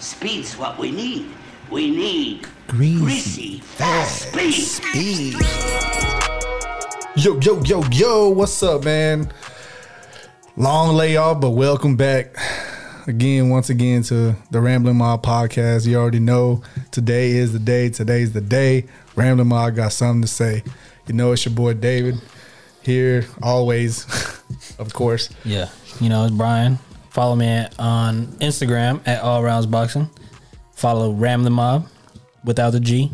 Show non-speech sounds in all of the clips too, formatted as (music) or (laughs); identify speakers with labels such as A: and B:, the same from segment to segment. A: Speed's what we need. We need
B: Greasy,
A: greasy, fast speed.
B: Speed. Yo, yo, yo, yo, what's up, man? Long layoff, but welcome back again, once again, to the Rambling Mob podcast. You already know today is the day. Today's the day. Rambling Mob got something to say. You know, it's your boy David here, always, (laughs) of course.
C: Yeah. You know, it's Brian. Follow me at, on Instagram at All Rounds Boxing. Follow Ram the Mob without the G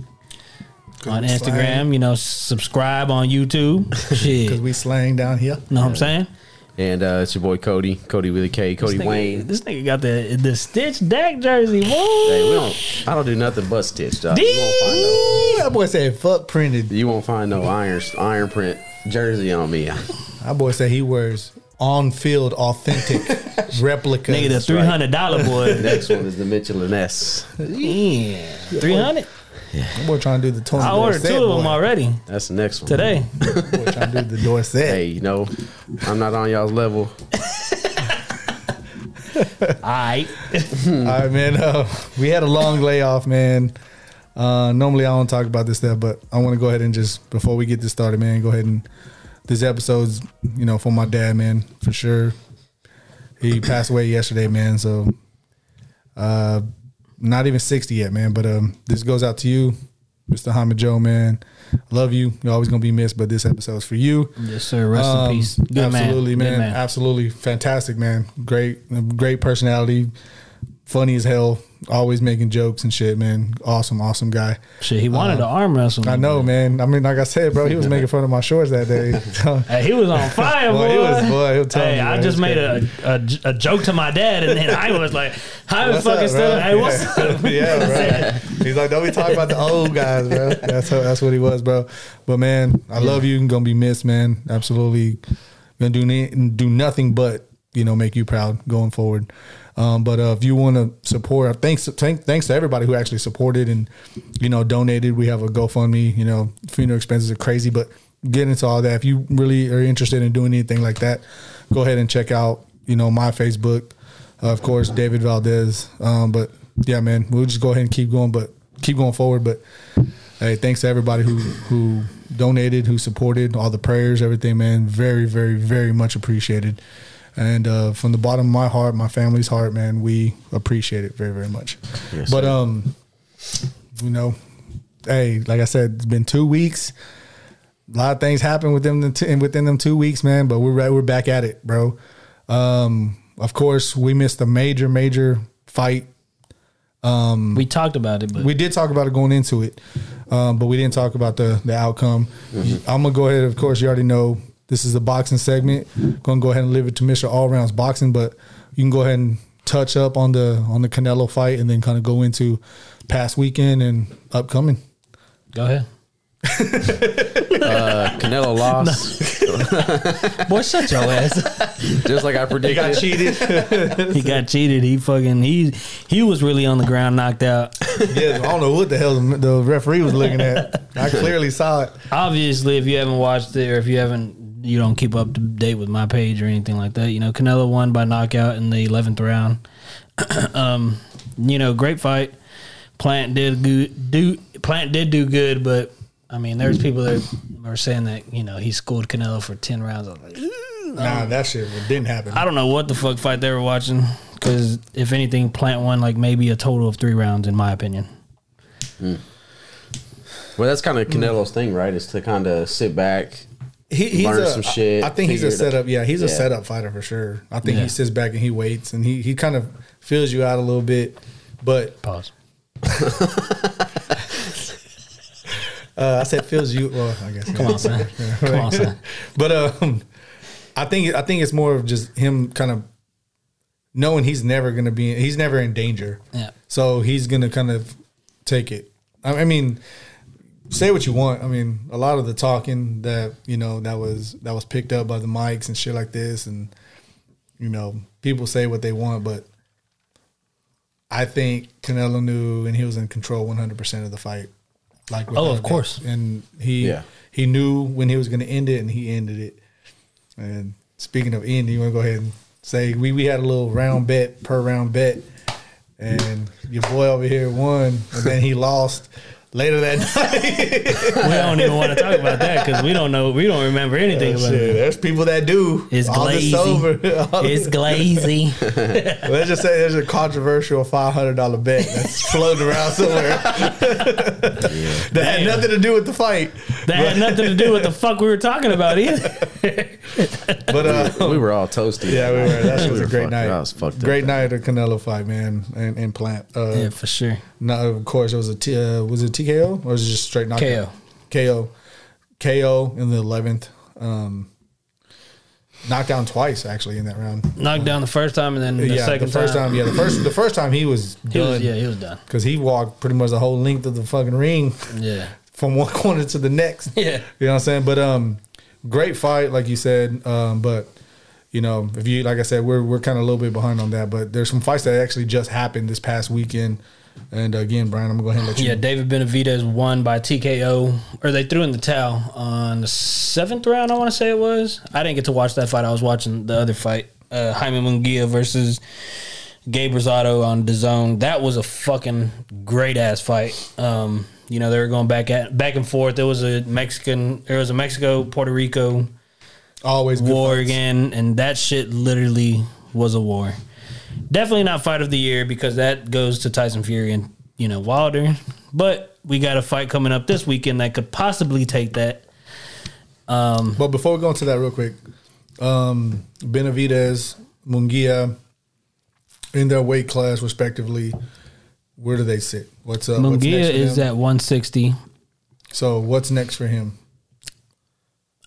C: on
B: we
C: Instagram.
B: slang.
C: You know, subscribe on YouTube.
B: (laughs)
C: Shit.
B: Because we slang down here.
C: know what I'm saying?
D: And uh, it's your boy Cody, Cody with a K, Cody
C: This nigga-
D: Wayne.
C: This nigga got the the Stitch Dak jersey. Whoa.
D: Hey, we don't. I don't do nothing but stitch. Dog. You won't find no.
B: Ooh, that boy said fuck printed.
D: You won't find no iron iron print jersey on me. (laughs)
B: That boy said he wears on field authentic replicas.
C: Nigga, the three hundred dollar
D: (laughs)
C: boy.
D: Next one is the Mitchell and S.
C: yeah, three hundred.
B: That boy trying to do the Tony
C: I ordered
B: Dorsett
C: two of them
B: boy.
C: already
D: That's the next one
C: today.
B: That boy trying to do the Dorset.
D: Hey, you know, I'm not on y'all's level.
C: All right,
B: All right, man. Uh, we had a long layoff, man. Uh, normally, I don't talk about this stuff, but I want to go ahead and just before we get this started, man, go ahead and this episode's you know for my dad, man, for sure. He passed away yesterday, man. So, uh, not even sixty yet, man. But um, this goes out to you, Mr. Hamid Joe, man. Love you. You're always gonna be missed, but this episode's for you.
C: yes, sir. Rest
B: Um,
C: in peace. Good man.
B: absolutely,
C: Good
B: man.
C: man.
B: Absolutely fantastic, man. Great, great personality. Funny as hell. Always making jokes and shit, man. Awesome, awesome guy.
C: Shit, he wanted to arm wrestle.
B: Uh, I know, man. I mean, like I said, bro, he
C: (laughs)
B: was making fun of my shorts that day. So,
C: Hey, Uh, he was on fire, boy.
B: (laughs) Boy, he was- boy, he'll tell
C: hey,
B: you,
C: I
B: man.
C: just
B: It's
C: made a, a j- a joke to my dad, and then I was like, "How the
B: What's
C: fuck
B: up,
C: is
B: bro?
C: that? Hey, what's
B: yeah. (laughs)
C: up?" (laughs)
B: yeah, bro. He's like, don't be talking about the old guys, bro. That's how, that's what he was, bro. But man, I love you. and gonna be missed, man. Absolutely, gonna do ne- do nothing but you know make you proud going forward. Um, but uh, if you want to support, uh, thanks thank, thanks to everybody who actually supported and you know donated. We have a GoFundMe. You know, funeral expenses are crazy, but get into all that. If you really are interested in doing anything like that, go ahead and check out you know my Facebook Uh, of course, David Valdez. Um, but yeah, man, we'll just go ahead and keep going, but keep going forward. But hey, thanks to everybody who who donated, who supported, all the prayers, everything, man. Very, very, very much appreciated. And uh, from the bottom of my heart, my family's heart, man, we appreciate it very, very much. but um, you know, hey, like I said, it's been two weeks. A lot of things happened within the t- within them two weeks, man. But we're right, we're back at it, bro. Um, of course, we missed a major, major fight.
C: We talked about it, but
B: We did talk about it going into it, um, but we didn't talk about the the outcome. I'm gonna go ahead. Of course, you already know this is a boxing segment. Gonna go ahead and leave it to Mr. All Rounds Boxing, but you can go ahead and touch up on the on the Canelo fight, and then kind of go into past weekend and upcoming.
C: go ahead.
B: (laughs)
D: Canelo lost,
C: Boy, shut your ass.
D: just
B: (laughs)
D: like I predicted.
B: cheated.
C: (laughs) he got cheated. He fucking he he was really on the ground, knocked out.
B: (laughs) yeah, I don't know what the hell the the referee was looking at. I clearly saw it.
C: Obviously, if you haven't watched it or if you haven't. You don't keep up to date with my page or anything like that. You know, Canelo won by knockout in the eleventh round. (clears throat) um, you know, great fight. Plant did good. Do Plant did do good, but I mean, there's people that are saying that you know he schooled Canelo for ten rounds. I, was like,
B: Nah, that shit didn't happen.
C: I don't know what the fuck fight they were watching because if anything, Plant won like maybe a total of three rounds, in my opinion.
D: Well, that's kind of Canelo's thing, right? Is to kind of sit back.
B: he, he's
D: learn
B: a,
D: some shit,
B: I, I think he's a
D: figure it out.
B: setup. Yeah, he's a
D: Yeah.
B: setup fighter for sure. I think
C: Yeah.
B: he sits back and he waits and he he kind of feels you out a little bit. But
C: Pause.
B: uh, I said feels you. Well, I guess (laughs)
C: Come on, son. Come on, (laughs) son.
B: But um, I think I think it's more of just him kind of knowing he's never gonna be he's never in danger.
C: Yeah.
B: So he's gonna kind of take it. I, I mean, say what you want. I mean, a lot of the talking that you know that was that was picked up by the mics and shit like this, and you know people say what they want, but. I think Canelo knew, and he was in control 100 percent of the fight. Like,
C: Oh,
B: without
C: of
B: doubt.
C: course.
B: and he
D: Yeah.
B: he knew when he was going to end it, and he ended it. And speaking of ending, you want to go ahead and say we we had a little round bet per round bet, and your boy over here won, and then he lost later (laughs) that night.
C: We don't even want to talk about that because we don't know. We don't remember anything about
B: Shit,
C: it.
B: there's people that do.
C: It's
B: All this
C: glazy.
B: over. (laughs) All (laughs)
C: It's glazy.
B: Let's just say there's a controversial five hundred dollar bet that's floating around somewhere (laughs) that had
C: Damn.
B: nothing to do with the fight.
C: That had nothing to do with the fuck we were talking about either.
B: But uh,
D: we were all toasted.
B: yeah, we were.
D: (laughs)
B: That was a great
D: fucked-
B: night.
D: That was fucked
B: great
D: up.
B: night of Canelo fight, man, and, and Plant. Uh,
C: Yeah, for sure.
B: No, of course it was a T, uh, was it TKO or was it just straight knockout?
C: KO.
B: KO, KO in the eleventh. Um, knocked down twice actually in that round.
C: Knocked down the first time and then the
B: yeah,
C: second
B: the first time. yeah, the first the first time he was
C: He was,
B: done
C: yeah, he was done.
B: because he walked pretty much the whole length of the fucking ring
C: Yeah.
B: from (laughs) one corner to the next.
C: Yeah.
B: You know what I'm saying? But um great fight, like you said. Um, but you know, if you like I said, we're we're kinda a little bit behind on that. But there's some fights that actually just happened this past weekend. And again, Brian, I'm gonna go ahead and let you
C: Yeah, David Benavidez won by TKO, or they threw in the towel on the seventh round. I want to say it was. I didn't get to watch that fight. I was watching the other fight, uh, Jaime Munguia versus Gabe Rosado on the zone. That was a fucking great ass fight. Um, you know, they were going back at back and forth. There was a Mexican, there was a Mexico Puerto Rico
B: always good
C: war
B: fights.
C: again, and that shit literally was a war. Definitely not fight of the year because that goes to Tyson Fury and you know Wilder, but we got a fight coming up this weekend that could possibly take that.
B: But before we go into that real quick, um, Benavidez, Mungia, in their weight class respectively, where do they sit? What's up? what's
C: Munguia
B: next for
C: is
B: him?
C: at 160.
B: So what's next for him?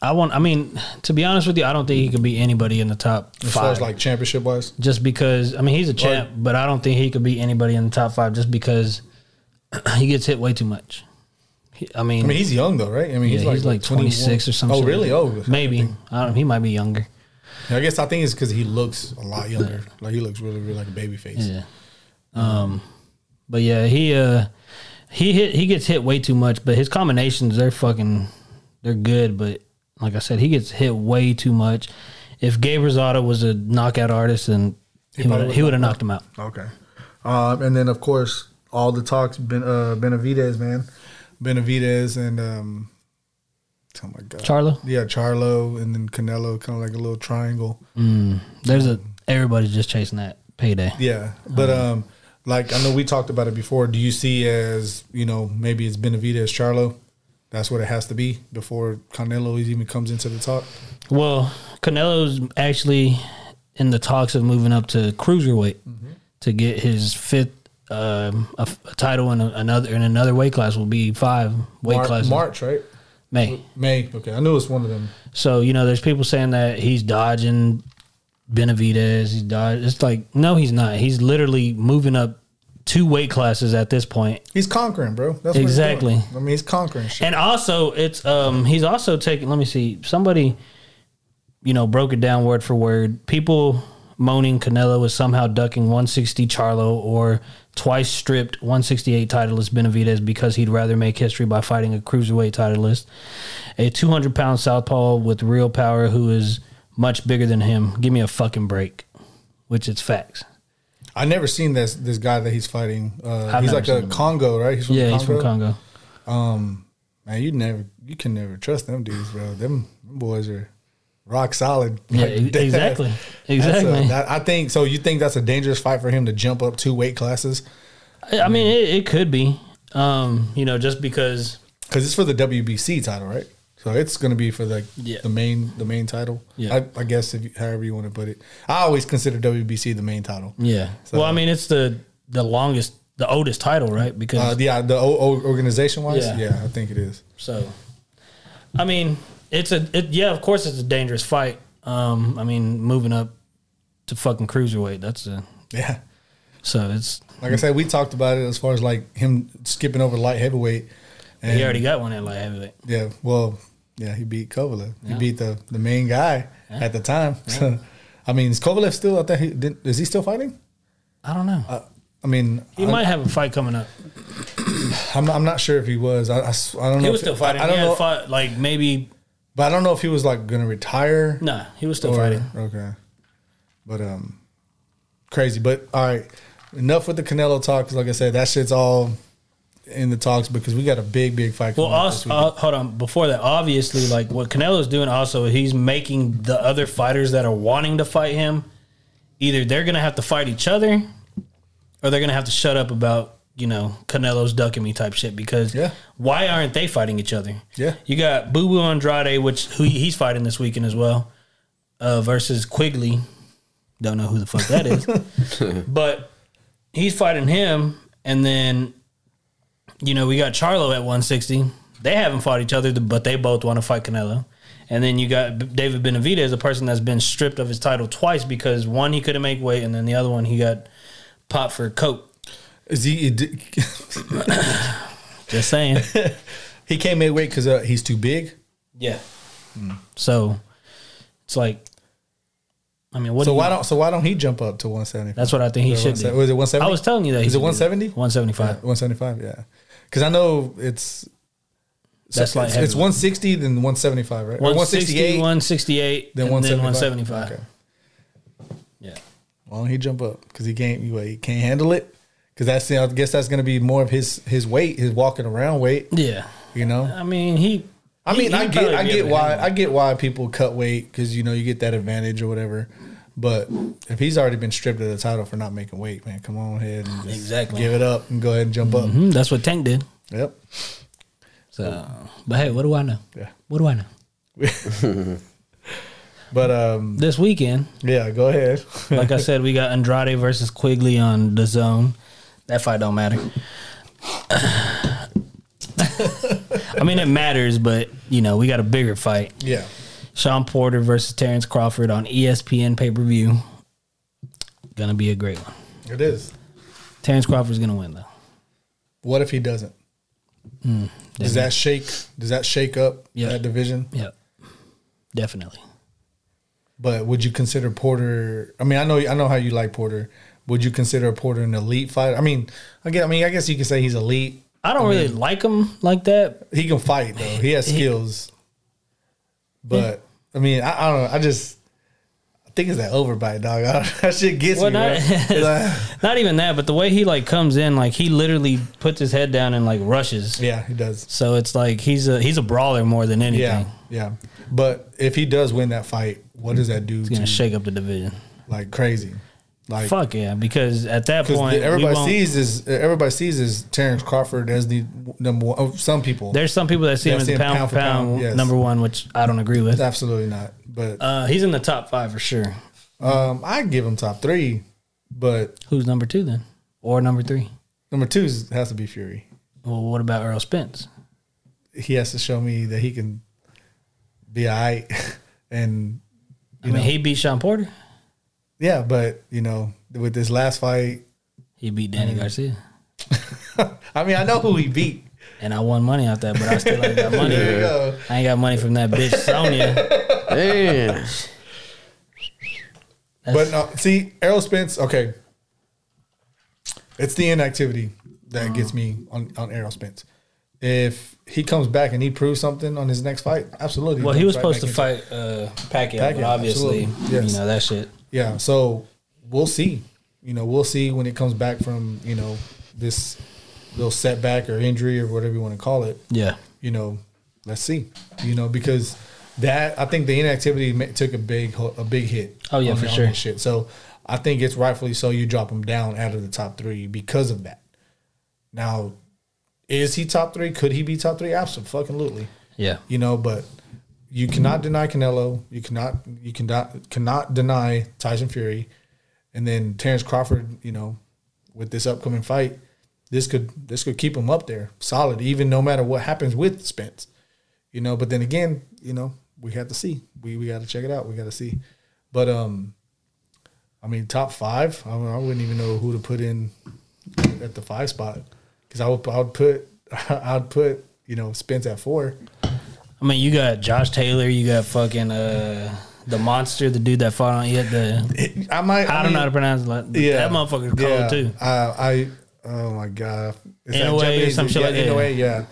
C: I want. I mean, to be honest with you, I don't think he could be anybody in the top
B: As far
C: five.
B: as like championship wise,
C: just because I mean he's a champ, but I don't think he could be anybody in the top five just because (clears throat) he gets hit way too much. He- I mean,
B: I mean he's young though, right? I mean
C: yeah, he's like,
B: 21.
C: 26 or something.
B: Oh really? Oh
C: maybe. I don't. He might be younger.
B: I guess I think it's because he looks a lot
C: (laughs)
B: younger. Like he looks really, really like a baby face.
C: Yeah. Um, but yeah, he uh, he hit he gets hit way too much, but his combinations they're fucking they're good. But like I said, he gets hit way too much. If Gabe Rosado was a knockout artist, then he
B: probably
C: would he would have knocked him out.
B: Okay. Um, and then of course all the talks ben, uh, Benavidez man, Benavidez and um, oh my god,
C: Charlo,
B: Yeah, Charlo and then Canelo, kind of like a little triangle.
C: there's a everybody's just chasing that payday.
B: Yeah, but
C: Uh-huh.
B: um, like I know we talked about it before. Do you see as you know maybe it's Benavidez, Charlo? That's what it has to be before Canelo even comes into the talk.
C: Well, Canelo's actually in the talks of moving up to cruiserweight to get his fifth um, a, a title in a, another in another weight class. Will be five weight
B: Mar-
C: classes.
B: March, right?
C: May.
B: May. Okay, I knew it was one of them.
C: So you know, there's people saying that he's dodging Benavidez. He's dodging. It's like no, he's not. He's literally moving up two weight classes at this point.
B: He's conquering, bro. That's what he's
C: Exactly.
B: doing. I mean, he's conquering shit.
C: And also, it's um, he's also taking. Let me see. Somebody, you know, broke it down word for word. People moaning Canelo is somehow ducking 160 Charlo or twice stripped 168 titleist Benavidez because he'd rather make history by fighting a cruiserweight titleist, a 200 pound southpaw with real power who is much bigger than him. Give me a fucking break, which it's facts.
B: I never seen this this guy that he's fighting. Uh,
C: I've
B: he's
C: never
B: like a
C: seen him.
B: Congo, right? He's from
C: Yeah, he's from Congo.
B: Man, you never, you can never trust them dudes, bro. Them, them boys are rock solid. (laughs)
C: Yeah,
B: Like,
C: e-
B: that-
C: exactly,
B: that's a-
C: exactly.
B: that- I think so. You think that's a dangerous fight for him to jump up two weight classes
C: I mean, it, it could be, um, you know, just because.
B: because it's for the WBC title, right? So it's going to be for like
C: Yeah.
B: the main the main title.
C: Yeah.
B: I, I guess if you, however you want to put it. I always consider WBC the main title.
C: Yeah. well, I mean, it's the the longest, the oldest title, right? Because
B: Uh, yeah, the organization wise,
C: Yeah.
B: yeah, I think it is.
C: so, I mean, it's a it, yeah. Of course, it's a dangerous fight. Um, I mean, moving up to fucking cruiserweight. That's a
B: Yeah.
C: so it's
B: Like I said, we talked about it as far as like him skipping over light heavyweight. And
C: he already got one at light heavyweight.
B: Yeah, well, yeah, he beat Kovalev.
C: Yeah.
B: He beat the, the main guy at the time. So, I mean, is Kovalev still out there? He, did, is he still fighting?
C: I don't know.
B: I mean,
C: he
B: I'm,
C: might have a fight coming up.
B: I'm, I'm not sure if he was. I, I s- I don't know.
C: He was
B: if-
C: still fighting.
B: I, don't
C: he
B: know,
C: had fought like maybe
B: but I don't know if he was like going to retire.
C: nah. He was still
B: or-
C: fighting.
B: Okay, but um, crazy. But all right, enough with the Canelo talk. 'cause like I said, that shit's all in the talks because we got a big, big fight.
C: Well,
B: coming up
C: also,
B: this week.
C: uh, hold on. Before that, obviously, like what Canelo's doing, also he's making the other fighters that are wanting to fight him either they're gonna have to fight each other, or they're gonna have to shut up about you know Canelo's ducking me type shit. Because
B: Yeah.
C: why aren't they fighting each other?
B: Yeah.
C: you got Boo Boo Andrade, which who he's fighting this weekend as well, uh, versus Quigley. Don't know who the fuck that is, but he's fighting him, and then you know, we got Charlo at 160. They haven't fought each other, but they both want to fight Canelo. And then you got B- David Benavidez, a person that's been stripped of his title twice because one he couldn't make weight, and then the other one he got popped for coke.
B: is he? d-
C: Just saying,
B: (laughs) He can't make weight because uh, he's too big.
C: yeah.
B: Hmm.
C: So it's like, I mean, what?
B: So
C: do
B: why
C: you-
B: don't so why don't he jump up to 170?
C: That's what I think he
B: Is it
C: should
B: 170?
C: do.
B: Was it 170?
C: I was telling you that. he
B: Is it
C: should do
B: 170?
C: that. 175.
B: 175, yeah. Because I know it's
C: That's
B: so
C: light
B: it's, it's
C: heavyweight.
B: 160 then 175, right? Or
C: 160,
B: 168
C: 168,
B: then
C: and
B: 175.
C: then 175.
B: Okay.
C: Yeah.
B: Why don't he jump up? Because he can't you- he can't handle it. Because that's I guess that's going to be more of his his weight, his walking around weight.
C: Yeah.
B: You know.
C: I mean, he.
B: I
C: he-
B: mean,
C: he
B: I
C: would
B: get,
C: probably
B: I
C: be
B: get
C: able to
B: why,
C: handle
B: I get why people cut weight because you know you get that advantage or whatever. But if he's already been stripped of the title for not making weight, man, come on ahead and just
C: Exactly.
B: give it up and go ahead and jump
C: it. Mhm, that's what Tank did.
B: up. Yep.
C: So, but hey, what do I know?
B: Yeah.
C: What do I know?
B: But um,
C: This weekend,
B: yeah, go ahead. (laughs)
C: like I said, we got Andrade versus Quigley on the zone. That fight don't matter. (laughs) I mean, it matters, but you know, we got a bigger fight.
B: yeah.
C: Sean Porter versus Terrence Crawford on E ESPN pay per view. Gonna be a great one.
B: It is.
C: Terrence Crawford's gonna win though.
B: What if he doesn't? Does that shake? Does that shake up
C: Hmm. Yeah.
B: that division?
C: Yep, definitely.
B: But would you consider Porter? I mean, I know I know how you like Porter. Would you consider Porter an elite fighter? I mean, I guess, I mean, I guess you could say he's elite.
C: I don't really like him like that.
B: He can fight though. He has skills. But I mean, I, I don't know. I just I think it's that overbite, dog. (laughs) I don't, that shit gets
C: Well,
B: me.
C: not-
B: bro. Like,
C: Not even that, but the way he like comes in, like he literally puts his head down and like rushes.
B: yeah, he does.
C: So it's like he's a he's a brawler more than
B: Yeah,
C: anything.
B: yeah. But if he does win that fight, what does that do
C: Gonna
B: to
C: shake up the division.
B: like crazy? Like
C: Fuck yeah, because at that
B: Because
C: point we
B: everybody
C: won't-
B: sees is everybody sees is Terrence Crawford as the number one. oh, Some people,
C: there's some people that see him
B: That's
C: as the
B: him,
C: pound,
B: pound
C: for
B: for
C: pound,
B: pound, yes.
C: number one, which I don't agree with.
B: absolutely not. But
C: Uh, he's in the top five for sure.
B: um, I give him top three. But
C: Who's number two then, or number three?
B: number two is- has to be Fury.
C: Well, what about Earl Spence?
B: He has to show me that he can be all right. (laughs) and
C: I mean, he beat Sean Porter.
B: yeah, but you know, with this last fight,
C: He beat Danny Garcia,
B: I mean, I know who he beat.
C: and I won money out that, but I still ain't
B: (laughs)
C: got money.
B: There you go.
C: I ain't got money from that
B: (laughs)
C: bitch Sonya.
D: Damn.
B: But no, see, Errol Spence. Okay, it's the inactivity that gets me on on Errol Spence. If he comes back and he proves something on his next fight, absolutely.
C: Well, he was
B: Right
C: supposed to
B: back in-
C: fight uh, Pacquiao,
B: Pacquiao,
C: but obviously,
B: absolutely. Yes.
C: you know that shit.
B: Yeah, so we'll see. You know, we'll see when it comes back from you know this little setback or injury or whatever you want to call it.
C: Yeah,
B: you know, let's see. You know, because that I think the inactivity ma- took a big ho- a big hit.
C: Oh, yeah,
B: on-
C: for
B: on
C: sure.
B: his Shit. So I think it's rightfully so you drop him down out of the top three because of that. Now, is he top three? Could he be top three? Absolutely.
C: yeah.
B: You know, but you cannot deny Canelo. You cannot you cannot cannot deny Tyson Fury, and then Terrence Crawford. You know, with this upcoming fight, this could this could keep him up there solid, even no matter what happens with Spence. You know, but then again, you know, we have to see. We we got to check it out. We got to see. But um, I mean, top five. I, I wouldn't even know who to put in at the five spot because I would I would put (laughs) I'd put you know Spence at four.
C: I mean, you got Josh Taylor, you got fucking uh, the monster, the dude that fought on yet
B: (laughs)
C: the
B: I might.
C: I don't
B: mean,
C: know how to pronounce it. Yeah, that motherfucker's cold
B: yeah.
C: too.
B: I, I, oh my god, Is that
C: In a way or
B: Japanese?
C: some shit
B: yeah,
C: like
B: In
C: that.
B: a way, yeah.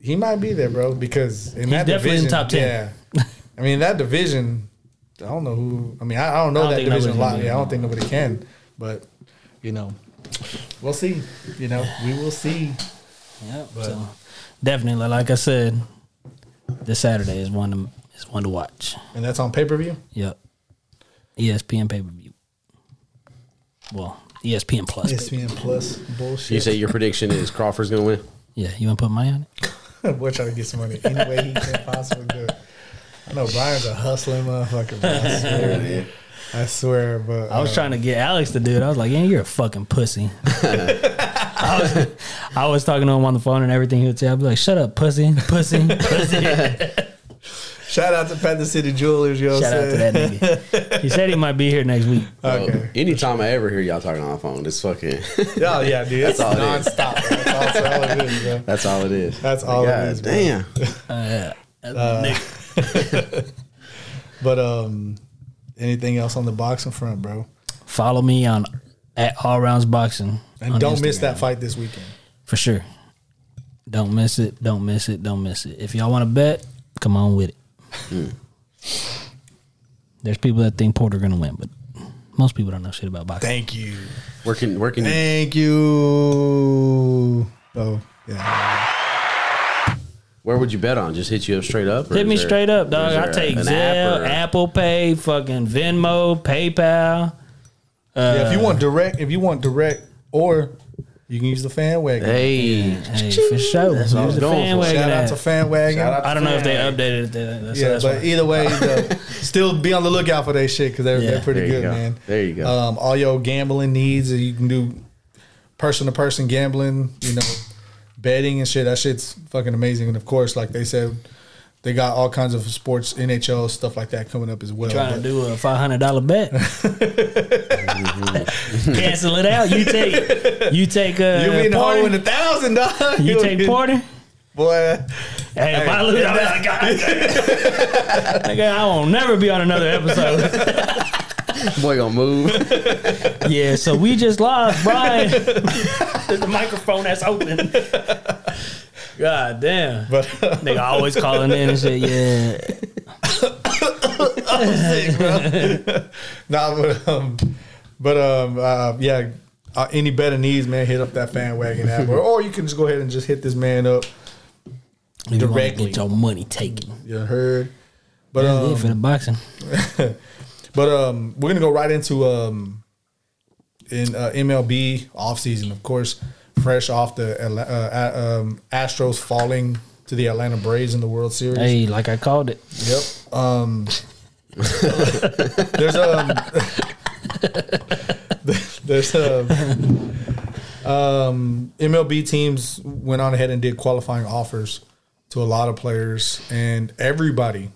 B: He might be there, bro, because in that
C: definitely in
B: division,
C: top 10.
B: Yeah, I mean that division. I don't know who. I mean, I, I don't know
C: I don't
B: that
C: think
B: division a
C: nobody's gonna
B: lot.
C: be
B: Yeah, I
C: in
B: don't think nobody can. But you know, we'll see. You know, we will see.
C: Yep. so definitely, like I said, this Saturday is one to is one to watch.
B: And that's on pay per view.
C: Yep. E ESPN pay per view. Well, E ESPN Plus.
B: ESPN Plus bullshit. (laughs)
D: You say your prediction is Crawford's gonna win.
C: Yeah, you want to put money on it?
B: We're trying to get some money any way he can possibly do it. I know Brian's a hustling motherfucker. Bro. I swear, I swear, but uh,
C: I was trying to get Alex to do it. I was like, "Yeah, you're a fucking pussy." (laughs) I, was, I was talking to him on the phone and everything. He would say, "I'd be like, shut up, pussy,
B: (laughs)
C: pussy, pussy."
B: shout out to Panther City Jewelers, yo.
C: Shout out to that nigga. He said he might be here next week.
B: Okay.
D: So, anytime I ever hear y'all talking on the phone, it's fucking. (laughs)
B: Oh yeah, dude. That's,
D: all it is.
B: nonstop. That's all, that's all it is, bro.
D: that's all it is.
B: That's all it is. Bro.
D: Damn.
C: Uh,
B: But um, anything else on the boxing front, bro?
C: Follow me on at All Rounds Boxing.
B: And
C: on
B: don't miss
C: Instagram.
B: that fight this weekend.
C: for sure. Don't miss it. Don't miss it. Don't miss it. If y'all want to bet, come on with it. Hmm. There's people that think Porter gonna win, but most people don't know shit about boxing.
B: Thank you.
D: Where can where can you,
B: Thank you. Oh yeah.
D: where would you bet on? Just hit you up straight up. or
C: Hit
D: is
C: me
D: there-
C: straight up,
D: is
C: dog. I
D: there
C: take
D: an
C: Zelle,
D: app or-
C: Apple Pay, fucking Venmo, PayPal.
B: yeah. If you
D: Uh,
B: want direct, if you want direct, or you can use the fan wagon.
D: Hey,
C: Hey, for sure. That's
D: what I was going for.
B: Shout out to fan wagon.
C: I don't know if they updated it. That, that's,
B: yeah,
C: that's
B: but
C: why.
B: either way,
D: (laughs)
B: the, still be on the lookout for their shit because they're,
C: Yeah.
B: they're pretty
D: There you
B: good,
D: go.
B: man.
D: There you go.
B: Um, all your gambling needs, you can do person to person gambling, you know, betting and shit. That shit's fucking amazing. And of course, like they said, they got all kinds of sports, NHL stuff like that coming up as well.
C: trying to
B: But
C: do a five hundred dollar bet. (laughs) Cancel it out. You take you take uh,
B: you be in the hole
C: Porter.
B: in a thousand, dog.
C: you
B: (laughs)
C: take Porter.
B: boy.
C: Hey, if I lose, I'll be (laughs) like, God damn. Nigga, I won't never be on another (laughs) episode.
D: (laughs) boy gonna move.
C: yeah, so we just lost Brian. (laughs) the microphone that's open. God damn.
B: But
C: Nigga always calling in and shit. Yeah.
B: nah, but um, but um, uh, yeah. Uh, any better needs, man, hit up that fan wagon app, or, or you can just go ahead and just hit this man up.
C: If you wanna
B: Directly.
C: get your money taken.
B: You heard, but
C: That's it
B: um,
C: for the boxing.
B: But um, we're gonna go right into um, in uh, MLB offseason, of course, fresh off the Atla- uh, uh, um, Astros falling to the Atlanta Braves in the World Series.
C: Hey, like I called it.
B: Yep. Um, (laughs) there's um, there's um, um, MLB teams went on ahead and did qualifying offers to a lot of players, and everybody,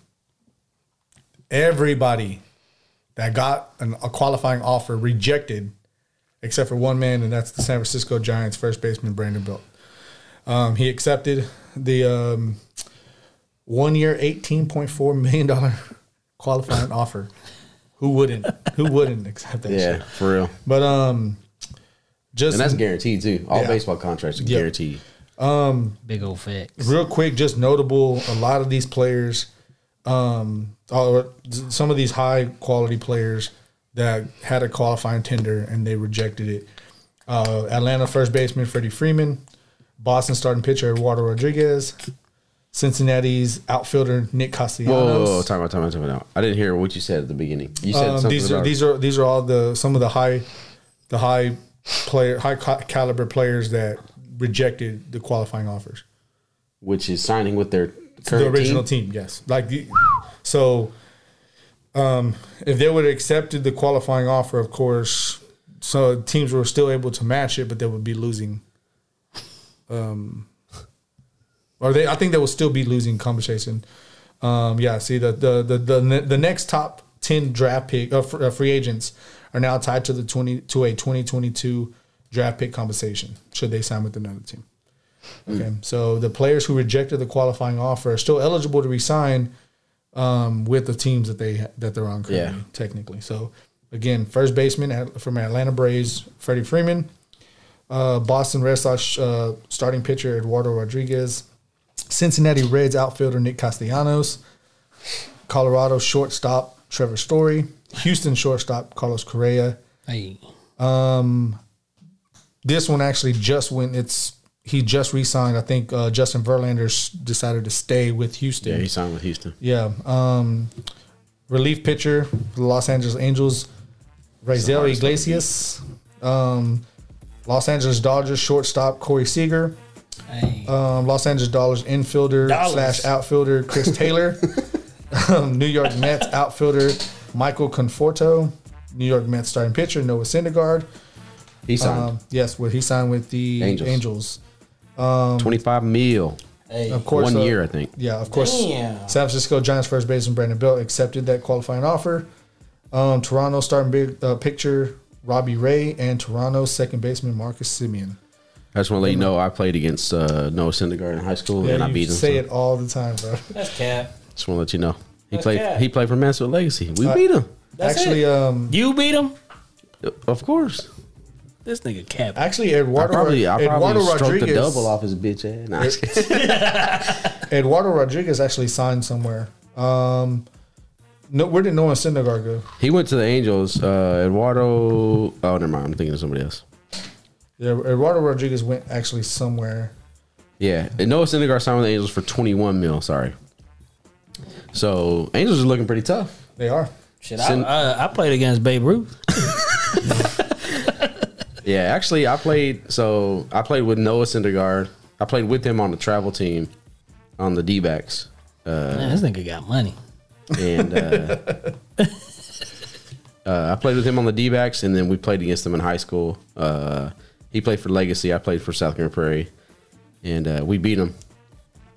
B: everybody that got an, a qualifying offer rejected, except for one man, and that's the San Francisco Giants first baseman Brandon Belt. Um, he accepted the um, one year, eighteen point four million dollar (laughs) qualifying offer. Who wouldn't? Who wouldn't accept that?
D: Yeah,
B: shit?
D: for real.
B: But um, just
D: And that's guaranteed too. All
B: Yeah.
D: baseball contracts are
B: Yeah.
D: guaranteed.
C: Big old facts.
B: real quick, just notable a lot of these players, um, or some of these high quality players that had a qualifying tender and they rejected it. Uh, Atlanta first baseman Freddie Freeman, Boston starting pitcher Eduardo Rodriguez, Cincinnati's outfielder Nick Castellanos.
D: Whoa, whoa, whoa, time out, time out, time out. I didn't hear what you said at the beginning. You said
B: Um,
D: something
B: these are
D: about
B: these are these are all the some of the high, the high player, high ca- caliber players that rejected the qualifying offers.
D: which is signing with their
B: the
D: current
B: original
D: team.
B: team. yes. Like the, so, um, if they would have accepted the qualifying offer, of course, so teams were still able to match it, but they would be losing. Um, or they, I think they will still be losing conversation. Um, yeah, see the the the the, the next top ten draft pick uh, fr- uh, free agents are now tied to the twenty to a twenty twenty two draft pick compensation should they sign with another team. Okay. Mm. So the players who rejected the qualifying offer are still eligible to resign um, with the teams that they that they're on currently,
D: Yeah.
B: technically. So again, first baseman at, from Atlanta Braves, Freddie Freeman, uh, Boston Red Sox uh, starting pitcher Eduardo Rodriguez, Cincinnati Reds outfielder Nick Castellanos, Colorado shortstop Trevor Story, Houston shortstop Carlos Correa,
C: Hey.
B: this one actually just went. It's he just re-signed. I think uh, Justin Verlander s- decided to stay with Houston.
D: Yeah, he signed with Houston.
B: Yeah. Um, relief pitcher for the Los Angeles Angels, Razel Iglesias. Um, Los Angeles Dodgers shortstop Corey Seager. Um, Los Angeles Dodgers infielder
C: Dollars.
B: slash outfielder Chris Taylor. (laughs) um, New York Mets outfielder Michael Conforto. New York Mets starting pitcher Noah Syndergaard.
D: He signed
B: Um, yes, where he signed with the
D: Angels.
B: Angels. um,
D: twenty five mil,
C: Hey.
B: Of course,
D: one
B: uh,
D: year I think.
B: Yeah, of course.
C: Damn.
B: San Francisco Giants first baseman Brandon Belt accepted that qualifying offer. Um, Toronto starting big uh, picture Robbie Ray and Toronto second baseman Marcus Simeon.
D: I just want to let you know I played against uh, Noah Syndergaard in high school and I
B: you
D: beat him.
B: say
D: so
B: it all the time, bro.
C: That's cap.
D: Just want to let you know he
C: That's
D: played.
C: cat.
D: He played for Mansfield Legacy.
B: Uh,
D: We beat him,
C: That's
B: actually,
C: it.
B: um,
C: You beat him.
D: of course.
C: This nigga cap.
B: actually Eduardo
D: Probably I probably
B: Eduardo
D: stroked a
B: Rodriguez
D: double off his bitch ass. Nah,
B: (laughs) Eduardo Rodriguez actually signed somewhere. Um, no, where did Noah Syndergaard go?
D: he went to the Angels. Uh, Eduardo. Oh, never mind. I'm thinking of somebody else.
B: Yeah, Eduardo Rodriguez went actually somewhere.
D: Yeah, and Noah Syndergaard signed with the Angels for 21 mil. Sorry. So Angels are looking pretty tough.
B: They are.
C: Shit,
D: Sin-
C: I, I, I played against Babe Ruth.
D: Yeah, actually, I played. So I played with Noah Syndergaard. I played with him on the travel team, on the D-backs,
C: Man, this nigga got money.
D: and uh, uh, I played with him on the D-backs, and then we played against him in high school. Uh, he played for Legacy. I played for South Grand Prairie, and uh, we beat him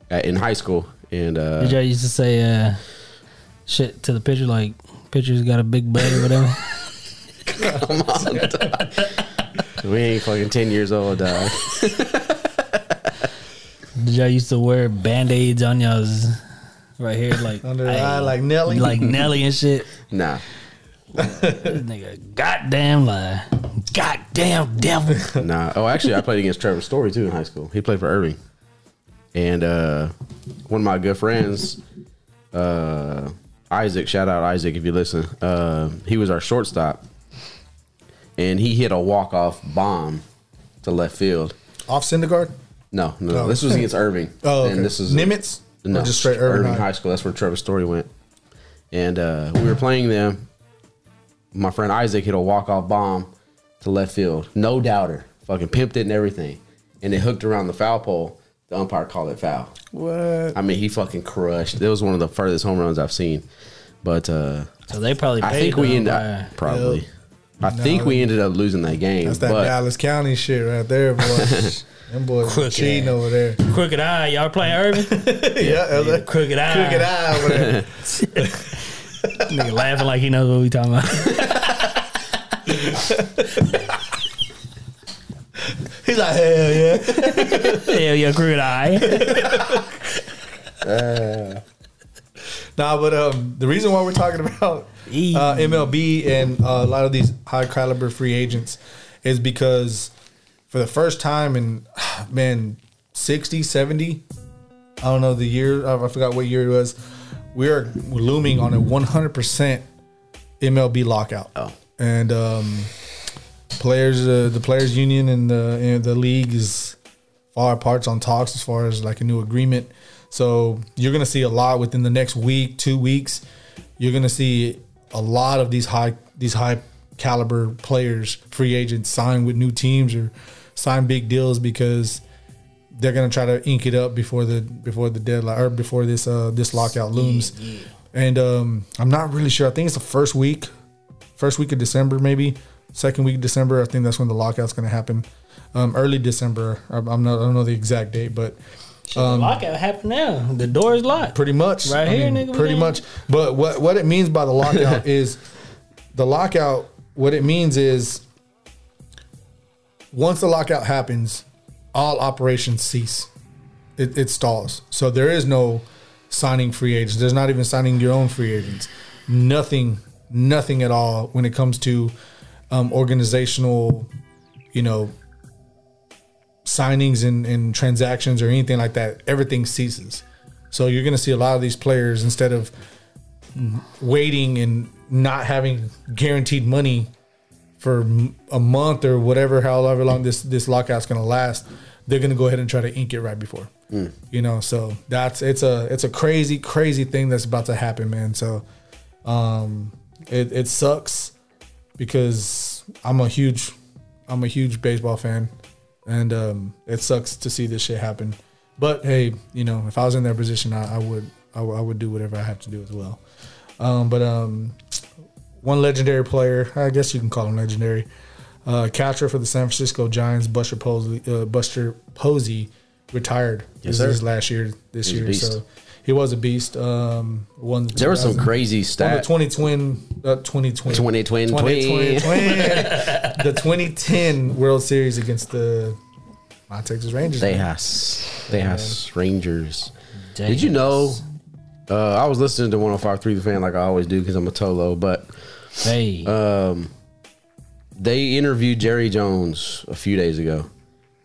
D: at, in high school. And uh, (laughs)
C: Did y'all used to say uh, shit to the pitcher like pitcher's got a big butt
B: (laughs)
C: or whatever?
D: we ain't fucking 10 years old, dog.
C: Did y'all used to wear band aids on y'all's right here like
B: Under the
C: hey,
B: eye like Nelly.
C: like Nelly
B: (laughs)
C: and shit?
D: nah.
C: This nigga goddamn lie. Goddamn
B: (laughs)
C: devil.
D: Nah. Oh, actually, I played against Trevor Story too in high school. He played for Irving, and uh, one of my good friends, uh, Isaac. Shout out Isaac if you listen. Uh, he was our shortstop, and he hit a walk off bomb to left field.
B: off Syndergaard.
D: No, no, no.
B: Oh.
D: This
B: (laughs)
D: was against Irving.
B: Oh, okay.
D: and this is
B: Nimitz. Or
D: no,
B: just straight Irving, High?
D: High School. That's where Trevor Story went. And uh, we were playing them. My friend Isaac hit a walk off bomb to left field. No doubter. Fucking pimped it and everything. And it hooked around the foul pole. The umpire called it foul.
B: What?
D: I mean, he fucking crushed. It was one of the furthest home runs I've seen. But uh,
C: So they probably
D: I
C: paid
D: think we
C: him
D: ended
C: by-
D: up probably.
B: Yep.
D: I think
B: No.
D: we ended up losing that game.
B: That's that
D: but
B: Dallas County shit right there,
D: (laughs)
B: boy. Them boys
C: Crooked
B: cheating
C: ass.
B: over there.
C: Crooked Eye, y'all playing
D: (laughs)
C: Irving?
B: yeah, other-
C: Crooked Eye.
B: crooked eye over there.
C: Nigga laughing like he knows what we talking
D: (laughs)
C: about. (laughs)
B: He's like, hell yeah.
C: Hell yeah, Crooked
D: (laughs)
C: Eye.
B: Nah, but um, the reason why we're talking (laughs) about uh, MLB and uh, a lot of these high caliber free agents is because for the first time in (sighs) man 60 70 i don't know the year i forgot what year it was we are looming on a 100% mlb lockout
D: Oh.
B: and um, players uh, the players union and the and the league is far apart on talks as far as like a new agreement so you're gonna see a lot within the next week two weeks you're gonna see a lot of these high these high caliber players free agents sign with new teams or sign big deals because they're gonna try to ink it up before the before the deadline or before this uh this lockout looms. And um, I'm not really sure. I think it's the first week, first week of December, maybe second week of December. I think that's when the lockout's gonna happen. Um, early December. I, I'm not. I don't know the exact date, but
D: Um,
C: lockout happened now. The door is locked.
B: pretty much
C: Right
B: I
C: here,
B: mean,
C: nigga, we
B: Pretty
C: in.
B: much. But what what it means by the
C: (laughs)
B: lockout is the lockout. What it means is once the lockout happens, all operations cease. It, it stalls. So there is no signing free agents. There's not even signing your own free agents. Nothing, nothing at all when it comes to um, organizational, you know, signings and, and transactions or anything like that. Everything ceases. So you're going to see a lot of these players instead of waiting and not having guaranteed money for m- a month or whatever, however long this this lockout's gonna last, they're gonna go ahead and try to ink it right before. You know, so that's it's a it's a crazy crazy thing that's about to happen, man. So, um, it it sucks because I'm a huge I'm a huge baseball fan, and um, it sucks to see this shit happen. But hey, you know, if I was in their position, I, I would I, would- I would do whatever I had to do as well. Um, but um, one legendary player, I guess you can call him legendary, uh, catcher for the San Francisco Giants, Buster Posey, uh, Buster Posey retired.
D: Yes,
B: this
D: sir.
B: is his last year. This
D: He's a
B: year,
D: beast.
B: so he was a beast. Um, won the
D: There was some
B: 2000
D: crazy
B: won the
D: stat.
B: 2020, uh, 2020,
D: 2020.
B: 2020, the 2010 World Series against the my Texas Rangers. man.
D: Tejas. Tejas Rangers. Did
C: Tejas.
D: you know? Uh, I was listening to 105.3 The Fan like I always do because I'm a Tolo, but
C: Hey,
D: uh, they interviewed Jerry Jones a few days ago.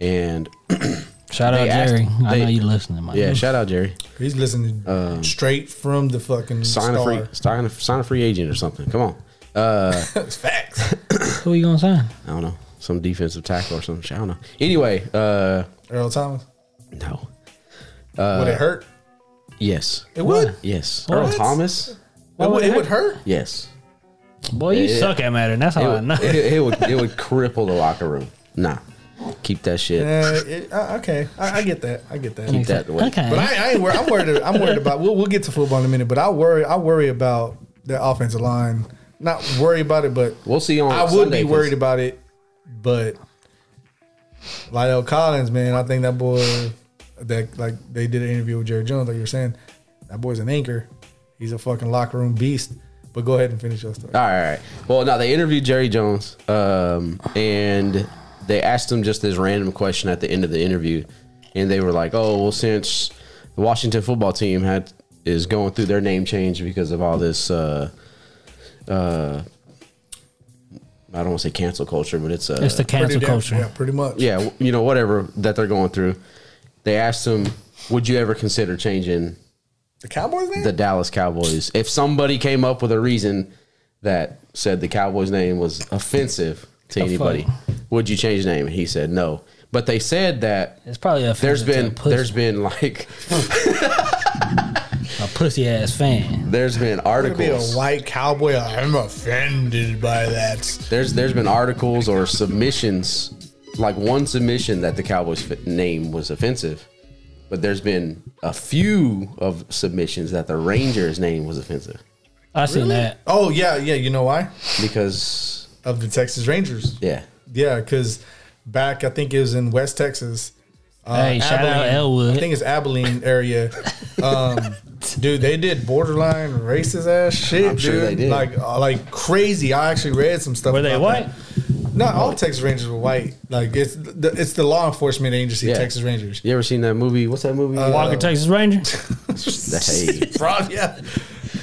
D: And (clears throat)
C: shout out
D: they asked-
C: Jerry. I
D: they-
C: know you listening, man.
D: yeah, shout out Jerry.
B: He's listening straight from the fucking
D: Sign a
B: star.
D: free sign a, sign a free agent or something. Come on.
B: That's (laughs) facts.
C: Who you gonna sign?
D: I don't know. Some defensive tackle or some shit. I don't know. Anyway, uh
B: Earl Thomas.
D: no.
B: would it hurt?
D: Yes.
B: It would.
D: Yes.
C: What?
D: Earl Thomas?
B: It
C: would
B: would,
C: it
B: it would hurt.
D: Yes.
C: Boy, you
D: Yeah.
C: suck at matter. That's
D: It
B: Uh,
C: how I
D: would,
C: know.
D: it, it would it would cripple the locker room. Nah. Keep that shit.
B: Uh, it, uh, okay, I, I get that. I get that.
C: (laughs)
D: Keep that away.
C: Okay.
B: But I, I ain't worried. I'm worried. I'm worried about. We'll, we'll get to football in a minute. But I worry. I worry about the offensive line. Not worry about it, but
D: We'll see on
B: I would
D: Sunday,
B: be
D: 'cause-
B: worried about it. But Lyle Collins, man, I think that boy that like they did an interview with Jerry Jones, like you were saying, that boy's an anchor. He's a fucking locker room beast. But go ahead and finish your story.
D: All right, all right. Well, no, they interviewed Jerry Jones, um, and they asked him just this random question at the end of the interview, and they were like, "Oh, well, since the Washington football team had is going through their name change because of all this, uh, uh, I don't want to say cancel culture, but it's uh,
C: it's the
B: Pretty
C: cancel
B: damn-
C: culture.
B: yeah, pretty much.
D: yeah, w- you know, whatever that they're going through." They asked him, "Would you ever consider changing
B: The Cowboys name.
D: the Dallas Cowboys. If somebody came up with a reason that said the Cowboys name was offensive to
C: The fuck?
D: anybody, would you change the name? He said no. But they said that
C: It's probably a
D: there's been
C: pussy,
D: there's been like
C: a pussy ass fan.
D: there's been
B: Could be a
D: articles
B: white cowboy. I'm offended by that.
D: there's there's been articles or submissions like one submission that the Cowboys f- name was offensive. But there's been a few of submissions that the Rangers name was offensive
C: I seen that.
B: Oh yeah, yeah. You know why?
D: because
B: Of the Texas Rangers.
D: yeah,
B: Yeah, because back I think it was in West Texas. Uh,
C: Hey, shout out Elwood.
B: I think it's Abilene area.
C: (laughs)
B: Um, dude, they did borderline racist ass shit.
D: I'm
B: dude.
D: sure they did.
B: Like uh, like crazy. I actually read some stuff.
C: Were they
B: about
C: white?
B: That. No, all Texas Rangers were white. Like it's the, it's the law enforcement agency,
D: Yeah.
B: Texas Rangers. (laughs)
D: You ever seen that movie? What's that movie?
B: Uh,
C: Walker, Texas Ranger.
D: Hey.
B: Fraud, yeah.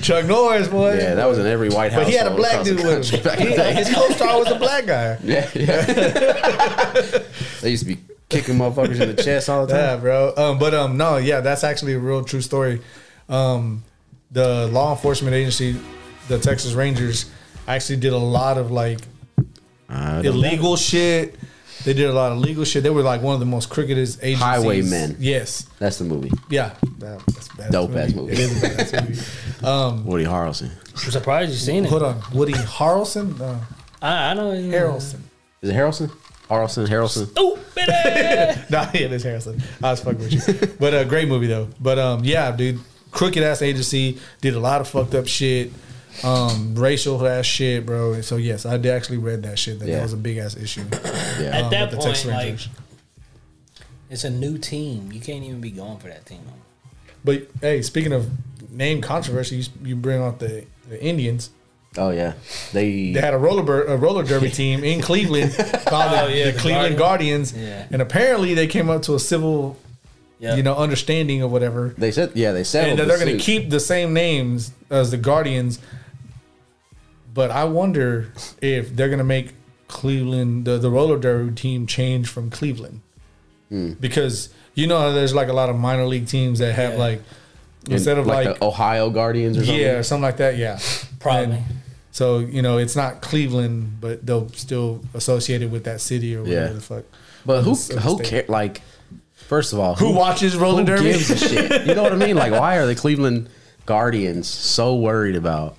B: Chuck Norris, boy.
D: Yeah, that was in every White House.
B: But he had a black dude with him. He- his co-star was a black guy.
D: yeah, (laughs) yeah. (laughs) they used to be kicking motherfuckers in the chest all the time.
B: Yeah, bro. Um, but um, no, yeah, that's actually a real true story. Um, the law enforcement agency, the Texas Rangers, actually did a lot of like illegal shit. They did a lot of legal shit. They were like one of the most crookedest agencies.
D: Highwaymen.
B: Yes.
D: That's the movie.
B: Yeah. That- that's a badass
D: Dope ass movie.
B: It is a badass movie.
D: Woody Harrelson.
C: I'm surprised you seen it.
B: Hold on. Woody Harrelson? No.
C: I, I know.
B: Harrelson.
D: Is it Harrelson? Harrelson, Harrelson.
B: (laughs)
C: Stupid.
B: nah, yeah, this Harrison. I was fucking with you. But a uh, great movie though. But um, yeah, dude, crooked ass agency did a lot of fucked up shit, um, racial ass shit, bro. And so yes, I did actually read that shit. That, that
D: Yeah.
B: was a big ass issue.
D: Yeah.
C: At
B: Um,
C: that
B: with the Texas
C: point, like,
B: Rangers.
C: it's a new team. You can't even be going for that team.
B: But hey, speaking of name controversy, you, you bring out the, the Indians.
D: Oh yeah. They.
B: They had a roller bur- a roller
C: (laughs)
B: derby team in Cleveland called
C: Oh,
B: the,
C: yeah,
B: the
C: the
B: Cleveland Guardians,
C: Yeah.
B: and apparently they came up to a civil,
C: Yeah.
B: you know, understanding or whatever.
D: They said yeah. They
B: and
D: settled.
B: that
D: the
B: they're going
D: suit.
B: to keep the same names as the Guardians. But I wonder if they're going to make Cleveland the, the roller derby team change from Cleveland
D: Hmm.
B: because you know how there's like a lot of minor league teams that have
C: Yeah.
B: like
D: In-
B: instead of like,
D: the Ohio Guardians or something.
B: yeah or something like that yeah
C: Probably.
B: And So you know, it's not Cleveland, but they'll still associate it with that city or whatever
D: Yeah.
B: the fuck.
D: But who
B: Of the
D: who
B: state.
D: cares? Like, first of all,
B: Who watches roller
D: who
B: derby? (laughs)
D: gives a shit? You know what I mean? Like, why are the Cleveland Guardians so
B: (laughs)
D: worried about?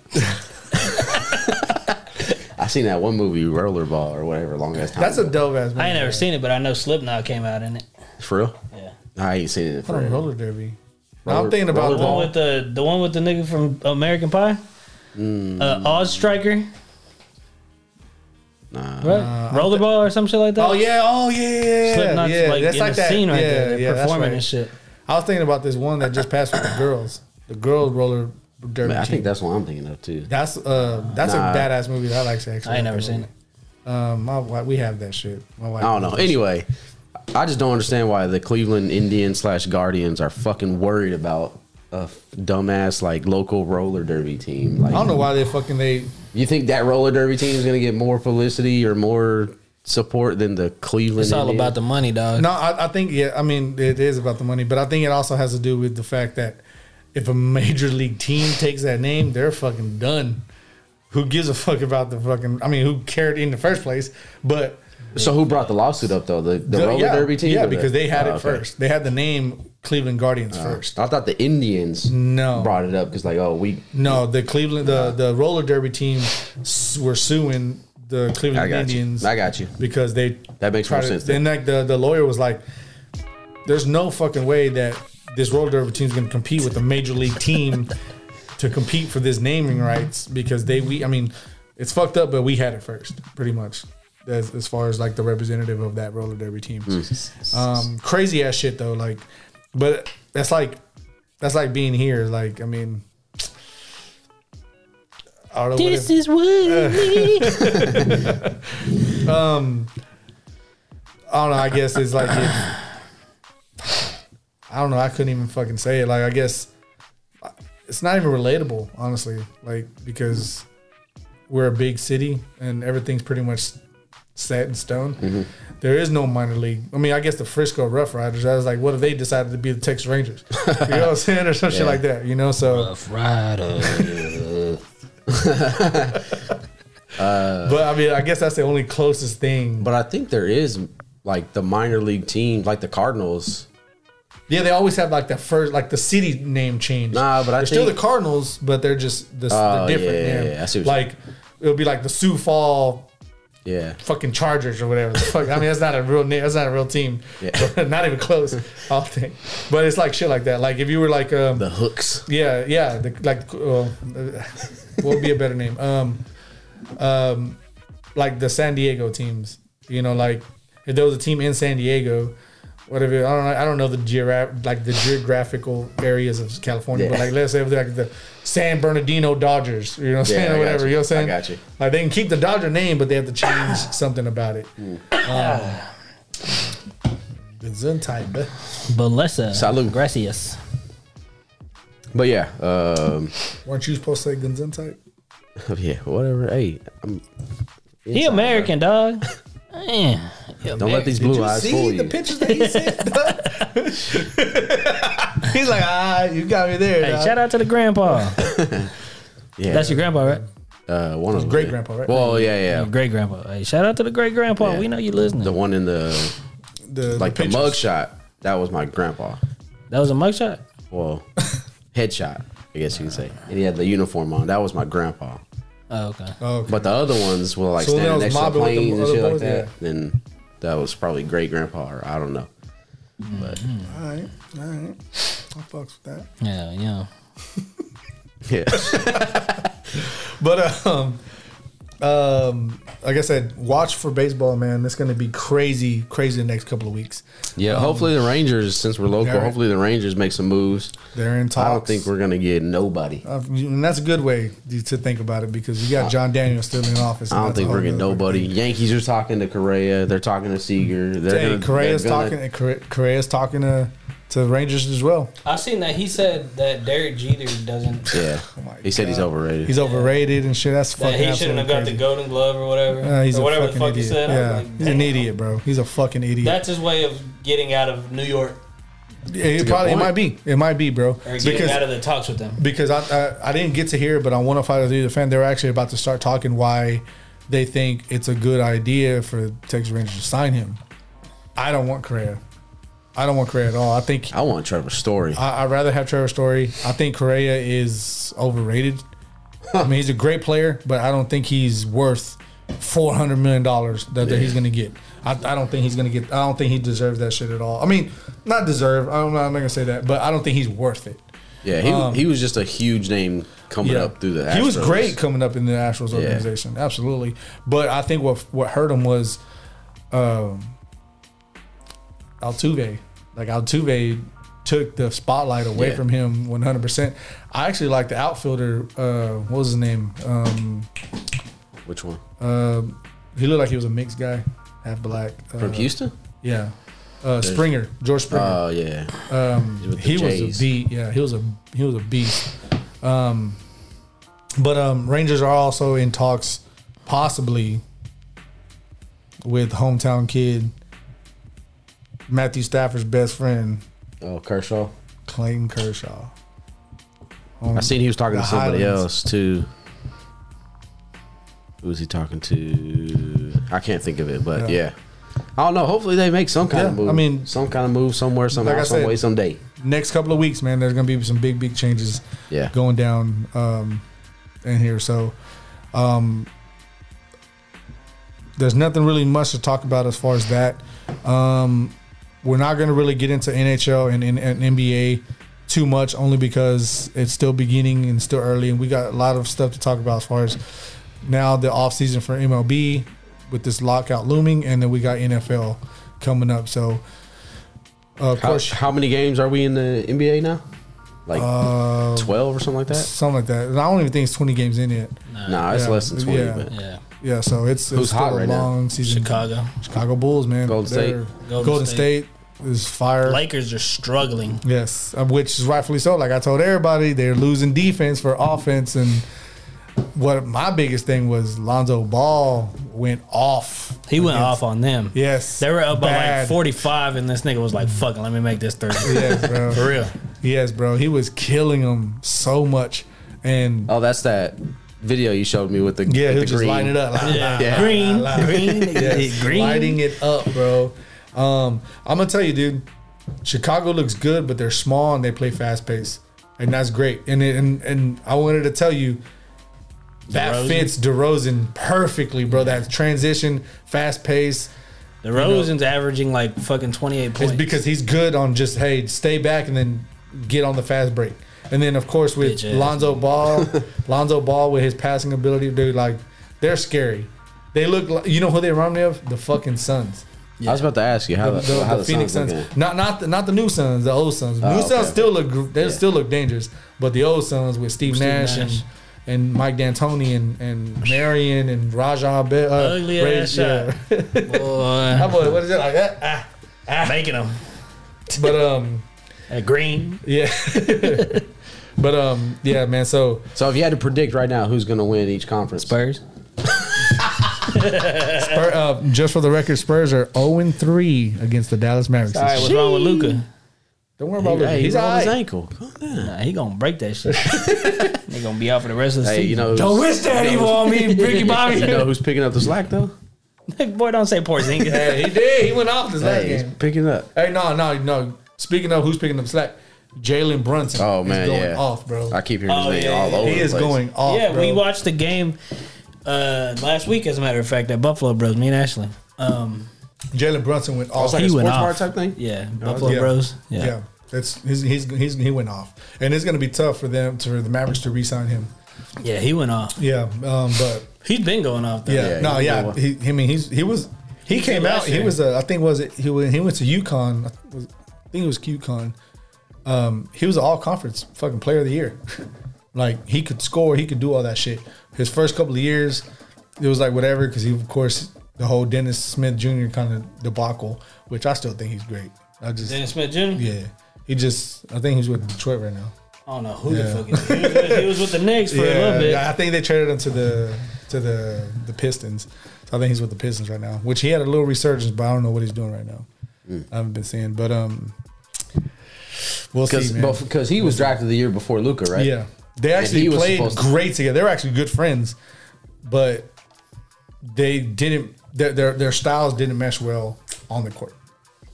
D: I seen that one movie, Rollerball or whatever, long ass time.
B: That's a
D: ago.
B: dope ass.
C: I ain't never seen it, but I know Slipknot came out in it.
D: for real.
C: Yeah.
D: I ain't seen it. For
B: Hold on,
D: real.
B: roller derby.
D: Roller-
B: I'm thinking about
D: roller
C: The
B: the,
C: one
D: ball.
C: with the the one with the nigga from American Pie,
D: Mm.
C: uh, Oz Striker,
D: Nah.
C: right? Rollerball or some shit like that.
B: Oh yeah, oh yeah, yeah, yeah.
C: Slipknot's
B: yeah.
C: like
B: that's
C: in
B: like
C: the
B: that.
C: scene right
B: yeah,
C: there, They're
B: yeah, that's
C: performing
B: right.
C: and shit.
B: I was thinking about this one that just passed with the girls, the girls roller derby.
D: Man, I
B: team.
D: think that's what I'm thinking of too.
B: that's uh that's
D: Nah.
B: a badass movie that I like. Actually,
C: I ain't never seen it.
B: Um, my wife, we have that shit. My wife.
D: I don't know. Anyway, I just don't understand why the Cleveland Indians slash Guardians are fucking worried about a dumbass like local roller derby team. Like,
B: I don't know why they fucking they.
D: You think that roller derby team is going to get more publicity or more support than the Cleveland?
C: It's all
D: Indians?
C: about the money, dog.
B: No, I, I think yeah. I mean, it is about the money, but I think it also has to do with the fact that if a major league team takes that name, they're fucking done. Who gives a fuck about the fucking? I mean, who cared in the first place? But
D: So who brought the lawsuit up though? The, the,
B: the-
D: roller
B: yeah,
D: derby team?
B: yeah,
D: or the-
B: because they had
D: Oh,
B: it
D: okay. Oh.
B: first. They had the name Cleveland Guardians first.
D: I thought the Indians
B: No.
D: brought it up because like oh we
B: No, the Cleveland, the the roller derby team s- were suing the
D: I
B: Cleveland
D: got
B: Indians
D: you I got you.
B: because they
D: That makes
B: tried to-
D: more sense then.
B: And like the the lawyer was like, "There's no fucking way that this roller derby team's going to compete with a major league team to compete for this naming rights because they we I mean it's fucked up, but we had it first, pretty much." As, as far as like the representative of that roller derby team,
D: Mm.
B: um, crazy ass shit though. Like, but that's like that's like being here. Like, I mean, I don't know what if-
C: is what.
B: I don't know. I guess it's like if, I don't know. I couldn't even fucking say it. Like I guess it's not even relatable, honestly. Like because we're a big city and everything's pretty much set in stone. There is no minor league. I mean, I guess the Frisco Rough Riders. I was like, what if they decided to be the Texas Rangers? You know what I'm saying, or some shit like that. You know, so. But I mean, I guess that's the only closest thing. But
D: But I think there is like the minor league team like the Cardinals.
B: yeah, they always have like the first, like the city name change.
D: Nah, but I
B: they're still the
D: think-
B: Cardinals, but they're just the,
D: Oh,
B: they're different.
D: yeah,
B: Yeah,
D: yeah, yeah. I see what you're
B: like it'll be like the Sioux Fall
D: Yeah.
B: fucking Chargers or
D: (laughs)
B: whatever. The fuck. I mean, that's not a real name. That's not a real team.
D: Yeah.
B: (laughs) not even close. I'll think. But it's like shit like that. Like if you were like um,
D: The hooks.
B: yeah, yeah. The, like, uh, what would be a better name? Um, um, like the San Diego teams. You know, like if there was a team in San Diego, whatever. I don't. know I don't know the geograph like the geographical areas of California, but
D: Yeah.
B: like let's say if they're like the San Bernardino Dodgers. You know what I'm
D: Yeah,
B: saying?
D: I
B: Or
D: got
B: whatever.
D: you.
B: You. know what I'm
D: I
B: saying?
D: got you.
B: Like they can keep the Dodger name, but they
D: (sighs)
B: have to change something about it. Um, type.
C: Balesa.
D: Salud.
C: Gracias.
D: But yeah, um, (laughs)
B: Weren't you supposed to say Gunzentai?
D: yeah, whatever. Hey, I'm,
C: He American, dog. Man, he
D: don't
C: Ameri-
D: let these blue eyes fool you.
B: pictures that he (laughs) sent? He's like, ah, you got me there.
C: Hey,
B: dog."
C: shout out to the grandpa.
D: Yeah,
C: That's your grandpa, right?
D: uh, one of them,
B: great
D: yeah.
B: grandpa, right?
D: Well, yeah, yeah.
C: Great grandpa. Hey, shout out to the great grandpa.
D: Yeah.
C: We know you listening.
D: The one in the
B: Mm. the,
D: like the
B: pictures.
D: mugshot. That was my grandpa.
C: that was a mugshot.
B: (laughs)
D: Well, headshot, I guess you could say. And he had the uniform on. That was my grandpa.
C: Oh, okay.
B: Oh, okay.
D: But the other ones were like
B: So when I
D: standing
B: was
D: next to the
B: mobbing with them
D: planes and shit
B: other
D: like
B: boys,
D: that.
B: yeah.
D: Then that was probably great grandpa, or I don't know. But
B: all right, all right. I fucks with that.
C: Yeah, yeah.
D: yeah,
B: But um, um, like I said, watch for baseball, man. It's gonna be crazy, crazy the next couple of weeks.
D: (laughs) yeah. hopefully the Rangers, since we're local,
B: yeah, right.
D: hopefully the Rangers make some moves.
B: They're in talks.
D: I don't think we're gonna get nobody.
B: Uh, and that's a good way to to think about it because you got John Daniels still in office.
D: I
B: and
D: don't
B: that's
D: think
B: a whole
D: we're getting
B: nother-
D: nobody. Yankees are talking to Correa. They're talking to Seager. They're
B: Hey,
D: gonna-
B: Correa's
D: they're gonna-
B: talking. Correa- Correa's talking to to Rangers as well.
C: I seen that he said that Derek Jeter doesn't.
D: (laughs) Yeah,
B: Oh my
D: he said he's
B: God.
D: overrated.
B: He's overrated and shit. That's fucking. absolutely crazy.
C: Golden Glove or whatever.
B: Uh, he's a fucking idiot. yeah, he's an idiot, bro. He's a fucking idiot.
C: his way of getting out of New York.
B: It probably it
D: point.
B: might be. It might be, bro.
C: Or get
B: Because
C: out of the talks with them.
B: because I, I I didn't get to hear it, but on 105 to the fan, they were actually about to start talking why they think it's a good idea for Texas Rangers to sign him. I don't want Correa. I don't want Correa at all. I think
D: I want Trevor Story.
B: I, I'd rather have Trevor Story. I think Correa is overrated. I mean, he's a great player, but I don't think he's worth four hundred million dollars that, that he's
D: Yeah.
B: going to get. I, I don't think he's going to get. I don't think he deserves that shit at all. I mean, not deserve. I'm not, I'm not going to say that, but I don't think he's worth it.
D: yeah, he, he was just a huge name coming up through the. Astros.
B: um, he was great coming up in the Astros
D: Yeah.
B: organization, absolutely. But I think what what hurt him was um, Altuve. Like Altuve took the spotlight away
D: Yeah.
B: from him 100. percent I actually like the outfielder. Uh, what was his name? Um,
D: Which one
B: um he looked like he was a mixed guy, half black. Uh,
D: from Houston?
B: Yeah. Uh, Springer, George Springer
D: Oh yeah, um,
B: he was a beat. Yeah, he was a he was a beast. Um, but um, Rangers are also in talks, possibly with hometown kid Matthew Stafford's best friend
D: Oh Kershaw.
B: Clayton Kershaw.
D: I seen he was talking
B: The
D: to somebody
B: Highlands.
D: else too. Who was he talking to? I can't think of it, but yeah. I don't know. Hopefully they make some kind of
B: Yeah,
D: move.
B: I mean-
D: some kind of move somewhere, somehow,
B: I
D: some
B: said-
D: way, someday.
B: Next couple of weeks, man, there's gonna be some big big changes.
D: Yeah.
B: going down um, in here. So um, there's nothing really much to talk about as far as that. Um, we're not going to really get into NHL and, and, and NBA too much, only because it's still beginning and still early, and we got a lot of stuff to talk about as far as now the off season for MLB with this lockout looming, and then we got NFL coming up. So. Uh, of
D: How,
B: course,
D: how many games are we in the NBA now? Like
B: Uh,
D: twelve or something like that?
B: something like that. And I don't even think it's 20 games in yet.
D: nah, it's
B: yeah,
D: less than twenty.
B: yeah.
D: But
C: Yeah,
B: Yeah, so it's,
D: Who's
B: it's still
D: hot
B: a
D: right now?
B: long season.
C: Chicago.
B: Chicago Bulls, man.
D: Golden State.
B: They're-
C: Golden
B: Golden,
C: State.
B: State. is fire.
C: Lakers are struggling.
B: yes, uh, which is rightfully so. Like I told everybody, they're losing defense for offense. And what my biggest thing was Lonzo Ball went off.
C: He went
B: against-
C: off on them.
B: Yes.
C: They were up by like
B: bad.
C: 45, and this nigga was like, fuck it, let me make this 30.
B: (laughs) Yes,
C: For
B: bro.
C: real.
B: yes, bro. He was killing them so much. And
D: Oh, that's that video you showed me with the
B: yeah,
D: with
B: he
D: the
B: was just
D: green.
B: lighting it up. La, la,
C: Yeah.
D: Yeah.
C: Green, green,
B: (laughs) Yes,
C: green.
B: lighting it up, bro. Um, I'm gonna tell you, dude. Chicago looks good, but they're small and they play fast pace, and that's great. And it, and and I wanted to tell you that
C: DeRozan.
B: fits DeRozan perfectly, bro. That transition, fast pace.
C: The Rosen's averaging like fucking 28
B: It's
C: points.
B: because he's good on just hey, stay back and then get on the fast break. And then of course with
C: Bitch ass.
B: Lonzo
C: (laughs)
B: Ball, Lonzo Ball with his passing ability, dude, like they're scary. They look, like, you know who they remind me of? The fucking Suns.
D: I was about to ask you how
B: the,
D: the,
B: the-
D: how
B: the
D: the,
B: Phoenix
D: Suns
B: Suns,
D: looking.
B: not not the, not the new Suns, the old Suns. New
D: Oh, okay,
B: Suns
D: okay.
B: still look gr- they
D: Yeah.
B: still look dangerous, but the old Suns with Steve,
C: Steve
B: Nash,
C: Nash.
B: and and Mike D'Antoni and and Marion and Rajah Be- uh,
C: Ugly
B: Ray-
C: ass shot. Boy,
B: (laughs) That boy, what is it like that? Ah.
C: making them.
B: But um,
C: A green.
B: yeah, (laughs) but um, yeah, man. So
D: So if you had to predict right now who's going to win each conference,
C: Spurs.
B: Spur, uh, just for the record, Spurs are zero and three against the Dallas Mavericks.
C: All right, what's wrong with Luca?
B: Don't worry about it.
D: hey,
B: He's
D: he's on
B: all
D: his
B: right.
D: ankle. Calm down.
C: Nah, he gonna break that
D: (laughs)
C: shit. he gonna be out for the rest of the
D: Hey,
C: season.
D: you know,
B: Don't wish
D: who's-
B: that
D: you
B: evil
D: know
B: on me, Ricky
D: who's- (laughs) You
B: Bobby.
C: (laughs)
D: know who's picking up the slack though?
C: Boy, don't say
B: (laughs)
C: Porzingis.
B: Hey, he did. He went off this last
D: Hey, he's
B: game.
D: picking up.
B: Hey, no, no, no. Speaking of who's picking up slack, Jalen Brunson.
D: Oh
B: is
D: man,
B: going
D: yeah.
B: off, bro.
D: I keep hearing his
C: Oh,
D: name
C: yeah,
D: all
C: yeah.
D: over.
B: He
D: the
B: is
D: place.
B: going off.
C: yeah,
B: Oh, bro.
C: we watched the game uh, last week, as a matter of fact, at Buffalo Bros. Me and Ashley. Um,
B: Jalen Brunson went off.
D: Oh, It's like
C: He
D: a
C: went
D: sports bar
C: off.
D: type thing. Oh,
C: yeah, Buffalo
B: yeah.
C: Bros.
B: yeah.
C: Yeah.
B: That's he's, he's he's he went off, and it's going to be tough for them to for the Mavericks to re-sign him.
C: yeah, he went off.
B: Yeah, um, but
C: He's been going off. Though.
B: yeah,
D: Yeah,
B: no,
D: he-
B: yeah. He, I mean, he's he was he, came
C: last
B: out. He
C: year.
B: was a, I think was it he went, he went to UConn. I think it was- I think it was QCon. Um, he was an all conference fucking player of the year. (laughs) like he could score, he could do all that shit. His first couple of years, it was like whatever because he of course the whole Dennis Smith Jr. kind of debacle, which I still think he's great. I just
C: Dennis Smith Jr. Yeah.
B: yeah, he just I think he's with Detroit right now.
C: I don't know who
B: Yeah.
C: the fuck is. He was, with, he was with the Knicks for a little bit.
B: yeah, I think they traded him to the to the the Pistons. So I think he's with the Pistons right
D: Hmm.
B: now, which he had a little resurgence, but I don't know what he's doing right now. I haven't been seeing, but um, We'll see, man.
D: because he was drafted the year before Luca, right?
B: Yeah, they actually
D: he was
B: played
D: supposed to-
B: great together. They were actually good friends, but they didn't. Their their, their styles didn't mesh well on the court.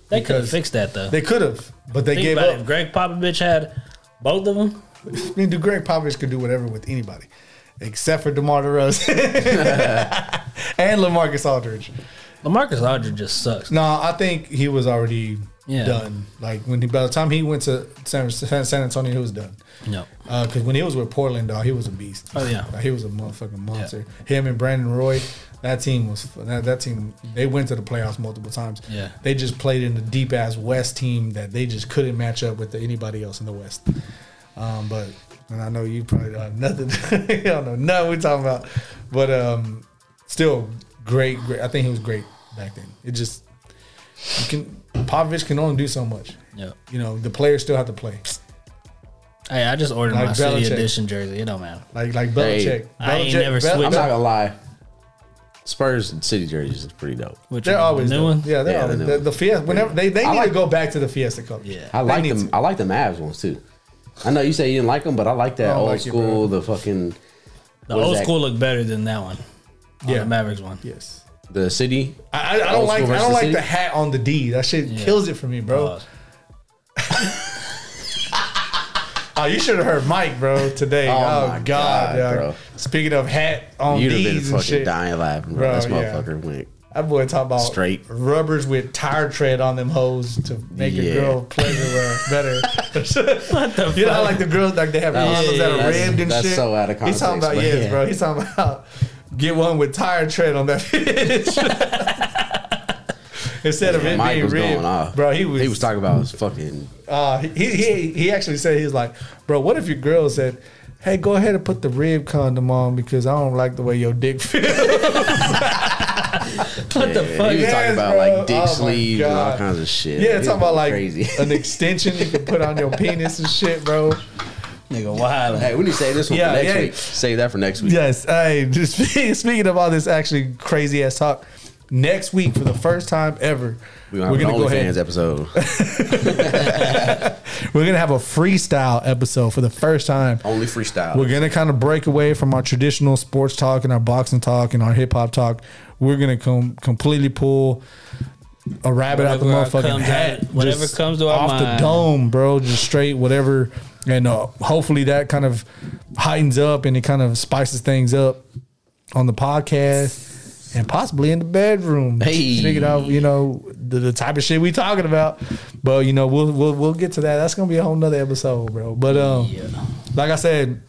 C: They could have
B: Because
C: fixed that though.
B: They could have, but they
C: Think
B: gave
C: about
B: up.
C: it. If Greg Popovich had both of them.
B: I mean, dude, Greg Popovich could do whatever with anybody, except for DeMar
D: (laughs)
B: DeRozan (laughs) and LaMarcus Aldridge.
C: Lamarcus Aldridge just sucks.
B: No, I think he was already
C: Yeah.
B: done. Like when he, by the time he went to San, San San Antonio, he was done.
C: No.
B: Because when he was with Portland, dog, he was a beast.
C: Oh, yeah.
B: Like, he was a motherfucking monster. Him and Brandon Roy, that team was that, that team. They went to the playoffs multiple times.
C: Yeah.
B: they just played in the deep ass West team that they just couldn't match up with anybody else in the West. Um, but and I know you probably don't have nothing. (laughs) you don't know nothing we're talking about. But um, still, great, great. I think he was great back then. It just you can Popovich can only do so much.
C: No.
B: You know the players still have to play.
C: Hey, I just ordered
B: Like
C: my City
B: Belichick.
C: Edition jersey. It don't matter.
B: Like like Belichick.
C: I ain't
B: Belichick-
C: never
B: Bel-
D: I'm
C: switched.
D: not gonna lie. Spurs and City jerseys is pretty dope.
C: Which
B: They're
C: one?
B: always
C: the
B: new
C: new one.
B: Yeah, they're
D: Yeah, the
B: always
D: new
B: the,
D: one.
B: the Fiesta. Whenever they, they
D: I
B: need
D: like-
B: to go back to the Fiesta color.
C: Yeah.
D: I
B: They
D: like
B: need
D: them.
B: to.
D: I like the Mavs ones too. I know you say you didn't like them, but I like that
B: I don't
D: old
B: like it, bro.
D: school. the fucking
C: The
D: what is
C: old
D: that?
C: school looked better than that one. On
B: Yeah.
C: The Mavericks one.
B: Yes.
D: the city.
B: I, I, I don't
D: Old
B: like
D: school
B: I don't
D: versus
B: like the
D: city?
B: hat on the D. That shit
C: Yeah.
B: kills it for me, bro.
C: Uh,
B: Oh, you should have heard Mike, bro, today. Oh,
D: my
B: God,
D: God,
B: dog.
D: bro.
B: Speaking of hat on
D: You'd have been
B: D's and
D: fucking
B: shit,
D: dying laughing, bro.
B: Bro,
D: this
B: yeah.
D: motherfucker went.
B: that boy talk about
D: Straight.
B: rubbers with tire tread on them hoes to make
D: Yeah.
B: a girl pleasure
D: (laughs)
B: wear better. you know how like the girls like they have
D: That was-
B: condoms that are
D: that's-
B: ribbed and
D: that's
B: shit.
D: so out of
B: He's talking
D: context,
B: about
D: but
B: yes,
D: yeah.
B: bro. He's talking about get one with tire tread on that (laughs) bitch. Instead of it
D: Mike
B: being
D: was
B: ribbed,
D: going off,
B: bro. He was
D: He was talking about his fucking.
B: uh, he, he he actually said he was like, bro, what if your girl said, hey, go ahead and put the rib condom on because I don't like the way your dick feels. (laughs)
C: what the
D: yeah,
C: fuck?
D: He was talking
B: Yes,
D: about
B: bro.
D: like dick
B: Oh, my
D: sleeves and all
B: God.
D: kinds of shit.
B: yeah,
D: It
B: talking
D: was
B: about like (laughs)
D: crazy.
B: an extension you can put on your penis and shit, bro.
C: Nigga, wild.
D: hey, we need to save this one
B: Yeah,
D: for next
B: yeah.
D: week. Save that for next week.
B: Yes, hey, just (laughs) speaking of all this actually crazy ass talk, next week for the first time ever,
D: We
B: we're
D: gonna have
B: gonna
D: an
B: go ahead.
D: OnlyFans episode.
B: (laughs) We're gonna have a freestyle episode for the first time.
D: Only freestyle.
B: We're gonna kind of break away from our traditional sports talk and our boxing talk and our hip hop talk. We're gonna com- completely pull a rabbit out the
C: Whatever
B: motherfucking
C: comes
B: hat.
C: out- whatever
B: Just
C: comes to our
B: off
C: mind.
B: the dome, bro. Just straight whatever, and uh, hopefully that kind of heightens up and it kind of spices things up on the podcast and possibly in the bedroom.
D: Hey.
B: Speaking of, you know the, the type of shit we talking about, but you know we'll we'll we'll get to that. That's gonna be a whole nother episode, bro. But um,
C: Yeah.
B: like I said,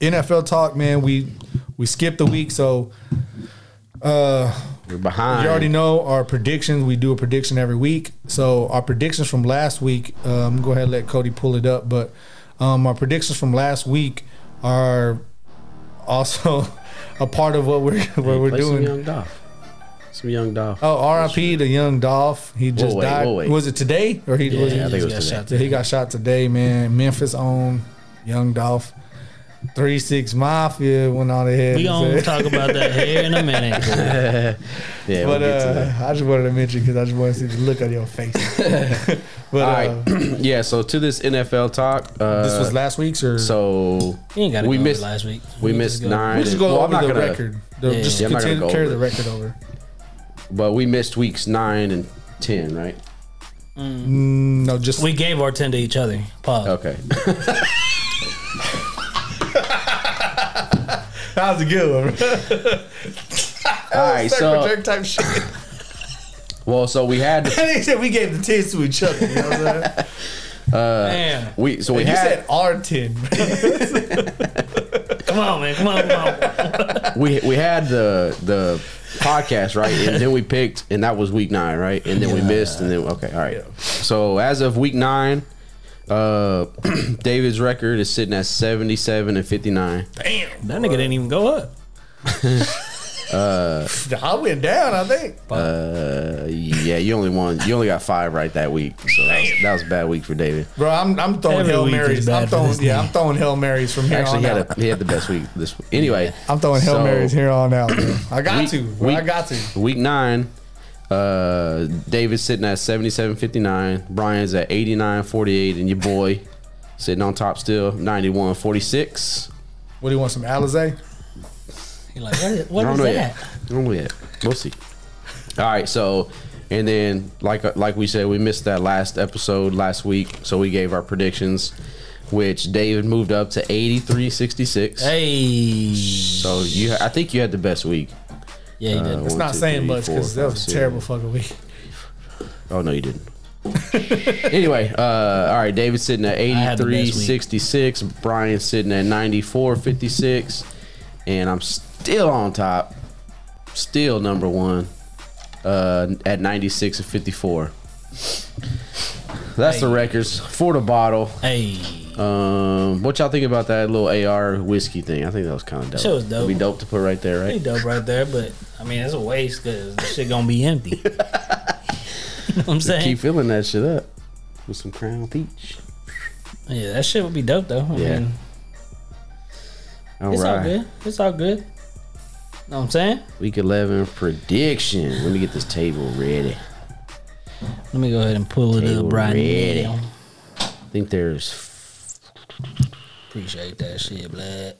B: NFL talk, man. We we skipped the week, so
D: We're behind.
B: you already know our predictions. We do a prediction every week. So our predictions from last week, um, go ahead and let Cody pull it up. But um, our predictions from last week are also (laughs) a part of what we're what we're
D: Play Some
B: doing.
D: young Dolph. Some young Dolph.
B: Oh, RIP to Young Dolph. He just
D: wait,
B: died.
D: whoa, wait.
B: Was it today or he was
D: Yeah,
B: it
D: I think it was
C: got
D: today.
C: shot
B: Yeah,
C: today.
B: he got shot today, man. Memphis own Young Dolph. Three six mafia went on ahead.
C: We
B: and
C: gonna
B: said-
C: talk about that here in a
D: (laughs)
C: minute.
D: Yeah, we'll
B: But
D: get to that.
B: uh, I just wanted to mention because I just want to see the look on your face. but
D: (laughs) All
B: uh,
D: right. (clears throat) yeah, so to this NFL talk. Uh,
B: this was last week's, or
D: So
C: You ain't gotta
D: we
C: go
D: missed
C: over last week.
D: we
C: You
D: missed
C: just go-
D: nine.
B: we just go
D: Well, I'm
B: over
D: not
B: the
D: gonna-
B: record. The-
C: Yeah,
B: just
D: yeah, I'm not
B: continue
D: gonna
B: to
D: go
B: carry
D: over
B: the record over.
D: But we missed weeks nine and ten, right?
B: Mm, no, just
C: We gave our ten to each other. Pause.
B: (laughs)
D: Okay.
B: that was a good
D: (laughs)
B: one.
D: All right. So
B: jerk type shit.
C: (laughs)
D: well, so we had
B: they said we gave the tens to each other. You know what I'm saying?
C: Man,
D: we so we
B: you
D: had
B: said our ten.
C: come on, man, come on,
D: (laughs)
C: come on.
D: we we had the the podcast right, and then we picked, and that was week nine, right? And then we missed, and then okay, all right. So as of week nine, uh, (clears throat) David's record is sitting at seventy seven and fifty nine.
C: That nigga didn't even go up.
B: (laughs) I went down. I think.
D: Uh, yeah, you only won. You only got five right that week, so that was, that was a bad week for David.
B: Bro, I'm I'm throwing
C: Every
B: hail
C: week is
B: marys.
C: bad
B: I'm
C: for
B: throwing
C: this
B: yeah,
C: nigga.
B: I'm throwing hail marys from here
D: Actually,
B: on
D: he had,
B: out.
D: a, he had the best week this week. Anyway,
B: I'm throwing hail
D: so (clears throat)
B: marys here on out. Bro. I got
D: Week-
B: to. Bro. I
D: week-
B: got to.
D: Week nine, Uh, David's sitting at 77.59. Brian's at 89.48. And your boy (laughs) sitting on top still, 91.46.
B: What do you want? Some Alizé?
C: You're like, what is, what
D: I
C: is
D: don't know
C: that?
D: yet. I don't know yet. We'll see. All right. So, and then like like we said, we missed that last episode last week, so we gave our predictions, which David moved up to eighty three sixty six.
C: Hey.
D: So you, I think you had the best week.
C: Yeah, he did.
D: Uh,
B: It's
D: one,
B: not
D: two,
B: saying
D: three,
B: much
D: four,
B: because that
D: five,
B: was a
D: six.
B: terrible fucking week.
D: Oh no, you didn't. (laughs) anyway, uh, all right. David's sitting at
C: had the best week.
D: eighty-three sixty-six. Brian's sitting at ninety-four fifty-six, and I'm still on top, still number one, uh, at ninety-six and fifty-four. That's the records for the bottle.
C: hey.
D: Um, what y'all think about that little AR whiskey thing? I think that was kind of dope.
C: Shit was dope.
D: It'd be dope to put right there,
C: Pretty
D: right?
C: dope right there, but I mean, it's a waste because the shit gonna be empty. (laughs) you know what I'm saying?
D: Keep filling that shit up with some Crown Peach.
C: yeah, that shit would be dope though. I
D: Yeah.
C: mean,
D: All right.
C: it's all good. It's all good. Know what I'm saying?
D: Week 11 prediction. Let me get this table ready.
C: Let me go ahead and pull it
D: Table
C: up right
D: ready.
C: now.
D: I think there's
C: Appreciate that shit, blood.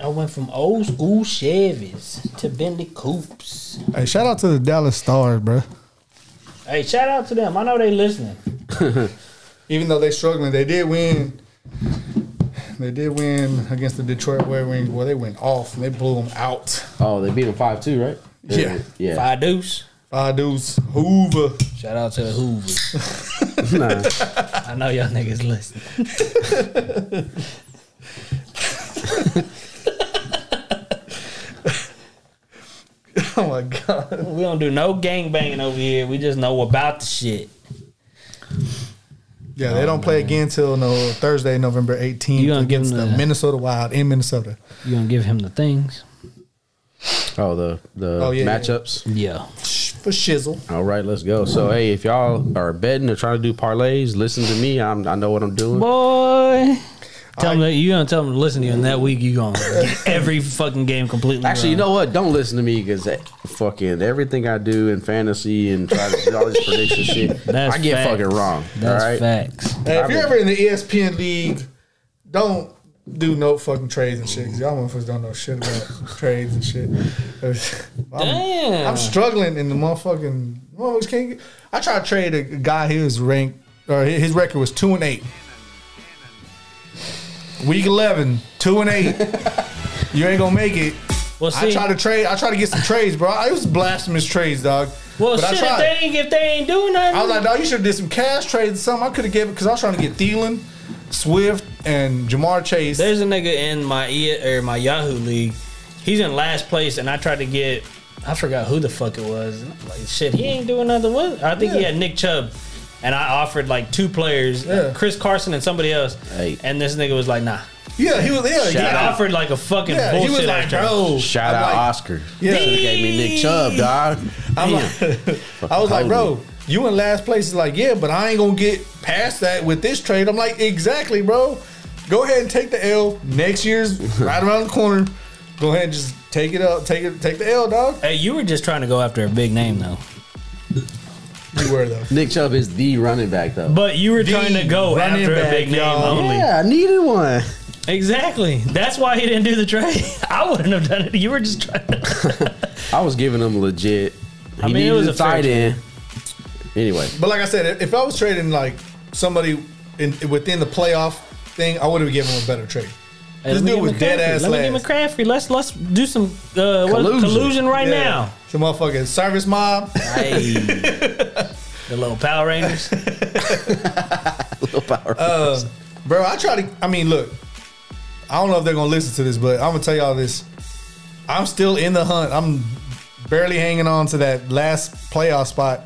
C: I went from old school Chevys to Bentley Coupes.
B: Hey, shout out to the Dallas Stars, bro.
C: Hey, shout out to them. I know they listening.
B: Even though they struggling, they did win. They did win against the Detroit Red Wings. Well, they went off and they blew them out.
D: oh they beat him five two right?
B: Yeah.
D: yeah.
C: Five deuce.
B: Five dudes, Hoover. (laughs)
C: Shout out to the Hoovers.
D: (laughs) Nah.
C: I know y'all niggas listening.
B: Oh my god.
C: We don't do no gang banging over here. We just know about the shit.
B: Yeah,
D: Oh,
B: they don't play again till no Thursday, November 18th
C: You gonna give
B: against
C: them
B: the
C: the-
B: Minnesota Wild in Minnesota.
C: You gonna give him the things?
D: Oh the the
B: Oh, yeah, yeah.
D: matchups.
C: Yeah.
B: Sh- For shizzle.
D: All right, let's go. So hey, if y'all are betting or trying to do parlays, listen to me. I'm, I know what I'm doing.
C: Boy. Tell him that you gonna tell him to listen to you, and that week you gonna get every fucking game completely.
D: Actually, you
C: wrong.
D: know what? Don't listen to me because fucking everything I do in fantasy and try to do all this
C: (laughs)
D: prediction shit,
C: That's
D: I get
C: facts.
D: fucking wrong.
C: That's
D: all right,
C: facts.
B: Hey, if
D: I've
B: you're
D: been-
B: ever in the E ESPN league, don't do no fucking trades and shit. Cause y'all motherfuckers don't know shit about (laughs) trades and shit. I'm,
C: Damn.
B: I'm struggling in the motherfucking. Motherfuckers can't get, I tried to trade a guy his rank or his his record was two and eight. Week 11, two and eight. you ain't gonna make it.
C: well,
B: I
C: see,
B: try to trade. I try to get some trades, bro. I was blasphemous trades, dog.
C: well,
B: But I
C: shit, if
B: tried.
C: they ain't if they ain't doing nothing,
B: I was like, dog, you should have did some cash trades or something. I could have given because I was trying to get Thielen, Swift, and Jamar Chase.
C: There's a nigga in my E- or my Yahoo league. He's in last place, and I tried to get. I forgot who the fuck it was. And I'm like, shit, he ain't doing nothing with. I think he
B: Yeah.
C: had Nick Chubb, and I offered like two players, uh,
B: Yeah.
C: Chris Carson and somebody else,
D: Hey.
C: and this nigga was like, nah.
B: yeah, he was. Yeah,
C: He
D: Shout out.
B: yeah,
C: offered like a fucking
B: yeah, he
C: bullshit.
B: was like,
C: ass trade.
B: bro.
D: Shout
B: I'm
D: out
B: like-
D: Oscar.
B: Yeah.
D: gave me Nick Chubb, dog.
B: I'm
D: Damn.
B: like, (laughs) I was like, bro, you in last place is like, yeah, but I ain't gonna get past that with this trade. I'm like, exactly, bro. Go ahead and take the L. Next year's right around the corner. Go ahead and just take it up. Take it. Take the L, dog.
C: Hey, you were just trying to go after a big name though,
B: You were though.
D: Nick Chubb is the running back though.
C: but you were
B: The
C: trying to go
B: running
C: after a
B: back,
C: big name
B: y'all.
C: only.
D: yeah, I needed one.
C: Exactly. That's why he didn't do the trade. (laughs) I wouldn't have done it. You were just trying. to...
D: I was giving him legit. He
C: mean, it
D: needed
C: was
D: a
C: a fair
D: tight end. Anyway,
B: But like I said, if I was trading like somebody in, within the playoff thing, I would have given him a better trade.
C: Hey,
B: this
C: let me
B: dude
C: get
B: was
C: McCaffrey.
B: dead ass
C: Let me
B: last.
C: get McCaffrey. Let's let's do some uh, what- collusion.
D: Collusion.
C: right
B: Yeah.
C: now.
B: Some motherfucking service mob.
C: Hey, the little Power (laughs) Rangers.
D: little power.
B: Uh, bro, I try to. I mean, look, I don't know if they're gonna listen to this, but I'm gonna tell y'all this. I'm still in the hunt. I'm barely hanging on to that last playoff spot.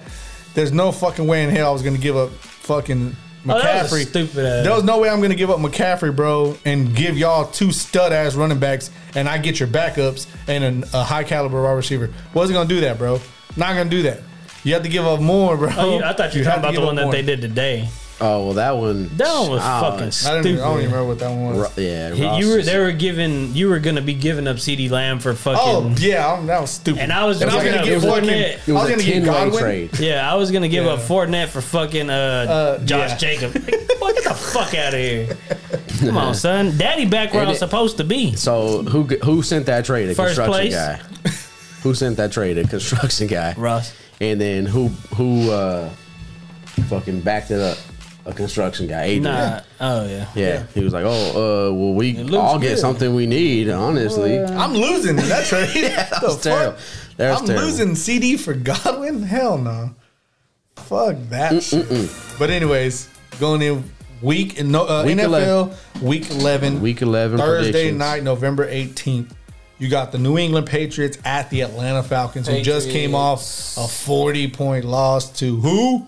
B: There's no fucking way in hell I was gonna give up fucking
C: Oh, that was a
B: McCaffrey.
C: stupid ass-
B: There was no way I'm gonna give up McCaffrey, bro, and give y'all two stud ass running backs, and I get your backups and an, a high caliber wide receiver. Wasn't gonna do that, bro. Not gonna do that. You have to give up more, bro.
C: Oh, you- I thought you were
B: have to
C: talking about the
B: give
C: one
B: up
C: that
B: more.
C: they did today.
D: Oh well, that one.
C: That one was
D: oh,
C: fucking
B: I don't,
C: stupid.
B: even, I don't even remember what that one was.
D: Ro- yeah,
C: He-
D: Ross
C: you were
D: is-
C: they were giving you were gonna be giving up CD Lamb for
B: Oh
C: fucking
B: yeah, I'm, that was stupid.
C: And I was
B: and I was
C: looking
B: gonna
C: at
B: get
C: Fortnite.
B: fucking.
C: It
D: It
B: I was
D: was a
B: gonna get
D: ten way
B: Godwin.
D: trade.
C: Yeah, I was gonna give up
B: Yeah.
C: Fortinet for fucking uh, Josh
B: yeah.
C: Jacob. Like, get the fuck out of here! Come on, son. Daddy back where
D: And
C: I
D: it-
C: was supposed to be.
D: So who who sent that trade? A
C: First
D: construction
C: place.
D: guy. who sent that trade? A construction guy.
C: Russ.
D: And then who who uh fucking backed it up? A construction guy. Adrian.
C: Nah. Oh yeah.
D: Yeah. He was like, "Oh, uh, well, we
C: looks
D: all get
C: good.
D: something we need." Honestly,
B: I'm losing. in That
D: (laughs)
B: trade.
D: that
B: The
D: was terrible.
B: fuck?
D: That was
B: I'm
D: terrible.
B: losing CD for Godwin? Hell no. Fuck that shit. But anyways, going in week in no, uh,
D: Week
B: NFL week 11.
D: Week 11
B: Thursday
D: predictions.
B: night, November 18th. You got the New England Patriots at the Atlanta Falcons who just came off a 40-point loss to who?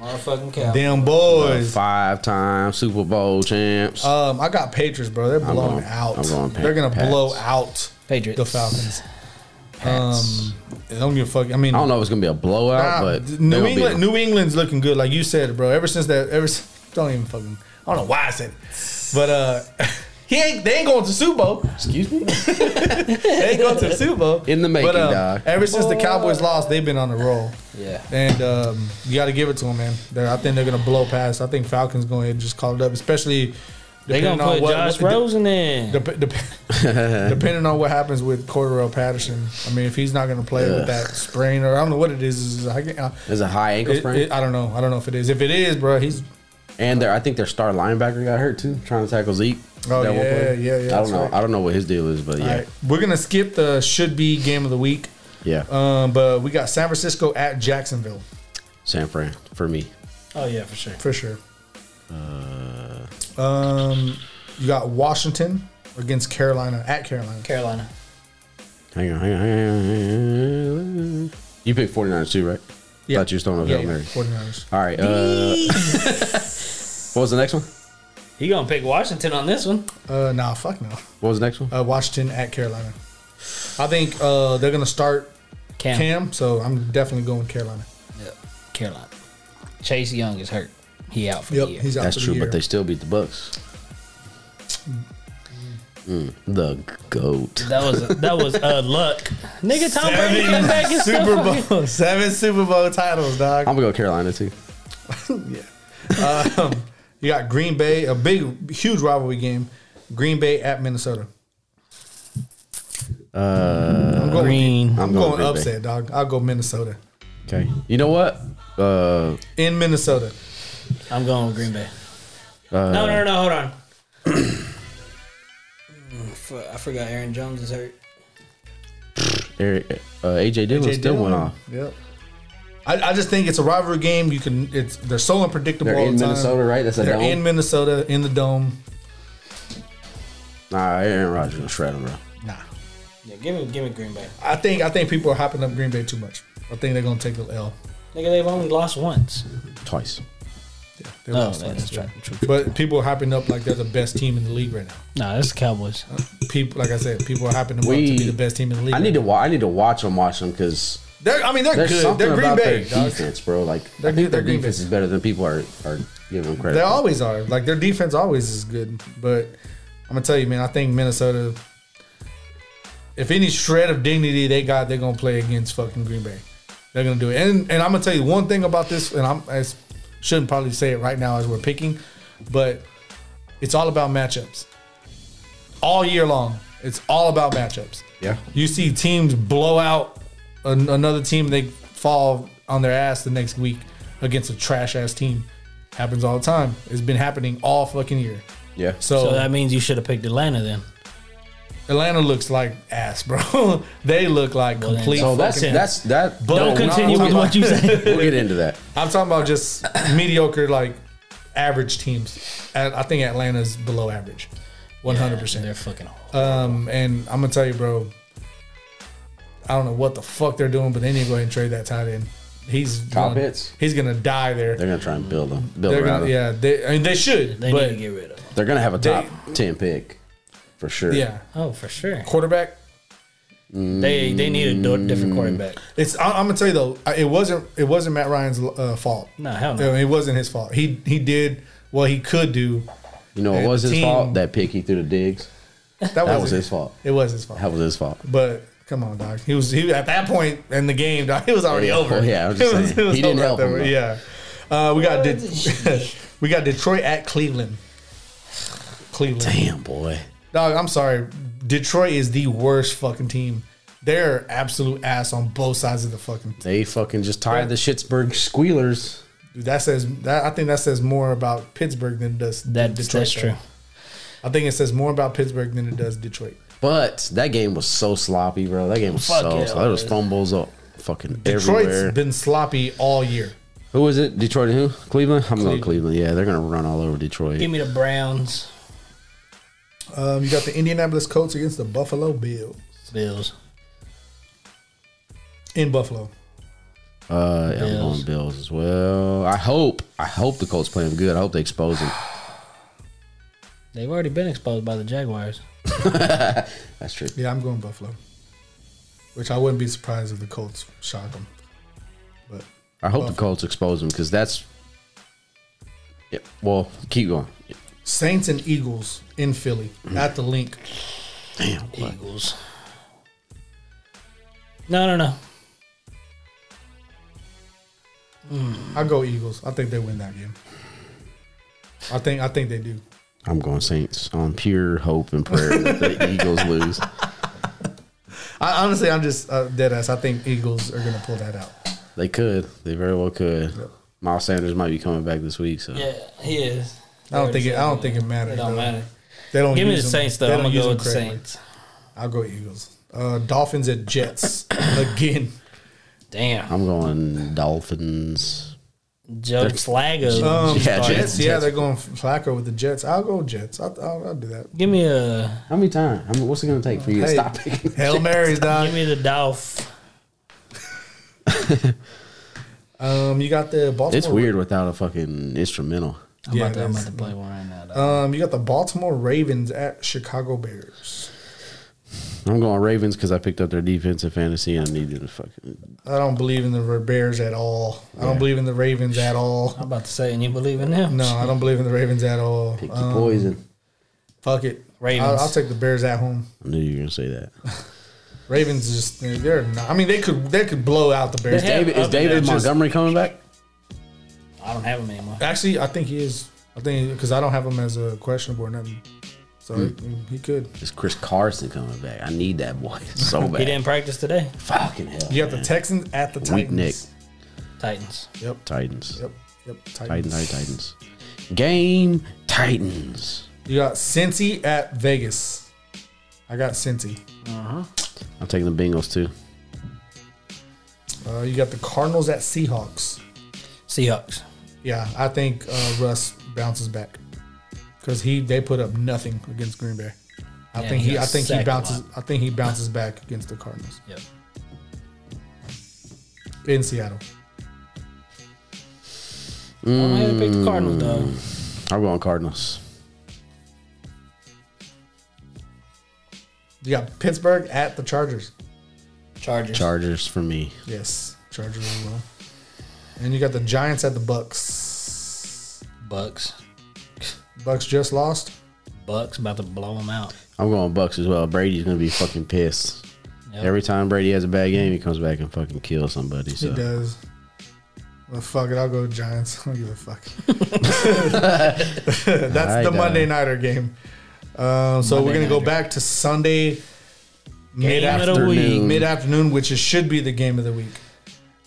C: Motherfucking cow.
B: Them boys.
D: Five time Super Bowl champs.
B: Um, I got Patriots, bro. They're blowing
D: going-
B: out.
D: I'm going
B: They're gonna
D: Pats.
B: blow out
C: Patriots.
B: the Falcons.
D: Pats.
B: Um, I don't give a fuck. I mean,
D: I don't know if it's gonna be a blowout,
B: Nah,
D: but
B: th-
D: they're
B: New
D: gonna be-
B: England, New England's looking good, like you said, bro. Ever since that, ever since, don't even fucking. I don't know why I said it, but uh, (laughs) he ain't. They ain't going to the Super Bowl. (laughs)
D: excuse me.
B: They ain't going to the Super Bowl
D: In the making,
B: But, uh,
D: dog.
B: Ever since the
C: Oh.
B: Cowboys lost, they've been on a roll.
C: Yeah.
B: And um, you got to give it to them, man. They're, I think they're gonna blow past. I think Falcons going ahead and just call it up, especially
C: They gonna
B: depending on
C: put
B: what-
C: Josh
B: what-
C: Rosen in.
B: Dep-
D: (laughs)
B: dep- depending on what happens with Cordero Patterson, I mean, if he's not going to play with that sprain or I don't know what it is, is I, can't- I,
D: There's a high ankle
B: it-
D: sprain,
B: it- I don't know. I don't know if it is. If it is, bro, he's
D: and their I think their star linebacker got hurt too, trying to tackle Zeke.
B: Oh,
D: That one
B: yeah,
D: play.
B: yeah, yeah,
D: I
B: that's
D: don't know.
B: right.
D: I don't know what his deal is, but yeah,
B: all right. We're gonna skip the should be game of the week,
D: yeah.
B: um, but we got San Francisco at Jacksonville
D: San Fran for me.
C: oh yeah, for sure.
B: for sure.
D: Uh,
B: Um, you got Washington against Carolina at Carolina.
C: Carolina.
D: Hang on, hang on, hang on, hang on. You picked 49ers too, right? Thought you was throwing up
B: yeah,
D: Hail
B: yeah,
D: Mary.
B: 49ers.
D: All right. Uh, (laughs) what was the next one?
C: He gonna pick Washington on this one.
B: Uh, nah, fuck no.
D: What was the next one?
B: Uh, Washington at Carolina. I think uh, they're gonna start
C: Cam.
B: Cam, so I'm definitely going Carolina.
C: Yeah. Carolina. Chase Young is hurt. He out for
B: Yep,
C: the year.
B: he's out
D: That's
B: for the
D: true,
B: year.
D: but they still beat the Bucks. Mm, the goat.
C: that was that was uh, luck, nigga. Tom
B: Seven
C: Brady come back and still
B: Super
C: fucking-
B: Bowl, seven Super Bowl titles, dog.
D: I'm gonna go Carolina too.
B: Um, You got Green Bay, a big, huge rivalry game. Green Bay at Minnesota. I'm going,
C: Green.
B: I'm
D: Uh,
B: going,
D: I'm going Green Bay.
B: upset, dog. I'll go Minnesota
D: Okay. You know what? Uh,
B: in Minnesota.
C: I'm going with Green Bay. no, no, no, hold on. (clears throat) I forgot Aaron Jones is hurt.
D: Eric, uh, AJ Dillon
B: Jay
D: still
B: Dillon.
D: went off.
B: Yep. I, I just think it's a rivalry game. You can. It's they're so unpredictable.
D: They're
B: all
D: in
B: the time.
D: Minnesota, right? That's a
B: They're
D: dome.
B: in Minnesota in the dome.
D: Nah, Aaron Rodgers gonna shred him, bro.
B: Nah.
C: Yeah, give me, give me Green Bay.
B: I think I think people are hopping up Green Bay too much. I think they're gonna take the L.
C: Nigga, they've only lost once.
D: Twice.
B: They
C: Oh,
B: lost
C: that's
B: last year.
C: true. true.
B: But people are hopping up like they're the best team in the league right now.
C: Nah, that's the Cowboys.
B: people, like I said, people are hyping them up to
D: We-
B: be the best team in the league.
D: I need to wa- I need to watch them, watch them, because
B: They're, I mean, they're
D: there's
B: good.
D: something
B: They're Green
D: about
B: Bay.
D: their
B: dog.
D: defense, bro. Like
B: They're
D: I
B: good-
D: think their
B: they're Green
D: defense
B: Bay.
D: is better than people are are giving them credit.
B: They
D: for.
B: always are. Like their defense always is good. But I'm gonna tell you, man, I think Minnesota. If any shred of dignity they got, they're gonna play against fucking Green Bay. They're gonna do it. And and I'm gonna tell you one thing about this, and I'm I shouldn't probably say it right now as we're picking, but it's all about matchups. All year long, it's all about matchups.
D: Yeah.
B: You see teams blow out an, another team, they fall on their ass the next week against a trash ass team. Happens all the time. It's been happening all fucking year.
D: Yeah.
B: So,
C: So that means you should have picked Atlanta then.
B: Atlanta looks like ass, bro. (laughs) they look like
C: then-
B: complete.
D: so that's
B: fucking-
D: that's that.
B: But-
C: Oh, Don't
B: no,
C: continue
B: no,
C: with
B: no.
C: what you said.
D: (laughs) We'll get into that.
B: I'm talking about just (clears throat) mediocre, like average teams. At, I think Atlanta's below average, 100. percent
C: They're fucking old.
B: Um, and I'm gonna tell you, bro. I don't know what the fuck they're doing, but they need to go ahead and trade that tight end. He's
D: Kyle
B: gonna,
D: Pitts?
B: He's gonna die there.
D: They're gonna try and build them. Build
B: They're
D: around
B: gonna,
D: them.
B: yeah. They, I mean, they should.
C: They
B: but
C: need to get rid of. Them.
D: They're gonna have a
B: They-
D: top ten pick for sure.
B: yeah,
C: Oh, for sure.
B: quarterback.
C: They they need a do- different quarterback.
B: It's. I, I'm gonna tell you though, I- it wasn't. It wasn't Matt Ryan's uh, fault.
C: No, hell
B: I
C: no.
B: mean, it wasn't his fault. He he did what he could do.
D: You know, it
B: And
D: was
B: the
D: his
B: team-
D: fault that pick he threw to Diggs.
B: That,
D: That
B: wasn't-
D: was his fault.
B: It was his fault.
D: That was his fault.
B: But come on, dog. He was he at that point in the game, dog. It was already
D: Yeah,
B: over.
D: well, yeah,
B: (laughs)
D: I was just
B: It
D: saying.
B: it
D: He didn't
B: over
D: help
B: at that
D: him,
B: point.
D: though.
B: Yeah. Uh, we got (laughs)
C: What?
B: De- we got Detroit at Cleveland. Cleveland,
D: Damn, boy.
B: dog. I'm sorry. Detroit is the worst fucking team. They're absolute ass on both sides of the fucking. T-
D: They fucking just tied the Pittsburgh Squealers.
B: Dude, that says that. I think that says more about Pittsburgh than it does
C: That,
B: Detroit.
C: that's
B: though.
C: true.
B: I think it says more about Pittsburgh than it does Detroit.
D: But that game was so sloppy, bro. That game was
C: Fuck
D: so
C: yeah,
D: sloppy. There was
C: man.
D: fumbles up fucking
B: Detroit's
D: everywhere.
B: been sloppy all year.
D: Who was it? Detroit and who? Cleveland? I'm going Cleveland. Yeah, they're going to run all over Detroit.
C: Give me the Browns,
B: Um, you got the Indianapolis Colts against the Buffalo Bills
C: Bills.
B: in Buffalo.
D: Uh, yeah, I'm
C: Bills.
D: going Bills as well. I hope. I hope the Colts play them good. I hope they expose them.
C: They've already been exposed by the Jaguars.
D: (laughs) That's true.
B: Yeah, I'm going Buffalo. Which I wouldn't be surprised if the Colts shock them. But
D: I hope the Colts expose them because that's. Yeah. Well, keep going.
B: Saints and Eagles in Philly at the link.
D: Damn. boy.
C: Eagles. No, no, no.
B: I go Eagles. I think they win that game. I think I think they do.
D: I'm going Saints on pure hope and prayer that (laughs) the Eagles lose.
B: I honestly I'm just uh, dead ass. I think Eagles are gonna pull that out.
D: They could. They very well could. Miles Sanders might be coming back this week. So
C: Yeah, he is.
B: I don't think it. I don't think it matters.
C: It don't
B: though.
C: matter.
B: They don't
C: Give me the
B: use them-
C: Saints
B: they
C: though. I'm
B: don't
C: gonna
B: use
C: go
B: them
C: with the
B: correctly.
C: Saints.
B: I'll go Eagles. Uh, Dolphins at
C: (laughs)
B: Jets again.
C: Damn,
D: I'm going Dolphins.
C: Joe Flacco.
B: Um,
D: Yeah,
B: Jets,
D: Jets.
B: Yeah, they're going Flacco with the Jets. I'll go Jets. I'll, I'll, I'll do that.
C: Give me uh, a.
D: How many times? I mean, what's it going to take for you to
B: Hey,
D: stop (laughs) picking?
B: Hail Marys, dog.
C: Give me the Dolph.
B: Um, you got the Baltimore.
D: It's weird without a fucking instrumental.
C: I'm,
B: Yeah,
C: about to, I'm
B: that's-
C: about to play one right now. dog.
B: Um, you got the Baltimore Ravens at Chicago Bears.
D: I'm going Ravens because I picked up their defense in fantasy and I needed to fucking.
B: I don't believe in the Bears at all. I don't believe in the Ravens at all.
C: I'm about to say, and you believe in him?
B: No, I don't believe in the Ravens at all.
D: Pick your
B: Um,
D: poison.
B: fuck it.
C: Ravens.
B: I'll, I'll take the Bears at home.
D: I knew you were going to say that.
B: Ravens just they're not. I mean, they could they could blow out the Bears.
C: They have
D: David, is
C: up there
D: David
C: just-
D: Montgomery coming back?
C: I don't have him anymore.
B: (laughs) Actually, I think he is. I think because I don't have him as a questionable or nothing. So
D: Hmm.
B: he, he could.
D: Is Chris Carson coming back? I need that boy (laughs) so bad.
C: He didn't practice today.
D: Fucking hell.
B: You got the
D: man.
B: Texans at the
D: Weak
B: Titans.
D: neck.
C: Titans.
B: Yep.
D: Titans.
B: Yep. Yep.
D: Titans. Titans. Titans. Game Titans.
B: You got Cincy at Vegas. I got Cincy.
D: I'm taking the Bengals too.
B: Uh, you got the Cardinals at Seahawks.
C: Seahawks.
B: Yeah, I think uh, Russ bounces back because he they put up nothing against Green Bay. I
C: Yeah,
B: think
C: he
B: he,
C: got
B: I think he
C: sacked a
B: bounces.
C: lot.
B: I think he bounces back against the Cardinals
C: Yep.
B: in Seattle. Mm.
C: I'm gonna pick the Cardinals though.
D: I'm going Cardinals.
B: You got Pittsburgh at the Chargers.
C: Chargers.
D: Chargers for me.
B: Yes, Chargers as well. And you got the Giants at the Bucks.
C: Bucks.
B: Bucks just lost.
C: Bucks about to blow them out.
D: I'm going Bucks as well. Brady's gonna be fucking pissed.
C: Yep.
D: Every time Brady has a bad game, he comes back and fucking kills somebody.
B: He
D: So
B: does. Well, fuck it. I'll go Giants. (laughs) I don't give a
C: (laughs)
B: fuck. That's
D: I
B: the
D: die.
B: Monday nighter game. Um, so we're
C: Monday
B: gonna go
C: nighter.
B: back to Sunday mid
C: of the
B: afternoon,
D: week.
B: mid afternoon, which is, should be the game of the week.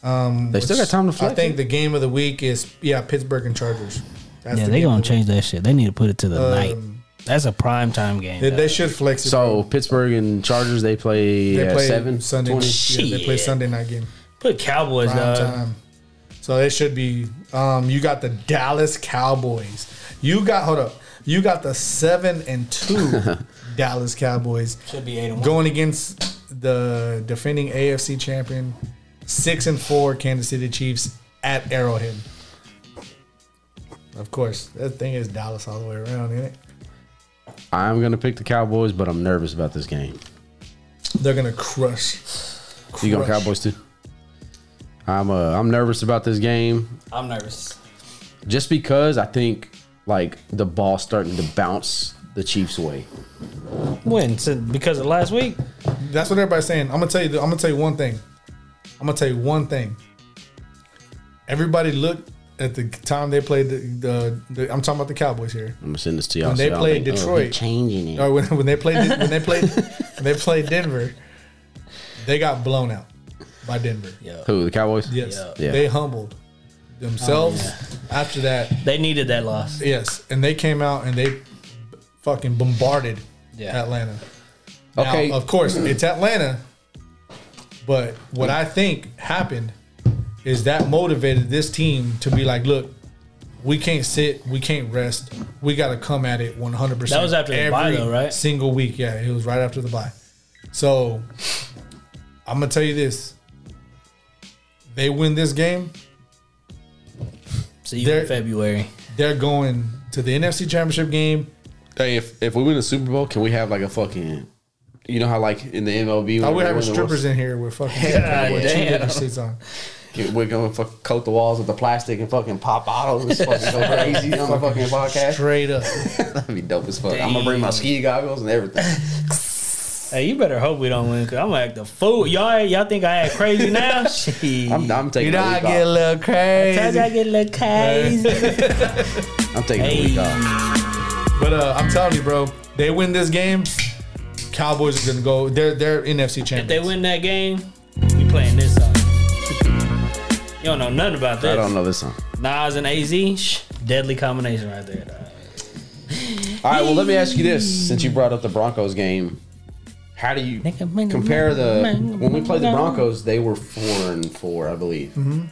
B: Um,
D: They still
B: which
D: got time to
B: I
D: flex eh?
B: think
D: it.
B: the game of the week is yeah Pittsburgh and Chargers. That's
C: Yeah,
B: the
C: they
B: game
C: gonna
B: of the week.
C: change that shit. They need to put it to the night.
B: Um,
C: That's a prime time game.
B: They,
C: dog.
B: they should flex it.
D: So Pittsburgh and Chargers they play,
B: they
D: at
B: play
D: seven
B: Sunday.
D: 20.
B: Yeah, they play
C: Shit.
B: Sunday night game.
C: put Cowboys
B: prime
C: dog.
B: time. So it should be. Um, you got the Dallas Cowboys. You got hold up. You got the seven and two
D: (laughs)
B: Dallas Cowboys
C: Should be eight and one.
B: going against the defending AFC champion, six and four Kansas City Chiefs at Arrowhead. Of course, that thing is Dallas all the way around, ain't it?
D: I'm gonna pick the Cowboys, but I'm nervous about this game.
B: They're gonna crush.
D: You going
B: Crush.
D: Cowboys too? I'm uh, I'm nervous about this game
C: I'm nervous.
D: just because I think like the ball's starting to bounce the Chiefs' way.
C: When? Since, because of last week?
B: That's what everybody's saying. I'm gonna tell you. I'm gonna tell you one thing. I'm gonna tell you one thing. Everybody looked at the time they played the. the, the I'm talking about the Cowboys here.
D: I'm gonna send this to y'all.
B: When they
D: y'all
B: played
D: think, oh, he
B: Detroit- Oh.
D: changing it.
B: Or when, when they played when they played when they played Denver, they got blown out by Denver.
C: Yeah.
D: Who the Cowboys?
B: Yes,
D: Yeah.
B: they humbled themselves after that.
C: They needed that loss.
B: Yes, and they came out and they fucking bombarded
C: Yeah.
B: Atlanta. Now,
D: Okay.
B: of course, it's Atlanta. But what I think happened is that motivated this team to be like, look, we can't sit, we can't rest, we got to come at it 100%.
C: That was after the bye,
B: every
C: though, right?
B: Single week, yeah, it was right after the bye. So I'm gonna tell you this: they win this game,
C: See you
B: They're-
C: in February.
B: they're going to the NFC Championship game.
D: Hey, if if we win the Super Bowl, can we have like a fucking, you know how like in the MLB,
B: I would
D: when they
B: have
D: win the World
B: strippers in here with
C: (laughs)
B: fucking
C: God
B: with two
C: damn.
B: different suits on.
D: Get- We're gonna fuck coat the walls with the plastic and fucking pop bottles and fucking
B: (laughs)
D: go crazy on the fucking podcast.
B: Straight up.
D: (laughs) That'd be dope as fuck. I'm gonna bring my
C: Damn.
D: ski goggles and everything.
C: Hey, you better hope we don't win. Cause I'm gonna act a fool. Y'all, y'all think I act
B: (laughs)
C: crazy now? Shit.
D: I'm, I'm taking a week off.
B: little
C: Sometimes I
B: crazy.
C: get a little crazy.
D: I'm taking a week off.
C: Hey.
B: But uh, I'm telling you, bro, they win this game. Cowboys are gonna go. They're they're NFC champions.
C: If they win that game, we playing this song. You don't know nothing about this.
D: I don't know this song.
C: Nas and AZ, shh, deadly combination right there. dog.
D: All right, well, let me ask you this: since you brought up the Broncos game, how do you compare the when we played the Broncos? They were four and four, I believe.
B: Mm-hmm.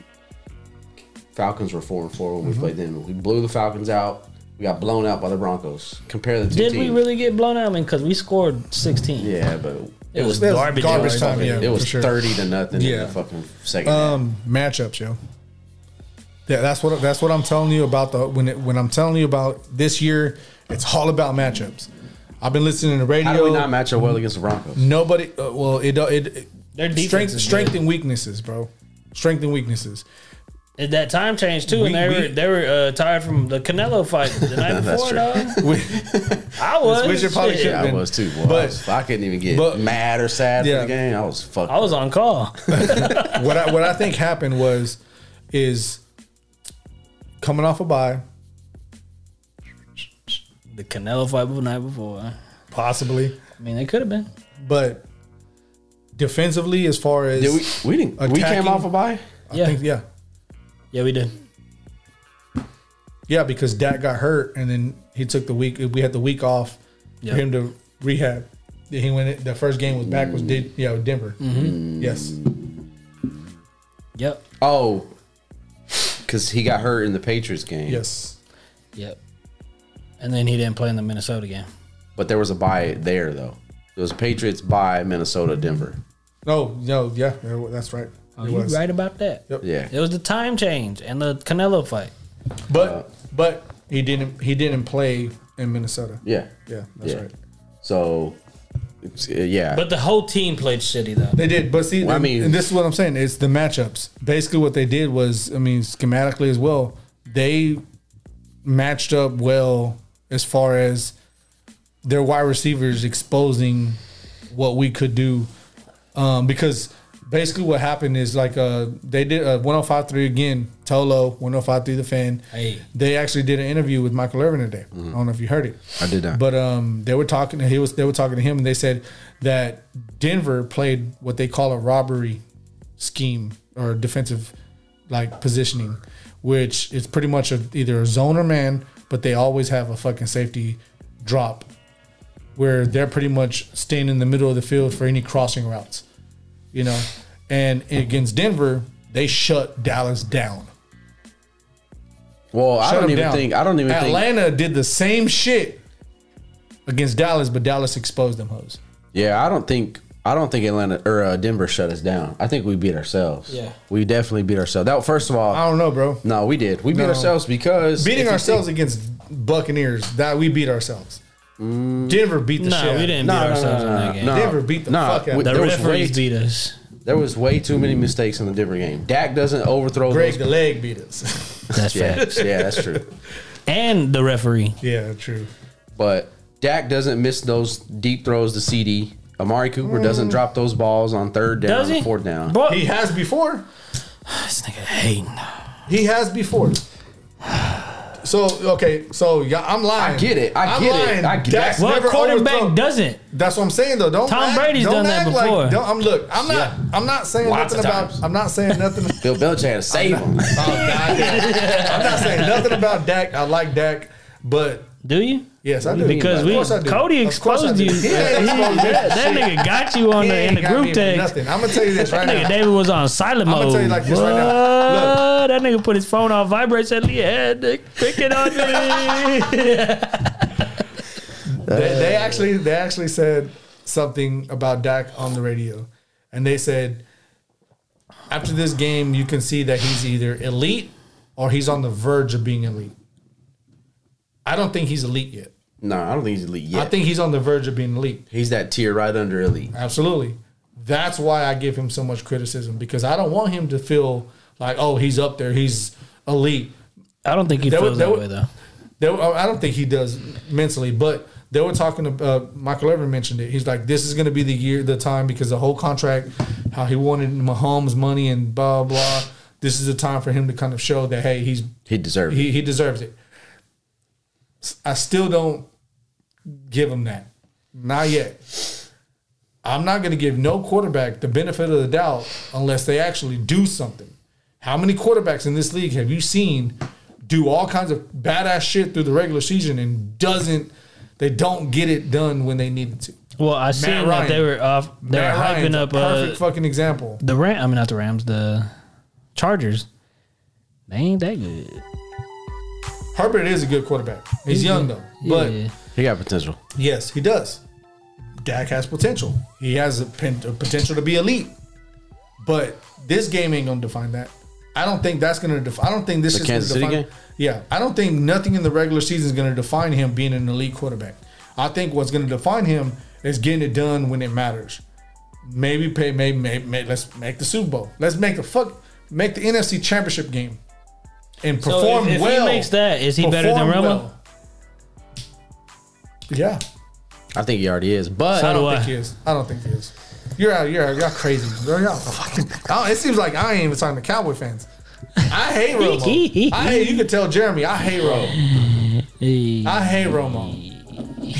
D: Falcons were four and four when we played them. We blew the Falcons out. We got blown out by the Broncos. Compare the two
C: Did we
D: teams.
C: really get blown out? I mean, because we scored 16.
D: Yeah, but
C: It was
B: That was
C: garbage.
B: garbage
C: hours.
B: time, yeah.
D: it was
B: for sure.
D: thirty to nothing in
B: Yeah.
D: the fucking second. half.
B: Um, matchups, yo. Yeah, that's what that's what I'm telling you about the when it, when I'm telling you about this year. It's all about matchups. I've been listening to radio.
D: How do we not match up well against the Broncos?
B: Nobody. Uh, well, it don't- it, it
C: Their defense
B: strength
C: is
B: strength
C: good.
B: and weaknesses, bro. Strength and weaknesses.
C: And That time change, too, and
B: We-
C: they
B: we-
C: were, they were uh, tired from the Canelo fight the
D: (laughs)
C: night
D: That's
C: before,
D: true.
C: dog.
B: We- (laughs)
C: I was.
B: Which it probably
C: shit.
B: should've
D: Yeah, I
B: been.
D: was too. Boy.
B: But-
D: I, was- I couldn't even get
B: but-
D: mad or sad for
B: Yeah.
D: the game. I was fucked.
C: I was on call.
B: what I what I think happened was is coming off a bye,
C: the Canelo fight the night before.
B: possibly,
C: I mean, they could have been.
B: but defensively, as far as
D: Did we, we didn't. We came
B: Attacking-
D: off a bye.
B: I
C: Yeah.
B: think, yeah,
C: Yeah, we did.
B: yeah, because Dak got hurt and then he took the week. We had the week off
C: Yeah.
B: for him to rehab. Then He went. The first game was back was did yeah with Denver.
C: Mm-hmm.
B: Yes,
C: Yep.
D: Oh, because he got hurt in the Patriots game.
B: yes,
C: Yep. And then he didn't play in the Minnesota game.
D: But there was a bye there though. It was Patriots by Minnesota, Denver.
B: no, no, yeah, yeah, that's right.
C: Are Oh, you right about that?
B: Yep.
D: Yeah.
C: It was the time change and the Canelo fight.
B: But but he didn't he didn't play in Minnesota.
D: Yeah.
B: Yeah, that's
D: Yeah.
B: right.
D: So, it's, uh, yeah.
C: But the whole team played shitty though.
B: They did, but see,
D: Well, I
B: I mean,
D: mean-
B: and this is what I'm saying. It's the matchups. Basically, what they did was, I mean, schematically as well, they matched up well as far as their wide receivers exposing what we could do. Um, because basically, what happened is like uh, they did uh, 105.3 again, Tolo 105.3 the fan.
C: Hey.
B: They actually did an interview with Michael Irvin today. I don't know if you heard it.
D: Mm-hmm. I did not.
B: But um, they were talking. He was. They were talking to him, and they said that Denver played what they call a robbery scheme or defensive like positioning, which is pretty much a, either a zone or man. But they always have a fucking safety drop, where they're pretty much staying in the middle of the field for any crossing routes, you know. And against Denver, they shut Dallas down.
D: well, I
B: Shut
D: don't
B: them
D: even
B: down.
D: think. I don't even think.
B: Atlanta did the same shit against Dallas, but Dallas exposed them hoes.
D: Yeah, I don't think. I don't think Atlanta or uh, Denver shut us down. I think we beat ourselves.
C: Yeah.
D: We definitely beat ourselves. That first of all.
B: I don't know, bro.
D: no, we did. We beat
B: No.
D: ourselves because
B: Beating
D: if you
B: ourselves
D: think-
B: against Buccaneers, that we beat ourselves. Denver beat the
C: No,
B: shit. out
C: we
B: of
C: didn't
D: No,
C: beat
D: no, no,
C: ourselves
D: no,
C: in
D: no,
C: that game.
D: no.
B: Denver beat the
D: Nah,
B: fuck out.
D: we-
B: of
C: The
B: them.
D: There was
C: referees
D: way-
C: beat us.
D: There was way too many mistakes in the Denver game. Dak doesn't overthrow
B: Greg the
D: those.
B: leg beat us. (laughs)
C: That's
D: Yeah,
C: fact.
D: yeah, that's true.
C: And the referee.
B: yeah, true.
D: But Dak doesn't miss those deep throws to CD. Amari Cooper doesn't drop those balls on third down,
C: Does he?
D: and fourth down.
C: Bro,
B: He has before.
C: this nigga hating.
B: He has before. So okay, so yeah, I'm lying.
D: I get it. I
B: I'm
D: get it. I get-
B: Dak's
C: Well,
B: never
C: quarterback
B: overthrown-
C: doesn't.
B: That's what I'm saying though. Don't
C: Tom
B: act-
C: Brady's
B: don't
C: done that
B: act
C: before.
B: Like, don't, I'm look. I'm not. I'm not saying
D: Lots
B: nothing
D: of
B: about.
D: times.
B: I'm not saying nothing.
D: (laughs) Bill Belichick had to save him.
B: Oh, God,
C: (laughs)
B: yeah. I'm not saying nothing about Dak. I like Dak, but
C: Do you?
B: yes, I do.
C: Because
B: Of
C: we
B: course I do.
C: Cody
B: Of course I
C: exposed
B: do. (laughs)
C: you.
B: He ain't exposed me.
C: that nigga got you on
B: He
C: the in
B: ain't
C: the
B: got me
C: group
B: for
C: text.
B: Nothing. I'm gonna tell you
C: (laughs)
B: this right
C: That nigga
B: now.
C: David was on silent mode.
B: I'ma tell you like this right now.
C: What? That nigga put his phone on vibrate. Said, "Yeah, Nick, pick
B: (laughs)
C: it on me."
B: they, they actually they actually said something about Dak on the radio, and they said after this game you can see that he's either elite or he's on the verge of being elite. I don't think he's elite yet.
D: No, I don't think he's elite
B: I
D: yet.
B: think he's on the verge of being elite.
D: he's that tier right under elite.
B: Absolutely. That's why I give him so much criticism because I don't want him to feel like oh he's up there he's elite.
C: I don't think he
B: That would-
C: feels
B: that
C: that,
B: would-
C: way though.
B: They were, I don't think he does mentally, but they were talking. to- Uh, Michael Irvin mentioned it. He's like, this is going to be the year, the time, because the whole contract, how he wanted Mahomes' money and blah blah. This is the time for him to kind of show that hey, he's
D: He deserves
B: he,
D: it.
B: he deserves it. S- I still don't give him that. Not yet. I'm not going to give no quarterback the benefit of the doubt unless they actually do something. How many quarterbacks in this league have you seen do all kinds of badass shit through the regular season and doesn't they don't get it done when they needed to?
C: Well, I seen that
B: Ryan.
C: they were off. They
B: Matt
C: were
B: Ryan's
C: hyping
B: a
C: up uh,
B: perfect fucking example.
C: the Ram. I mean, not the Rams. The Chargers. They ain't that good.
B: Herbert is a good quarterback. He's young though, but
C: Yeah.
D: He got potential.
B: Yes, he does. Dak has potential. He has a, pen, a potential to be elite. But this game ain't gonna define that. I don't think that's gonna define. I don't think this
D: The
B: is
D: Kansas City
B: gonna define.
D: game?
B: Yeah, I don't think nothing in the regular season is gonna define him being an elite quarterback. I think what's gonna define him is getting it done when it matters. Maybe pay. Maybe, maybe, maybe let's make the Super Bowl. Let's make the fuck make the NFC Championship game and
C: So
B: perform
C: if, if
B: well.
C: he makes that, is he better than
B: Perform
C: Romo?
B: well. Yeah.
D: I think he already is. But
C: So
B: I
C: do
B: don't
C: I.
B: think he is. I don't think he is. You're out. You're out. Y'all crazy. Bro. Y'all fucking. (laughs) I don't- it seems like I ain't even talking to Cowboy fans. I hate
C: (laughs)
B: Romo. I hate. You could tell Jeremy. I hate Romo.
C: Yeah.
B: I hate Romo.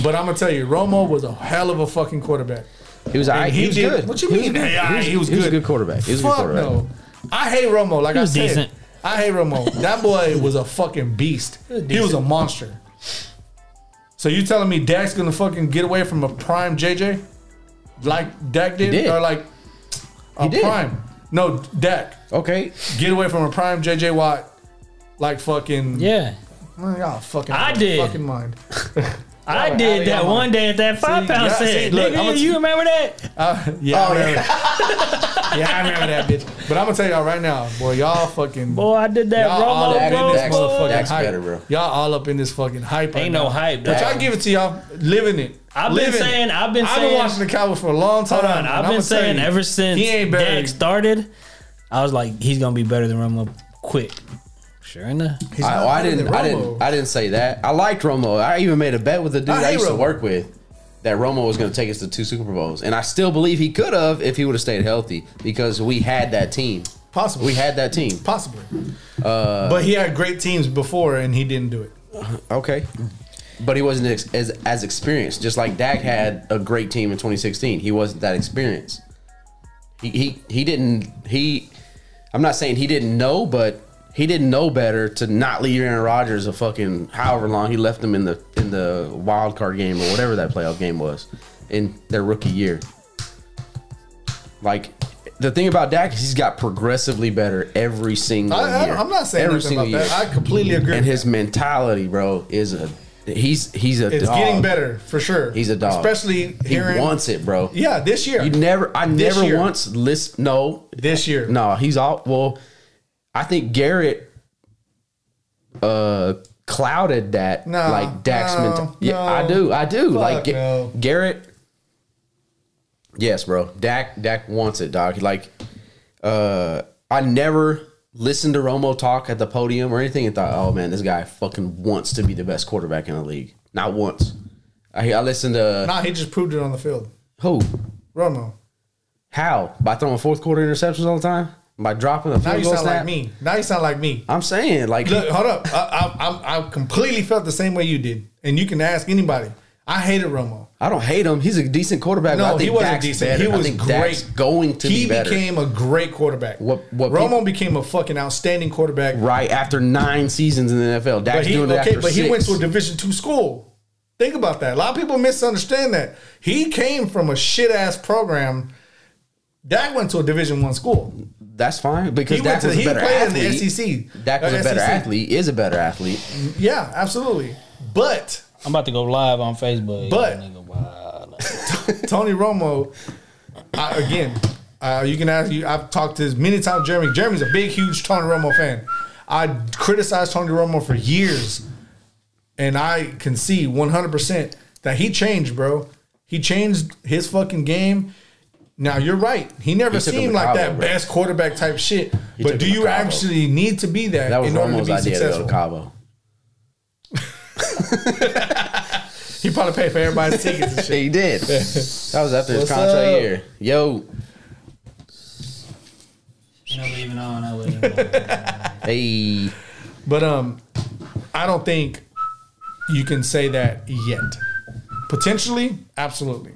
B: But I'm gonna tell you, Romo was a hell of a fucking quarterback.
D: he was all right.
B: And
D: He, was
B: did-
D: good.
B: What you
D: He was
B: mean?
D: good.
B: Hey, all right, He was
D: he was a
B: good.
D: good quarterback. He was a good
B: Fuck
D: quarterback.
B: no. I hate Romo. Like I
C: was
B: said,
C: decent.
B: I hate Romo. That
D: (laughs)
B: boy was a fucking beast. He was a monster. So you telling me Dak's gonna fucking get away from a prime JJ, like Dak did,
D: did.
B: or like a
D: did.
B: prime? No, Dak
D: Okay.
B: get away from a prime JJ Watt, like fucking
C: Yeah.
B: Man, y'all fucking.
C: I
B: out of
C: did.
B: Fucking mind.
C: I
B: Y'all are
C: did
B: out
C: that
B: of your
C: one
B: mind.
C: day at that five pound
B: yeah, see,
C: set.
B: look,
C: Nigga,
B: I'ma t-
C: you remember that?
B: Uh,
D: Oh,
B: yeah, I remember. yeah, I remember that bitch. But I'm gonna tell y'all right now, boy, y'all fucking.
C: Boy, Oh, I did that
B: Y'all all up
C: Romo
B: in this
D: Dak's-
C: Rose
B: motherfucking
C: Bowl.
D: Dak's
B: hype.
D: better, bro.
B: Y'all all up in this fucking hype. right
C: Ain't no
B: now.
C: hype,
B: But
C: dog.
B: I give it to y'all, living it.
C: I've been
B: Living
C: saying-
B: It.
C: I've been
B: I've
C: saying-
B: been watching the Cowboys for a long time.
C: Hold on,
B: and
C: I've
B: I'ma
C: been
B: tell
C: saying
B: you,
C: ever since
B: he ain't better.
C: Dak started, I was like, he's gonna be better than Romo quick. Sure enough,
B: He's
D: I,
B: not
D: oh, I
B: better
D: didn't.
B: than
D: I
B: Romo.
D: didn't. I didn't say that. I liked Romo. I even made a bet with the dude
B: I
D: I,
B: hate
D: used to
B: Romo.
D: work with that Romo was going to take us to two Super Bowls, and I still believe he could have if he would have stayed healthy because we had that team.
B: Possibly.
D: We had Uh, that team.
B: possibly. but he had great teams before, and he didn't do it.
D: Okay. But he wasn't ex- as as experienced. Just like Dak had a great team in 2016, he wasn't that experienced. He he, he didn't he. I'm not saying he didn't know, but he didn't know better to not leave Aaron Rodgers a fucking however long he left him in the in the wild card game or whatever that playoff game was in their rookie year. Like the thing about Dak is he's got progressively better every single
B: I,
D: year.
B: I, I'm not saying
D: every
B: nothing about that. I completely agree.
D: and his mentality, bro, is a he's he's a
B: it's
D: dog.
B: getting better for sure.
D: He's a dog.
B: especially
D: He
B: hearing.
D: wants it, bro.
B: Yeah, this year.
D: You never, I
B: This
D: never
B: year.
D: once list. No,
B: this year.
D: no, he's all well. I think Garrett uh clouded that
B: No,
D: like Dax
B: no,
D: mentality. Yeah, I
B: no.
D: do. I do. like Ga-
B: no.
D: Garrett. Yes, bro. Dak Dak wants it, dog. Like uh I never listened to Romo talk at the podium or anything and thought, "Oh man, this guy fucking wants to be the best quarterback in the league." Not once. I I listened to
B: Nah, he just proved it on the field.
D: who?
B: Romo.
D: How? By throwing fourth quarter interceptions all the time? By dropping a
B: Now
D: field
B: you
D: goal
B: sound
D: snap?
B: like me. Now you sound like me.
D: I'm saying like
B: Look, hold up. I, I, I, I completely felt the same way you did, and you can ask anybody. I hated Romo.
D: I don't hate him. He's a decent quarterback. but I
B: No, he
D: think
B: wasn't
D: Dak's
B: decent.
D: better.
B: He was
D: I think
B: great.
D: Dak's going to
B: he
D: be better.
B: became a great quarterback.
D: What- what
B: Romo
D: people-
B: became a fucking outstanding quarterback.
D: right after nine seasons in the NFL. Dak's
B: But he
D: doing it
B: okay,
D: after
B: but he went to a
D: six.
B: Division two school. Think about that. A lot of people misunderstand that. He came from a shit ass program. Dak went to a Division one school.
D: That's fine because
B: He went
D: Dak
B: to
D: was a
B: he played
D: better athlete.
B: in the SEC.
D: Dak was
B: Uh,
D: a better
B: SEC.
D: athlete. Is a better athlete.
B: Yeah, absolutely. But
C: I'm about to go live on Facebook.
B: But-
C: Nigga, wow.
B: Tony Romo, I, again, uh, you can ask you. I've talked to this many times. Jeremy, Jeremy's a big, huge Tony Romo fan. I criticized Tony Romo for years, and I can see 100 percent that he changed, bro. He changed his fucking game. Now you're right. He never
D: He took a
B: seemed like
D: Mercado,
B: that
D: bro.
B: best quarterback type shit.
D: took
B: but
D: a
B: do you
D: Mercado.
B: actually need to be that,
D: That was
B: in order to
D: Romo's
B: be
D: idea to go to
B: successful?
D: Cabo. (laughs)
B: He probably paid for everybody's
D: (laughs)
B: tickets and shit. (laughs)
D: He did. That was after his
B: What's
D: contract
B: up?
D: year. Yo,
C: You know, leaving on. I leave it on.
D: hey,
B: But um, I don't think you can say that yet. Potentially, absolutely,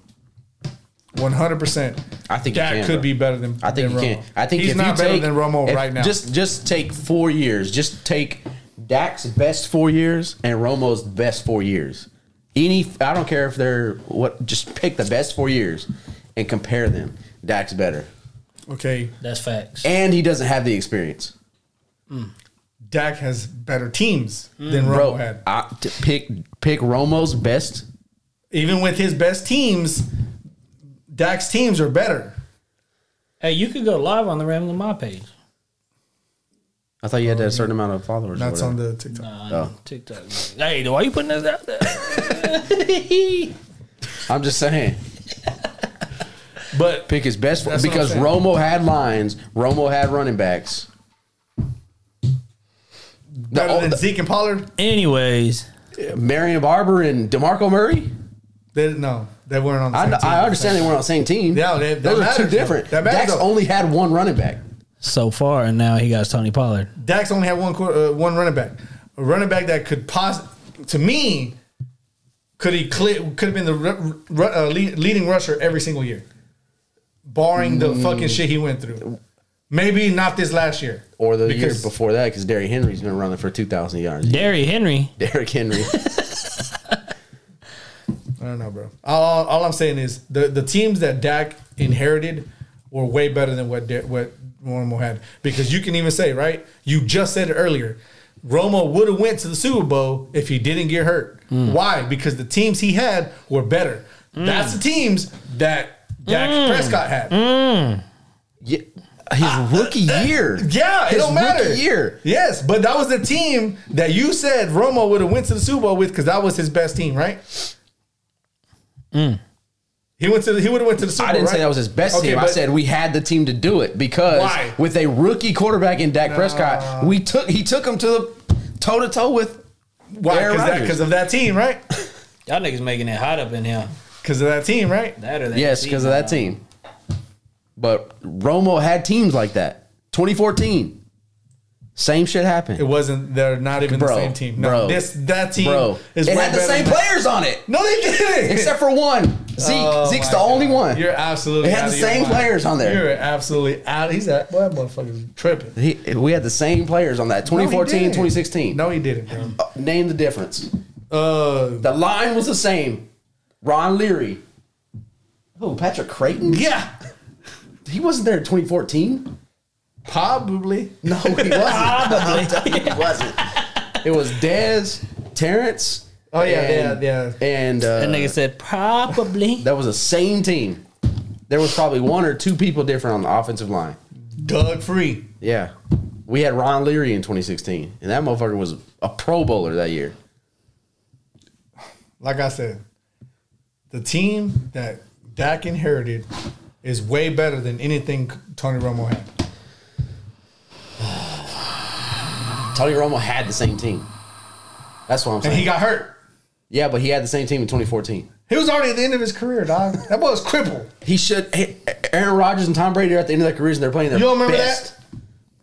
B: one hundred percent.
D: I think you
B: Dak
D: can,
B: could
D: bro.
B: be better than.
D: I think
B: than
D: you
B: Romo.
D: can. I think
B: he's
D: if
B: not
D: you
B: better
D: take,
B: than Romo
D: if-
B: right now.
D: Just just take four years. Just take Dak's best four years and Romo's best four years. Any I don't care if they're what. Just pick the best four years and compare them. Dak's better,
B: okay, (laughs)
C: That's facts.
D: and he doesn't have the experience.
B: Dak has better teams than Romo
D: Mm. Bro,
B: had.
D: I, t- pick pick Romo's best.
B: Even with his best teams, Dak's teams are better.
C: Hey, you could go live on the Ram Lamar page.
D: I thought you had to have a certain amount of followers. or
B: That's
D: whatever.
B: on the TikTok.
C: On TikTok. Hey, why you putting this out there?
D: I'm just saying.
B: But
D: Pick his best
B: That's what I'm
D: because
B: saying.
D: Romo had lines. Romo had running backs.
B: better
D: oh,
B: than
D: the-
B: Zeke and Pollard,
C: Anyways,
D: Marion Barber and Demarco Murray.
B: they, no, they weren't on the
D: I,
B: same
D: kn-
B: team.
D: I understand they weren't on the same team.
B: Yeah, that- that
D: those are two
B: matters, though.
D: different.
B: That matters,
D: Dax
B: though.
D: only had one running back.
C: so far, and now he got Tony Pollard.
B: Dax only had one quarter, uh, one running back, a running back that could pos to me could he could have been the ru- ru- uh, lead, leading rusher every single year, barring the fucking
D: Mm.
B: shit he went through. Maybe not this last year
D: Or the year
B: Because-
D: before that, because Derrick Henry's been running for two thousand yards.
C: Derry Henry.
B: (laughs)
D: Derrick Henry.
B: I don't know, bro. All, all I'm saying is the, the teams that Dak inherited were way better than what Da- what Romo had because you can even say right. You just said it earlier. Romo would have went to the Super Bowl if he didn't get hurt. Why? Because the teams he had were better. That's the teams that Dak Prescott had.
D: Yeah, his rookie year.
B: Yeah, it
D: his
B: don't matter.
D: Rookie year.
B: Yes, but that was the team that you said Romo would have went to the Super Bowl with because that was his best team, right? He went to the, he would have went to the Super
D: Mm. I
B: Bowl.
D: didn't say
B: right?
D: that was his best
B: Okay,
D: team. I
B: but-
D: said we had the team to do it because
B: Why?
D: with a rookie quarterback in Dak Prescott, we took he took him to the toe to toe with
B: why
D: Aaron Rodgers.
B: because of that team, right?
D: (laughs)
C: Y'all niggas making it hot up in here.
B: Because of that team, right?
C: That or that
D: Yes, because of that team. But Romo had teams like that. 2014, same shit
B: It
D: happened,
B: wasn't. They're not even
D: Bro,
B: the same team. No,
D: bro,
B: this that team
D: bro.
B: is
D: It
B: way
D: had the
B: better
D: same
B: than-
D: players on
B: (laughs)
D: it,
B: No, they didn't.
D: except for one.
B: (laughs)
D: Zeke.
B: Oh
D: Zeke's
B: my
D: the only
B: God.
D: one.
B: You're absolutely.
D: They had
B: out
D: the
B: of your
D: same
B: mind.
D: players on there.
B: You're absolutely out. He's that boy, motherfucker's tripping.
D: He, we had the same players on that.
B: No, he
D: 2014,
B: didn't.
D: 2016.
B: No, he didn't. Bro.
D: Uh, Name the difference.
B: Uh,
D: The line was the same. Ron Leary. Oh, Patrick Creighton?
B: yeah,
D: He wasn't there in 2014.
B: probably.
D: (laughs) No, he
B: (laughs)
D: wasn't. I'm telling you, he wasn't. It was Dez, Terrence.
B: Oh, yeah,
D: and,
B: yeah, yeah.
D: And uh,
C: That nigga said probably.
D: that was the same team. There was probably one or two people different on the offensive line.
B: Doug Free.
D: Yeah. We had Ron Leary in 2016, and that motherfucker was a Pro Bowler that year.
B: like I said, the team that Dak inherited is way better than anything Tony Romo had.
D: Tony Romo had the same team. That's what I'm
B: And
D: saying.
B: he got hurt.
D: yeah, but he had the same team in 2014.
B: He was already at the end of his career, dog. That boy was crippled.
D: He should. A- A- Aaron Rodgers and Tom Brady are at the end of their careers and they're playing their
B: You don't remember
D: best.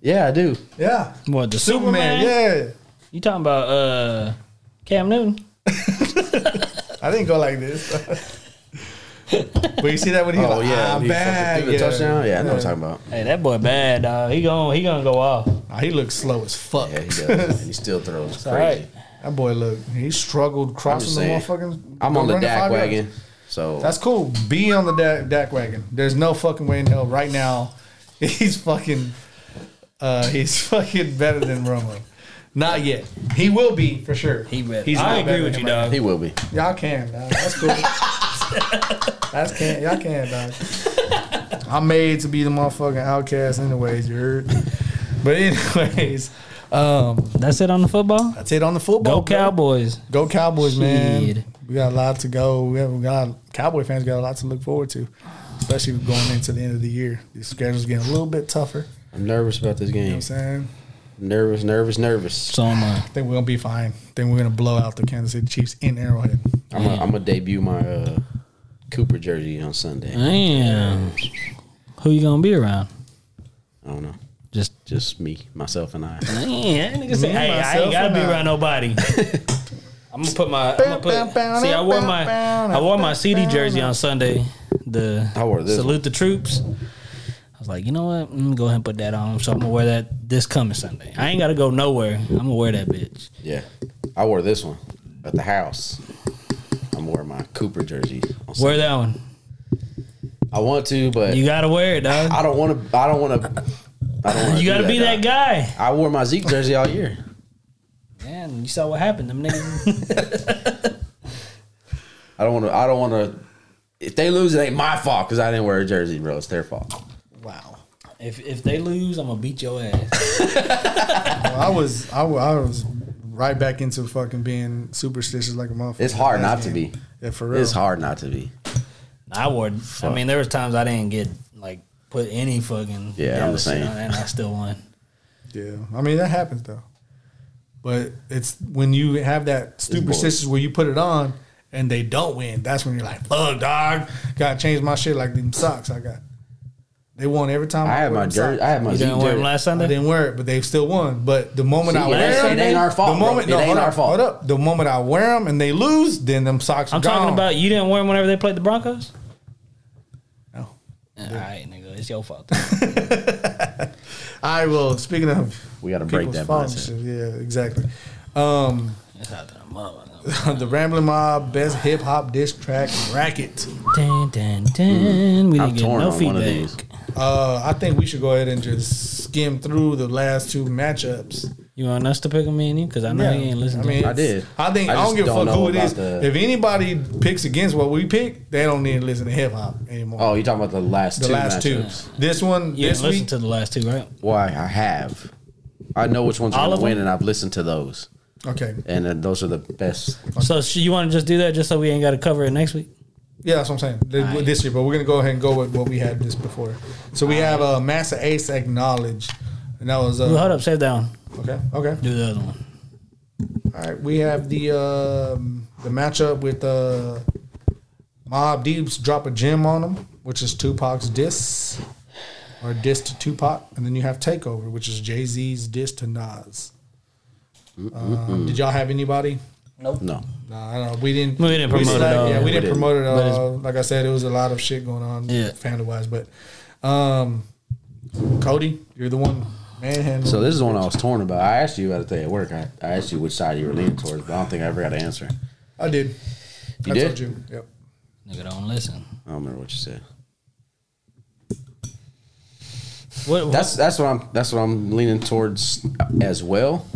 D: Yeah, I do.
B: that? Yeah.
C: What the
B: Superman,
C: Superman? You talking about uh Cam Newton?
B: yeah. I didn't go like this. (laughs) but you see that when he
D: Oh
B: like,
D: yeah,
B: ah,
D: he fucking
B: bad.
D: threw the
B: yeah.
D: touchdown. Yeah, I know what I'm talking about.
C: Hey, that boy bad dog. He going he gonna go off.
B: Nah, Ah, he looked slow as fuck.
D: Yeah, he does. and he still throws. It's
C: all
D: crazy.
C: right.
B: (laughs) that boy looked. He struggled
D: I'm just
B: crossing the
D: saying.
B: motherfucking.
D: I'm on the
B: running
D: Dak
B: five yards.
D: wagon. So
B: That's cool. Be on the Dak, Dak wagon. There's no fucking way in hell right now. (laughs) He's fucking. Uh, he's fucking better than Romo. Not yet. He will be for sure.
C: He better.
B: He's
C: I
B: not
C: agree
B: better
C: with
B: than
C: you,
B: him right
C: dog.
D: he will be.
B: now. Y'all can. Dog. That's cool. (laughs) That's can. Y'all can, dog. I'm made to be the motherfucking outcast, anyways. You heard. But anyways, um,
C: That's it on the football.
B: that's it on the football.
C: Go
B: bro.
C: Cowboys.
B: Go Cowboys, man.
C: Shit.
B: We got a lot to go. We have we got Cowboy fans got a lot to look forward to, especially going into the end of the year. The schedule's getting a little bit tougher. You
D: I'm nervous about this
B: know what I'm
D: game.
B: saying?
D: Nervous, nervous, nervous.
C: So am I.
B: I think we're gonna be fine. I think we're gonna blow out the Kansas City Chiefs in Arrowhead.
D: I'm gonna I'm debut my uh, Cooper jersey on Sunday.
C: Damn. Who you gonna be around?
D: I don't know.
C: Just
D: Just me, myself, and I.
C: man, nigga say,
B: Me,
C: hey, I
B: myself,
C: ain't gotta
B: and
C: be
B: I."
C: around (laughs) nobody. I'm gonna put my. I'm gonna put, see, I wore my I wore my CD jersey on Sunday. The
D: I wore this
C: salute the troops. I was like, you know what? Let me go ahead and put that on. So I'm gonna wear that this coming Sunday. I ain't gotta go nowhere. I'm gonna wear that bitch.
D: Yeah, I wore this one at the house. I'm wearing my Cooper jersey. On Sunday.
C: Wear that one.
D: I want to, but
C: You gotta wear it, dog.
D: I don't want to. I don't want to. I don't wanna
C: You gotta
D: do
C: be that
D: dog.
C: guy.
D: I wore my Zeke jersey all year.
C: Man, you saw what happened. Them niggas. (laughs)
D: I don't want to. I don't want to. If they lose, it ain't my fault because I didn't wear a jersey, bro. It's their fault.
B: Wow.
C: if if they lose, I'm gonna beat your ass.
B: Well, I was I, wa- I was right back into fucking being superstitious like a motherfucker.
D: It's hard
B: Last
D: not to
B: game.
D: be.
B: Yeah, for real.
D: It's hard not to be.
C: I wore. I mean, there was times I didn't get like put any fucking
D: Yeah, I'm the
C: Dallas shit
D: same.
C: on, and I still
D: (laughs)
C: won.
B: Yeah, I mean that happens though. But it's when you have that superstitious where you put it on and they don't win. That's when you're like, "Fuck, dog, gotta change my shit like them socks I got." They won every time.
D: I had
B: wear
D: my
B: them
D: jersey.
B: socks.
D: I had my
C: You
D: Zeke
C: didn't wear
D: jersey.
C: them last
B: I
C: Sunday.
B: didn't wear it, but they still won. But the moment
D: See,
B: I
D: it
B: wear
D: ain't-
B: them,
D: it ain't our fault,
B: The
D: bro.
B: moment,
D: It
B: no,
D: ain't
B: hold
D: our
B: up,
D: fault.
B: hold up. The moment I wear them and they lose, then them socks.
C: I'm
B: gone.
C: talking about you didn't wear them whenever they played the Broncos.
B: No.
C: All right, nigga, it's your (laughs) fault.
B: I will. Speaking of,
D: We gotta break
B: people's
D: that
B: faults,
D: mindset.
B: Yeah, exactly. (laughs) Um,
C: it's not that
B: the Rambling Mob best hip hop diss track racket.
C: Dun, dun, dun. We
D: I'm
C: didn't get
D: Mm-hmm. torn
C: no
D: on one of these.
C: feedback.
B: Uh, I think we should go ahead and just skim through the last two matchups.
C: You want us to pick a menu? Because I know you ain't listening.
B: I mean,
D: I did.
B: I think
D: I
B: I,
D: just
B: don't give a fuck
D: don't know
B: who it
D: about
B: is.
D: the-
B: If anybody picks against what we pick, they don't need to listen to hip hop anymore.
D: Oh, you talking about the last
B: the
D: two
B: last two.
D: matchups.
B: This one,
C: you
B: this
C: didn't listen
B: week,
C: to the last two, right?
D: Why I have. I know which ones
C: All
D: are
C: of
D: gonna win,
C: them?
D: and I've listened to those,
B: okay,
D: and uh, those are the best.
C: So sh- you want to just do that just so we ain't got to cover it next week?
B: yeah, that's what I'm saying. Th-
C: Aight.
B: This year, but we're gonna go ahead and go with what we had this before. So we have uh, Master Ace acknowledge, and that was
C: Well,
B: uh,
C: hold up, save that one.
B: okay, okay.
C: Do the other one.
B: All right, we have the um, the matchup with uh, Mob Deep's drop a gem on him, which is Tupac's diss or diss to Tupac, and then you have Takeover, which is Jay Z's diss to Nas. Um, did y'all have anybody?
D: No,
B: Nah, I don't know. We didn't.
C: We didn't promote it
B: slacked.
C: at all.
B: Yeah, we,
C: We
B: didn't,
D: didn't.
B: promote it at
C: But it's-
B: all. Like I said, it was a lot of shit going on,
C: Yeah.
B: fan wise. But um, Cody, you're the one manhandling.
D: so this is the one I was torn about. I asked you about the day at work. I, I asked you which side you were leaning towards, but I don't think I ever got an answer.
B: I did.
D: You
B: I
D: did?
B: told you. Yep.
C: Nigga, don't listen.
D: I don't remember what you said.
C: What, what-
D: That's that's what I'm that's what I'm leaning towards as well.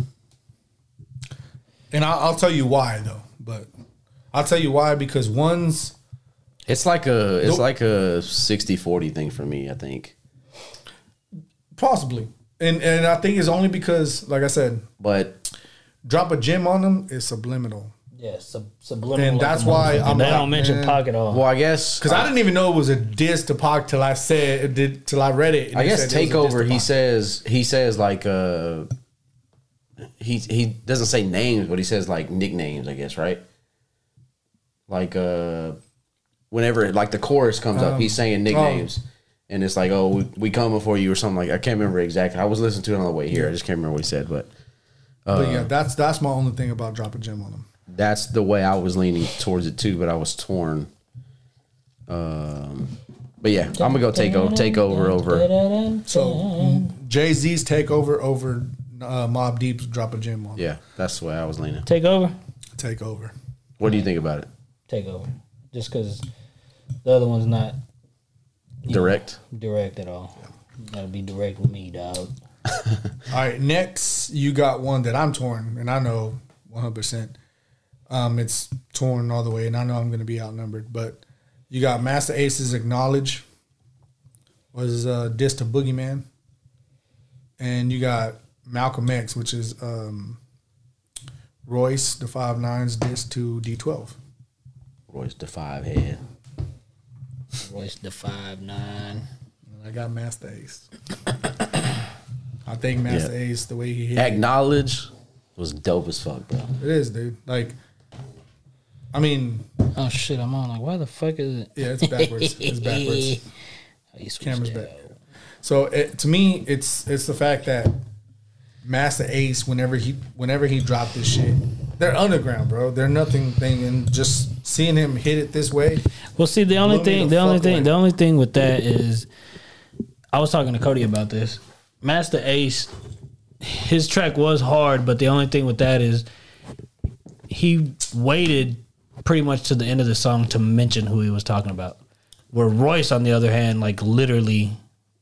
B: And I'll, I'll tell you why though. But I'll tell you why because one's
D: It's like a it's
B: Nope.
D: like a 60-40 thing for me. I think
B: possibly and and I think it's only because, like I said,
D: But
B: drop a gem on them is subliminal.
C: Yeah, sub- subliminal.
B: And
C: like
B: that's
C: a
B: why
C: motherfucker.
B: I'm
C: they
B: like,
C: don't mention
B: man.
C: Pac at all.
D: well, I guess
B: Because I, didn't even know it was a diss to Pac till I said it did till I read it. and
D: I
B: it
D: guess
B: said it was a diss
D: takeover.
B: to
D: He
B: Pac.
D: says he says like uh he he doesn't say names, but he says like nicknames. I guess right. Like uh, whenever like the chorus comes up,
B: Oh.
D: he's saying nicknames, and it's like oh we, we coming for you or something like I can't remember exactly. I was listening to it on the way here. I just can't remember what he said, but
B: But
D: uh,
B: yeah, that's that's my only thing about drop a gem on them.
D: that's the way I was leaning towards it too. But I was torn. Um, but yeah, I'm gonna go take over take over over.
B: So Jay Z's takeover over uh, Mob Deep's drop a gem on
D: Yeah, that's the way I was leaning.
C: Take over.
B: takeover.
D: What do you think about it?
C: Take over. Just because the other one's not
D: Direct.
C: direct at all. You gotta be direct with me, dog.
B: All right, next you got one that I'm torn, and I know 100. percent Um, it's torn all the way, and I know I'm going to be outnumbered. But you got Master Aces acknowledge was uh, diss to Boogeyman, and you got Malcolm X, which is um, Royce the Five Nines diss to D12.
D: Royce the five head.
C: Royce the five nine.
B: And I got Master Ace. (coughs) I think Master
D: Yeah.
B: Ace the way he hit it-
D: Acknowledge was dope as fuck, bro.
B: it is, dude. Like, I mean.
C: Oh shit! I'm on. Like, why the fuck is it?
B: Yeah, it's
C: (laughs)
B: backwards. it's backwards.
C: Oh, you switched
B: Camera's
C: it
B: back.
C: out.
B: So it, to me, it's it's the fact that Master Ace, whenever he whenever he dropped this shit, they're underground, bro. They're nothing thing, and just seeing him hit it this way,
C: Well, see, the only
B: Blow me
C: thing,
B: the
C: the only
B: fuck away.
C: thing, the only thing with that is, I was talking to Cody about this. Master Ace, his track was hard, but the only thing with that is, he waited pretty much to the end of the song to mention who he was talking about. Where Royce, on the other hand, like literally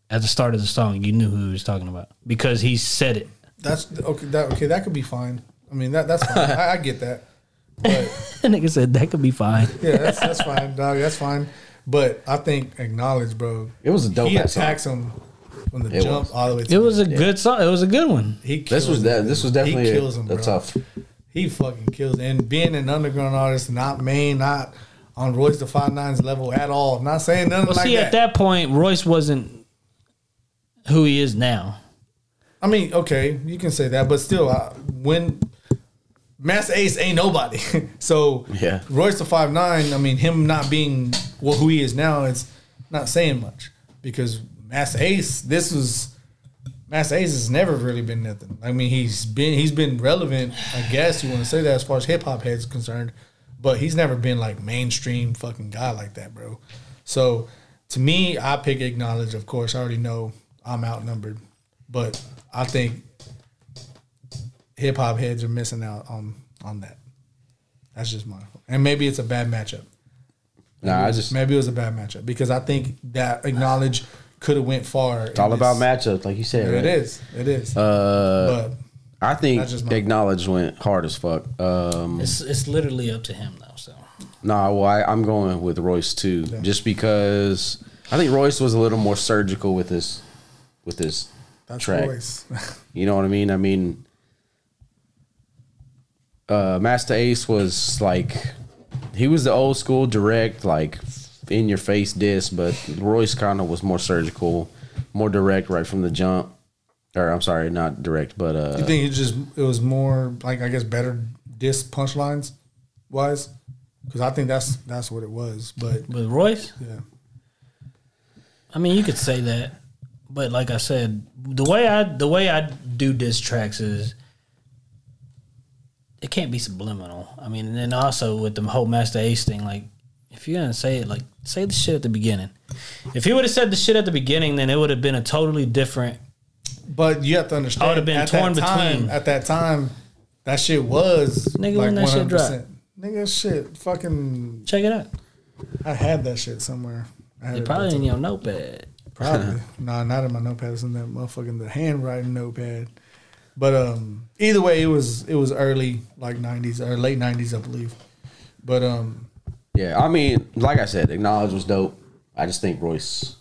C: at the start of the song, you knew who he was talking about because he said it. (laughs)
B: that's okay. That okay, that could be fine. I mean, that that's fine. I, I get that. But
C: That nigga said that could be fine.
B: yeah, that's that's fine, dog. That's fine. But I think acknowledge, bro.
D: It was a dope
B: He
D: ass song.
B: attacks him from the
D: It
B: jump
D: was.
B: all the way. To
C: It was a good song. It was a good one.
B: he
D: This
B: kills
D: was
B: him,
D: that.
B: dude.
D: This was
B: He
D: definitely a,
B: kills him,
D: a
B: bro.
D: tough.
B: He fucking kills. And being an underground artist, not main, not on Royce the Five Nines level at all. Not saying nothing
C: Well,
B: like
C: see,
B: that.
C: at that point, Royce wasn't who he is now.
B: I mean, okay, you can say that, but still, I, when Mass Ace ain't nobody. (laughs) so
D: Yeah.
B: Royce the Five Nine. I mean, him not being well, who he is now, it's not saying much because Mass Ace. This was. Mass Ace has never really been nothing. I mean, he's been he's been relevant, I guess you want to say that as far as hip hop heads concerned, but he's never been like mainstream fucking guy like that, bro. So to me, I pick acknowledge. Of course, I already know I'm outnumbered, but I think hip hop heads are missing out on on that. That's just mine, and maybe it's a bad matchup.
D: Nah, I just.
B: Maybe it was a bad matchup because I think that acknowledge could have went far.
D: It's all about matchups, like you said.
B: It
D: right?
B: is. It is. Uh, but
D: I think
B: That's just my-
D: acknowledge went hard as fuck. Um,
C: It's it's literally up to him though. So
D: nah, well, I, I'm going with Royce too, just because I think Royce was a little more surgical with his with his
B: that's
D: track.
B: Royce.
D: You know what I mean? I mean, uh, Master Ace was like, he was the old school direct, like in your face diss, but Royce kind of was more surgical, more direct right from the jump. Or I'm sorry, not direct, but
B: you
D: uh,
B: think it just it was more like I guess better diss punchlines wise? Because I think that's that's what it was. But
C: with Royce,
B: yeah,
C: I mean, you could say that, but like I said, the way I the way I do diss tracks is it can't be subliminal. I mean, and then also with the whole Master Ace thing, like if you're gonna say it, like say the shit at the beginning. If he would have said the shit at the beginning, then it would have been a totally different.
B: but you have to understand.
C: I would've been
B: at
C: torn
B: that time-
C: between.
B: At that time, that shit was
C: Nigga, when that shit dropped.
B: Nigga, shit, fucking,
C: Check it out.
B: I had that shit somewhere. I had
C: It
B: it
C: probably
B: built
C: in your notepad. (laughs)
B: Probably. nah, not in my notepad. It's in that motherfucking the handwriting notepad. But um, either way, it was it was early like '90s or late '90s, I believe. But um,
D: yeah, I mean, like I said, acknowledge was dope. I just think Royce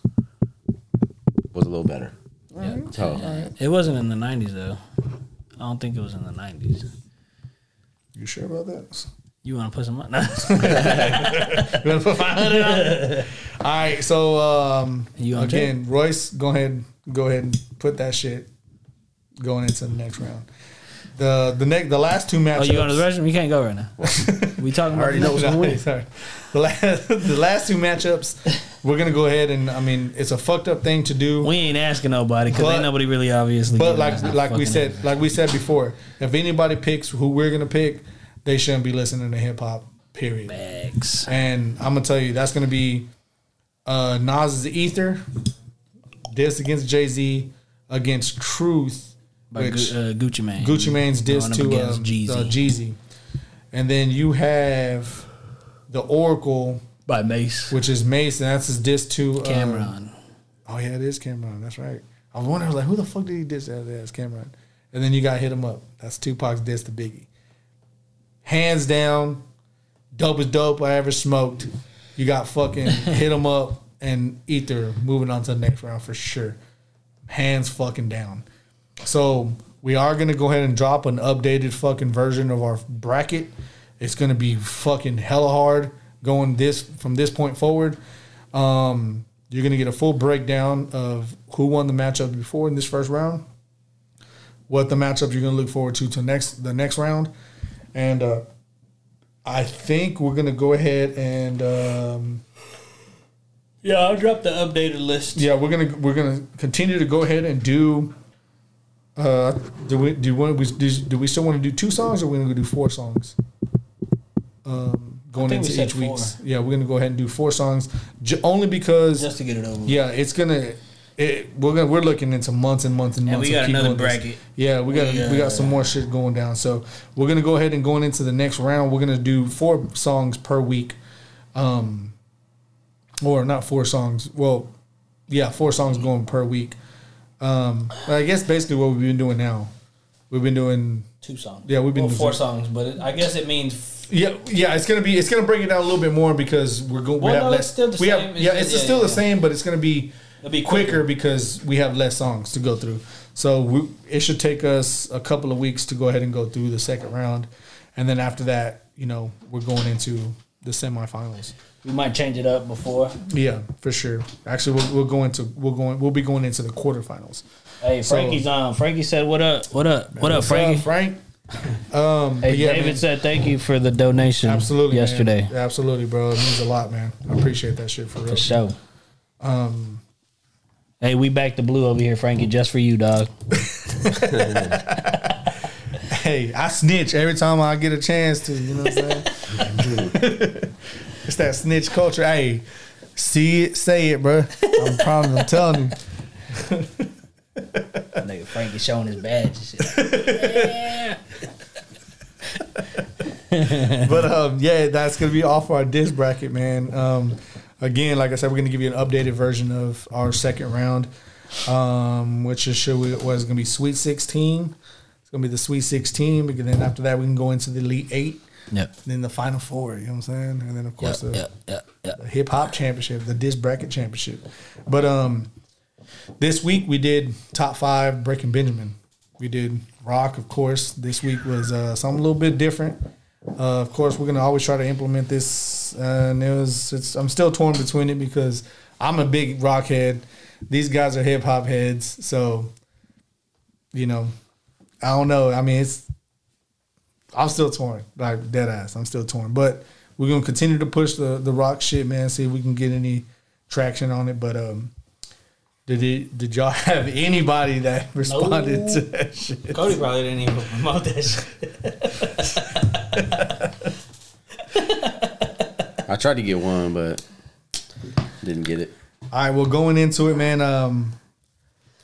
D: was a little better.
B: all
D: Oh,
C: It wasn't in the '90s though. I don't think it was in the '90s.
B: You sure about that? (laughs)
C: You want to put some (laughs) money? No.
B: You wanna put 500 on
C: (laughs)
B: it? All right, so um,
C: You on
B: again, Royce, go ahead, go ahead and put that shit going into the next round. The the next the last two matchups.
C: oh, you going to the restroom? You can't go right now. (laughs) we talking about?
D: already know
B: (laughs)
D: what's
B: No,
D: gonna win.
B: sorry. The last (laughs) the last two matchups, we're gonna go ahead and I mean it's a fucked up thing to do.
C: We ain't asking nobody because
B: But-
C: ain't nobody really obviously.
B: But
C: giving
B: like
C: us no
B: like we
C: fucking
B: said,
C: answer.
B: like we said before, if anybody picks who we're gonna pick, they shouldn't be listening to hip hop. Period.
C: Bags.
B: And I'm gonna tell you that's gonna be uh Nas's Ether, this against Jay Z, against Truth,
C: By
B: which
C: Gu- uh, Gucci Mane.
B: Gucci Mane's diss
C: Going up
B: to
C: against
B: um,
C: Jeezy.
B: uh, Jeezy, and then you have the Oracle,
C: by Mace.
B: which is Mason. That's his diss to uh,
C: Cameron.
B: Oh yeah, it is Cameron. That's right. I was wondering like who the fuck did he diss that ass Cameron? And then you got hit him up. That's Tupac's diss to Biggie. Hands down, dope is dope I ever smoked. You got fucking hit him up and Ether moving on to the next round for sure. Hands fucking down. So we are gonna go ahead and drop an updated fucking version of our bracket. It's gonna be fucking hella hard going this from this point forward. Um, you're gonna get a full breakdown of who won the matchup before in this first round, what the matchup you're gonna look forward to to next the next round, and uh, I think we're gonna go ahead and um,
C: Yeah, I'll drop the updated list.
B: yeah, we're gonna we're gonna continue to go ahead and do. Uh, do we do we, we do, do we still want to do two songs or we're gonna do four songs? Um, going
C: think we
B: into
C: said
B: each week's yeah, we're gonna go ahead and do four songs j- only because
C: Just to get it over. with.
B: yeah, it's gonna. It, we're gonna, we're looking into months and months and months.
C: And we
B: of
C: got
B: people
C: another
B: in this.
C: bracket.
B: Yeah, we got
C: We,
B: we
C: uh,
B: got some more shit going down. So we're gonna go ahead and going into the next round. We're gonna do four songs per week, um, or not four songs. Well, yeah, four songs going per week. Um, I guess basically what we've been doing now, we've been doing
C: Two songs.
B: Yeah, we've been
C: well, four
B: doing-
C: songs, but it, I guess it means
B: yeah, yeah, it's gonna be it's gonna break it down a little bit more because we're going.
C: Well,
B: we have
C: no,
B: less.
C: it's still the
B: we
C: same.
B: have
C: It's
B: yeah,
C: just-
B: it's
C: yeah,
B: still the
C: yeah.
B: same, but it's gonna be
C: It'll be
B: quicker,
C: quicker.
B: because we have less songs to go through. So we, it should take us a couple of weeks to go ahead and go through the second round, and then after that, you know, we're going into the semifinals.
C: we might change it up before.
B: Yeah, for sure. Actually, we'll, we'll go into we'll going we'll be going into the quarterfinals.
C: Hey,
B: So-
C: Frankie's on. Frankie said, "What up? What up? What up, Frankie?"
B: Uh, Frank. Um,
C: hey,
B: but yeah,
C: David
B: man.
C: said, "Thank you for the donation."
B: Absolutely, man.
C: Yesterday,
B: Absolutely, bro. It means a lot, man. I appreciate that shit for real.
C: for sure. Um,
B: Um,
C: hey, we back to blue over here, Frankie, just for you, dog.
B: Hey, I snitch every time I get a chance to. You know what I'm saying? it's that snitch culture. Hey, see it, say it, bro. I'm promise. I'm telling you.
C: Nigga, Frankie showing his badge and shit.
B: But um, yeah, that's gonna be all for our disc bracket, man. Um, again, like I said, we're gonna give you an updated version of our second round, um, which is sure we, was gonna be Sweet 16. It's gonna be the Sweet 16, because then after that we can go into the Elite Eight,
C: (laughs) Yep.
B: then the Final Four. You know what I'm saying? And then of
C: Yep.
B: course the
C: Yep. Yep. Yep.
B: hip hop championship, the disc bracket championship. But um, this week we did top five breaking Benjamin. We did rock, of course. This week was uh, something a little bit different. Uh, of course, we're gonna always try to implement this, uh, and it was. It's, I'm still torn between it because I'm a big rock head. These guys are hip hop heads, so you know, I don't know. I mean, it's I'm still torn, like dead ass. I'm still torn, but we're gonna continue to push the the rock shit, man. See if we can get any traction on it. But um, did it, did y'all (laughs) have anybody that (laughs) responded to that shit?
C: Cody probably didn't even promote that shit.
D: I tried to get one, but didn't get it.
B: All right, well, going into it, man. Um,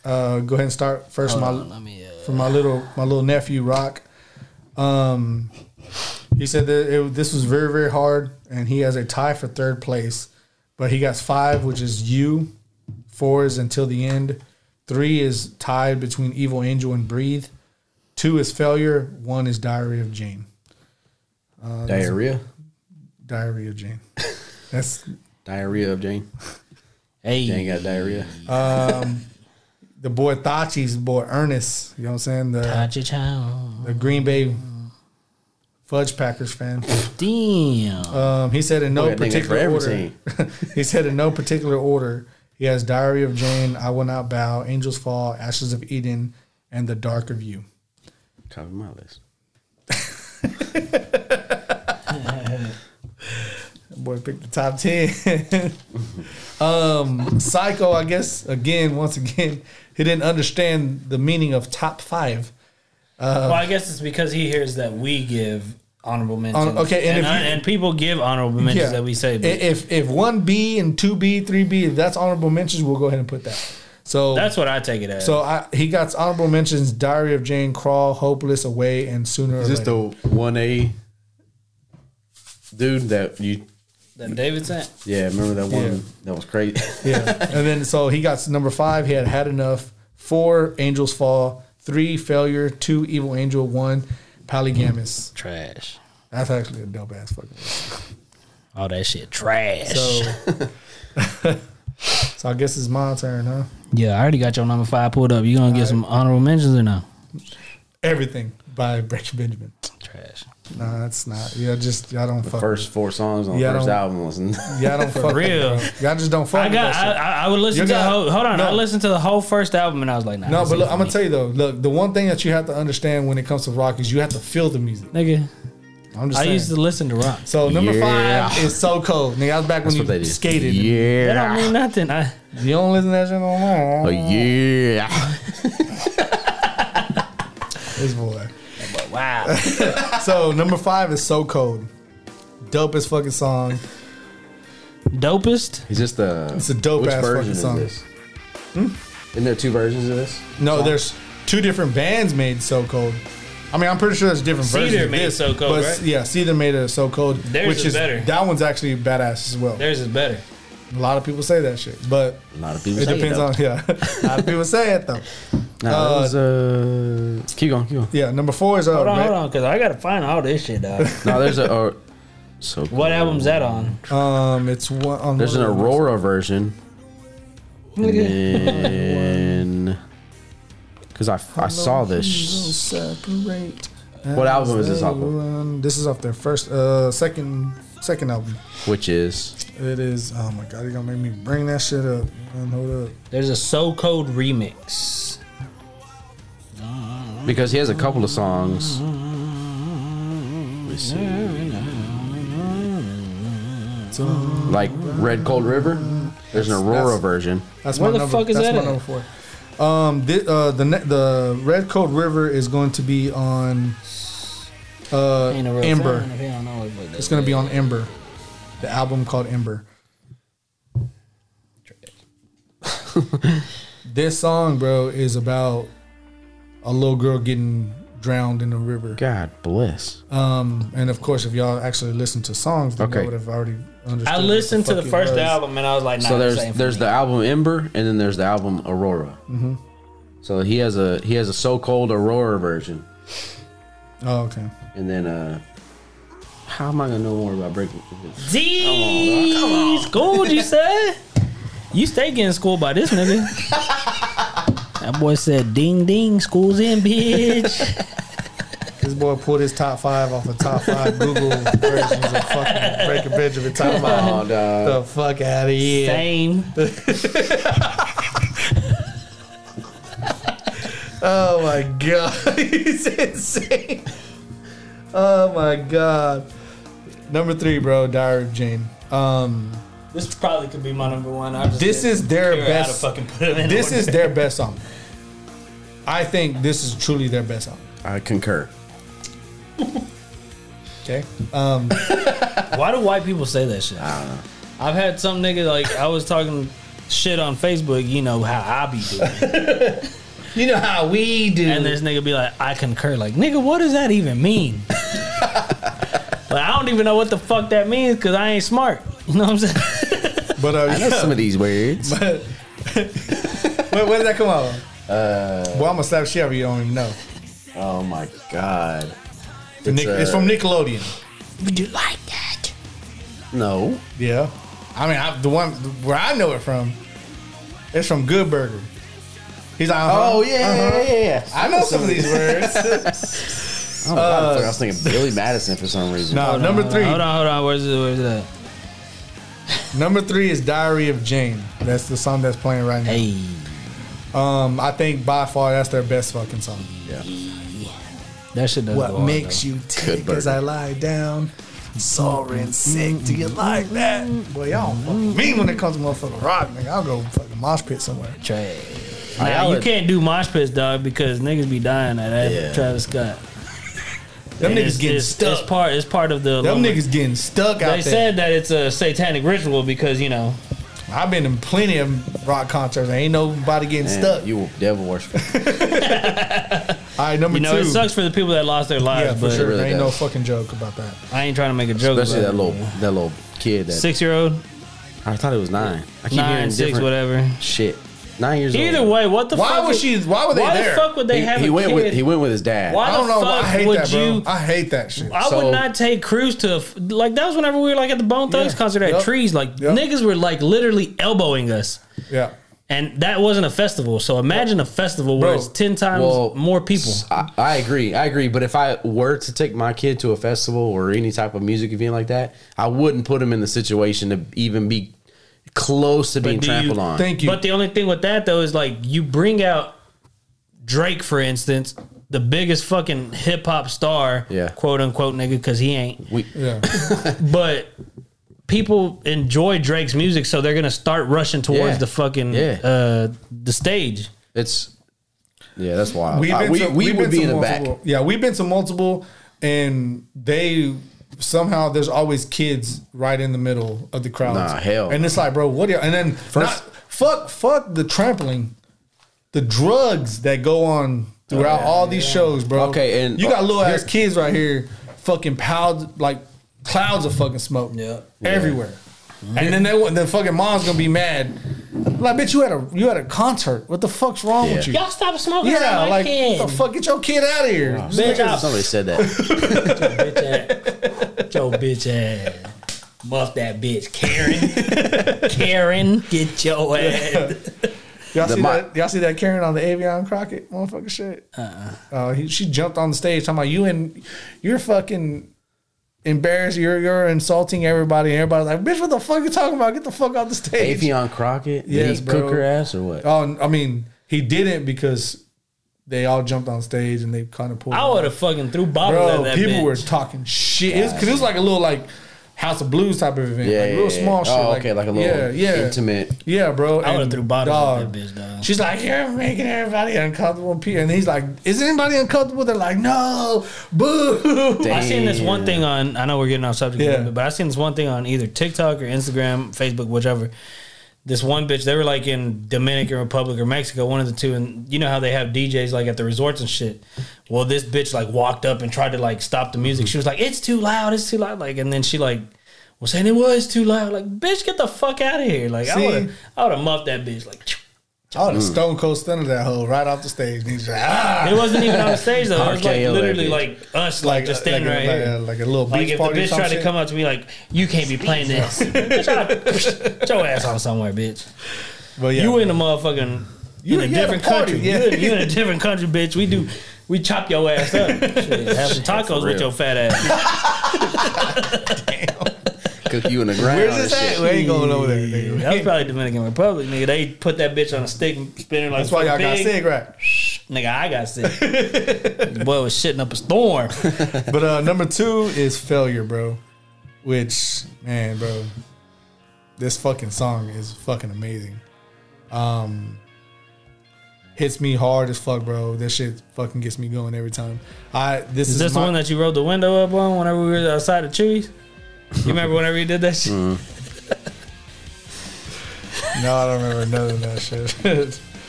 B: uh, go ahead and start first.
C: Hold
B: my
C: on, let me. Uh,
B: from my little my little nephew Rock. Um, he said that it, this was very very hard, and he has a tie for third place, but he got five, which is you. Four is until the end. Three is tied between Evil Angel and Breathe. Two is failure. One is Diary of Jane.
D: Uh, Diarrhea.
B: Diary of Jane. (laughs) That's
D: Diarrhea of Jane.
C: hey,
D: Jane got diarrhea.
B: the boy Tachi's boy Ernest. You know what I'm saying? The
C: Cha-cha-cha.
B: the Green Bay Fudge Packers fan.
C: Damn.
B: Um, he said in no
D: Look at niggas Oh, for
B: particular
D: every
B: order. (laughs) he said in no particular order. He has Diary of Jane, I Will Not Bow, Angels Fall, Ashes of Eden, and The Dark of You.
D: Top of my list.
B: Boy, pick the top ten. (laughs) um, Psycho, I guess again, once again, he didn't understand the meaning of top five.
C: well, I guess it's because he hears that we give honorable mentions.
B: Hon- okay, and
C: and,
B: if
C: I-
B: you-
C: and people give honorable mentions that we say. But
B: I- if if one B and two B, three B, if that's honorable mentions, we'll go ahead and put that. So
C: that's what I take it as.
B: so I, he got honorable mentions: Diary of Jane, Crawl, Hopeless, Away, and Sooner.
D: Is
B: or
D: this
B: later.
D: the one A dude that you?
C: that David sent.
D: Yeah, remember that one
B: Yeah.
D: that was crazy. (laughs)
B: yeah? And then so he got number five. He had had enough. Four Angels Fall. Three Failure. Two Evil Angel. One Polygamous.
C: Trash.
B: That's actually a dope ass fucking. list.
C: All that shit. Trash.
B: So, (laughs) so I guess it's my turn, huh?
C: yeah, I already got your number five pulled up. You gonna get some honorable mentions or no?
B: Everything by Breaking Benjamin.
C: Trash.
B: Nah, that's not. Yeah, just y'all don't fuck.
D: First four songs on
B: Yeah, I
D: the first
B: don't-
D: album was. (laughs)
B: Y'all don't fuck.
C: real.
B: Real. Y'all just don't fuck.
C: I
B: with
C: got.
B: that shit.
C: I, I, I would listen
B: You
C: to. the
B: got-
C: whole, hold on,
B: no.
C: I listened to the whole first album and I was like, nah.
B: No,
C: this
B: but
C: ain't
B: look, I'm
C: for
B: gonna tell you though. Look, the one thing that you have to understand when it comes to rock is you have to feel the music.
C: me. nigga.
B: I'm just
C: I
B: saying.
C: used to listen to rock.
B: so number
D: Yeah.
B: five is so cold. Nigga, I was back when you skated.
C: That don't
D: Yeah. Oh,
C: mean nothing. I,
B: You don't listen to that shit no more.
D: yeah.
B: This boy.
C: wow.
B: (laughs) So number five is so cold. Dopest fucking song.
C: Dopest.
D: Is this the?
B: It's a dope
D: which
B: ass
D: version
B: fucking
D: is
B: song.
D: This? Hmm? Isn't there two versions of this?
B: No, there's two different bands made So Cold. I mean, I'm pretty sure there's different
C: Cedar
B: versions. of
C: made
B: this,
C: So Cold,
B: but
C: right?
B: Yeah, Cedar made a So Cold,
C: Theirs
B: which
C: is
B: is
C: better.
B: That one's actually badass as well.
C: Theirs is better.
B: a lot of people say that shit, but
D: A lot of people.
B: it depends on yeah. (laughs) a lot of people say it though.
D: No,
B: uh,
D: that was, uh, keep going. Keep going.
B: Yeah, number four is uh,
C: Hold on,
B: Red-
C: hold on, because I gotta find all this shit, dog.
B: (laughs)
D: No, there's a. Uh, so
C: what album's that on?
B: Um, it's one. On
D: There's an
B: one of those.
D: Aurora version. And because I, I saw this. sh-
B: Separate.
D: What album is this off of?
B: Everyone- This is off their first, uh, second, second album.
D: which is
B: It is. Oh my god, you're gonna make me bring that shit up. Man, hold up.
C: There's a So Code remix.
D: because he has a couple of songs. Let me see. Like Red Cold River. There's an Aurora
B: that's-
D: version.
B: That's
C: Where
B: my
C: the
B: number,
C: fuck is
B: that's
C: that
B: my
C: at?
B: number four. Um, the uh, the ne- the Red Coat River is going to be on uh,
C: Ain't a real
B: Ember.
C: fan if you don't know it, but
B: It's going to be on Ember, the album called (laughs) Ember. this song, bro, is about a little girl getting drowned in the river.
D: God bless.
B: Um, and of course, if y'all actually listen to songs, then
D: Okay.
B: y'all would have already understood.
C: I
B: what
C: listened to
B: fuck
C: the
B: it
C: first
B: was.
C: album and I was like, nah,
D: so
C: this
D: there's
C: ain't for
D: there's
C: me.
D: the album Ember, and then there's the album Aurora. So he has a he has a so called Aurora version,
B: Oh, okay.
D: and then uh, how am I gonna know more about breaking? (laughs)
C: Jeez, schooled you, said? You stay getting schooled by this nigga. that boy said, ding, ding, school's in,
B: (laughs)
C: bitch.
B: This boy pulled his top five off the top five Google versions of fucking Breaking Benjamin top five.
D: Oh, dog.
B: The fuck out of here.
C: Same.
B: Oh my god, (laughs) he's insane. Oh my god. Number three, bro, Diary of Jane. Um,
C: This probably could be my number one. I just
B: this
C: didn't
B: is their
C: figure out how to
B: best.
C: fucking put it in
B: This
C: order.
B: is their best song. I think this is truly their best song.
D: I concur.
B: Okay. Um, (laughs)
C: Why do white people say that shit? I don't know. I've had some nigga like I was talking shit on Facebook. You know how I be
B: (laughs)
C: doing,
B: You know how we do.
C: and this nigga be like, "I concur." Like, nigga, what does that
B: (laughs)
C: even mean? But I don't even know what the fuck that means because I ain't smart. You know what I'm saying?
B: but uh,
D: I know some of these words.
B: but where, where did that come out? of?
D: Uh,
B: Boy, I'm gonna slap shit out of you. you Don't even know.
D: (laughs) Oh my god.
B: It's, Nic- it's
D: uh,
B: from Nickelodeon.
C: Would you like that?
D: No.
B: Yeah. I mean, I, the one where I know it from, it's from Good Burger. He's like, uh-huh,
D: Oh yeah, yeah, yeah, yeah. Oh,
B: I know some of these words.
D: (laughs)
E: I, don't know why the fuck I was thinking Billy Madison for some reason.
B: no, Oh, number
C: Hold on,
B: three.
C: Hold on, hold on. Where's it? Where's that?
B: Number three is Diary of Jane. That's the song that's playing right now.
C: Hey,
B: Um, I think by far that's their best fucking song.
C: that shit does.
B: What makes you tick as I lie down, soaring sick? Do you like that? Boy, y'all don't fucking mean when it comes to motherfucking rock, nigga. I'll go fucking mosh pit somewhere.
C: you trash? Nah, you can't do mosh pits, dog, because niggas be dying at that.
E: Yeah.
C: Travis Scott.
B: Them
C: And
B: niggas
C: it's-
B: getting
C: it's,
B: stuck.
C: It's part. It's part of the.
B: Them
C: Them
B: niggas getting stuck out there.
C: They said that it's a satanic ritual because you know
B: I've been in plenty of rock concerts. Ain't nobody getting
E: Man,
B: stuck.
E: You devil worshiper.
B: All right, number
C: you know
B: two.
C: it sucks for the people that lost their
B: yeah,
C: lives,
B: for
C: but
B: sure.
E: really
B: ain't no
E: does.
B: fucking joke about that.
C: I ain't trying to make a joke.
D: Especially
C: about it.
D: that little that little kid. That
C: six year old,
D: I thought it was nine. I keep
C: nine,
D: hearing
C: six,
D: different
C: whatever.
D: shit. Nine years
C: Either
D: old.
C: way, what the
B: Why
C: fuck?
B: was she? Why were they
C: why
B: there?
C: the fuck would they
D: he,
C: have
D: he
C: a
D: went
C: kid?
D: with he went with his dad.
C: Why
B: I don't
C: the
B: know.
C: fuck
B: I hate
C: would
B: that, bro.
C: you?
B: I hate that shit.
C: I
D: So-
C: would not take Cruz to a f- like that was whenever we were like at the Bone Thugs
B: Yeah.
C: concert at
B: Yep.
C: Trees. Like
B: Yep.
C: niggas were like literally elbowing us,
B: yeah.
C: and that wasn't a festival. So imagine a festival where
B: Bro,
C: it's ten times
D: well,
C: more people.
D: I, I agree. I agree. But if I were to take my kid to a festival or any type of music event like that, I wouldn't put him in the situation to even be close to being
C: do you
D: trampled on.
B: Thank you.
C: But the only thing with that though is like you bring out Drake, for instance, the biggest fucking hip hop star,
D: Yeah.
C: quote unquote nigga, because he ain't.
D: we,
B: yeah.
C: But people enjoy Drake's music, so they're gonna start rushing towards
D: Yeah.
C: the fucking
D: Yeah.
C: uh, the stage.
D: it's yeah, that's wild.
B: We've
D: I-
B: been
D: Uh, we
B: to,
D: we
B: we've
D: would
B: been
D: be in
B: to
D: the back.
B: multiple, Yeah, we've been to multiple, and they somehow there's always kids right in the middle of the crowd.
D: Nah, hell.
B: And it's like, bro, what? Are you, and then
D: First-
B: not- fuck, fuck the trampling, the drugs that go on throughout all these shows, bro.
D: Oh, Okay, and- uh,
B: you got little ass
D: here-
B: kids right here, fucking powder like clouds of fucking smoke,
C: Yeah.
B: everywhere. And then they, the fucking mom's gonna be mad. Like, bitch, you had a you had a concert. What the fuck's wrong with
D: Yeah.
B: you?
C: Y'all stop smoking
B: Yeah,
C: around my
B: like
C: kid.
B: the fuck, get your kid out of here. Just
C: Bitch, I'll
D: Somebody
B: (laughs)
D: said that.
C: bitch ass. Yo, bitch ass. Muff that (laughs) bitch, Karen. Karen, get your ass.
B: Y'all
D: The
B: see
D: mo-
B: that? Y'all see that Karen on the Avion Crockett motherfucker shit? Uh-uh. he, she jumped on the stage talking about you and you're fucking embarrassed. You're you're insulting everybody. And everybody's like, bitch, what the fuck you talking about? Get the fuck off the stage.
D: Avion Crockett, did
B: Yes,
D: he
B: bro.
D: cook her ass or what?
B: Oh, I mean, he didn't because they all jumped on stage and they kind of pulled.
C: I
B: him
C: would have fucking threw bottles at
B: Bro,
C: that
B: people
C: bitch.
B: were talking shit. It was, Cause it was like a little like House of Blues type of event,
D: Yeah,
B: like real
D: yeah,
B: small
D: yeah.
B: shit.
D: Oh, okay, like a
B: yeah,
D: little
B: yeah.
D: intimate-
B: Yeah, bro.
C: I would've
B: and
C: threw bottles at
B: dog,
C: that bitch, dog.
B: She's like, you're making everybody uncomfortable. Pe- And he's like, is anybody uncomfortable? They're like, no, boo.
D: Damn.
C: I seen this one thing on. I know we're getting off subject, a little
B: Yeah.
C: bit, but I seen this one thing on either TikTok or Instagram, Facebook, whichever. This one bitch, they were like in Dominican Republic or Mexico, one of the two, and you know how they have DJs like at the resorts and shit. Well, this bitch like walked up and tried to like stop the
B: Mm-hmm.
C: music. She was like, "It's too loud, it's too loud," like, and then she like was saying it was too loud. Like, bitch, get the fuck out of here! Like, I
B: See?
C: would I would have muffed that bitch. Like, (laughs)
B: I would have stone cold stunner that hoe right off the stage. And he's like, ah.
C: it wasn't even on stage though. It was like
D: RKO that
C: literally
D: bitch.
C: like us, like, just standing
B: like,
C: right
B: a,
C: here.
B: Like a, like a little
C: Like
B: beach
C: if the
B: party. or
C: bitch
B: some
C: tried to
B: shit.
C: come up to me like, you can't be playing this. (laughs) bitch, I- Put your ass on somewhere, bitch.
B: But yeah,
C: You in a motherfucking
B: You-
C: in
B: you
C: a
B: at a
C: different
B: party,
C: country.
B: yeah.
C: You, in, you in a different country, bitch. We do we chop your
B: (laughs)
C: ass up. Shit, have some tacos with
D: real.
C: your fat ass.
B: (laughs)
D: Cook you in the ground.
B: Where's
D: and
B: this at?
D: shit.
B: We ain't going over there. nigga.
C: That was probably Dominican Republic, nigga. They put that bitch on a stick and spin her like
B: That's why y'all got
C: pig.
B: sick, right?
C: Nigga, I got sick.
B: (laughs)
C: Boy was shitting up a storm.
B: But uh, number two is failure, bro. Which man, bro, this fucking song is fucking amazing. Um, hits me hard as fuck, bro. This shit fucking gets me going every time. I this is,
C: Is this
B: my-
C: the one that you rolled the window up on whenever we were outside of Chewy's? You remember whenever you did
B: (laughs)
C: that shit?
B: no, I don't remember none of that shit.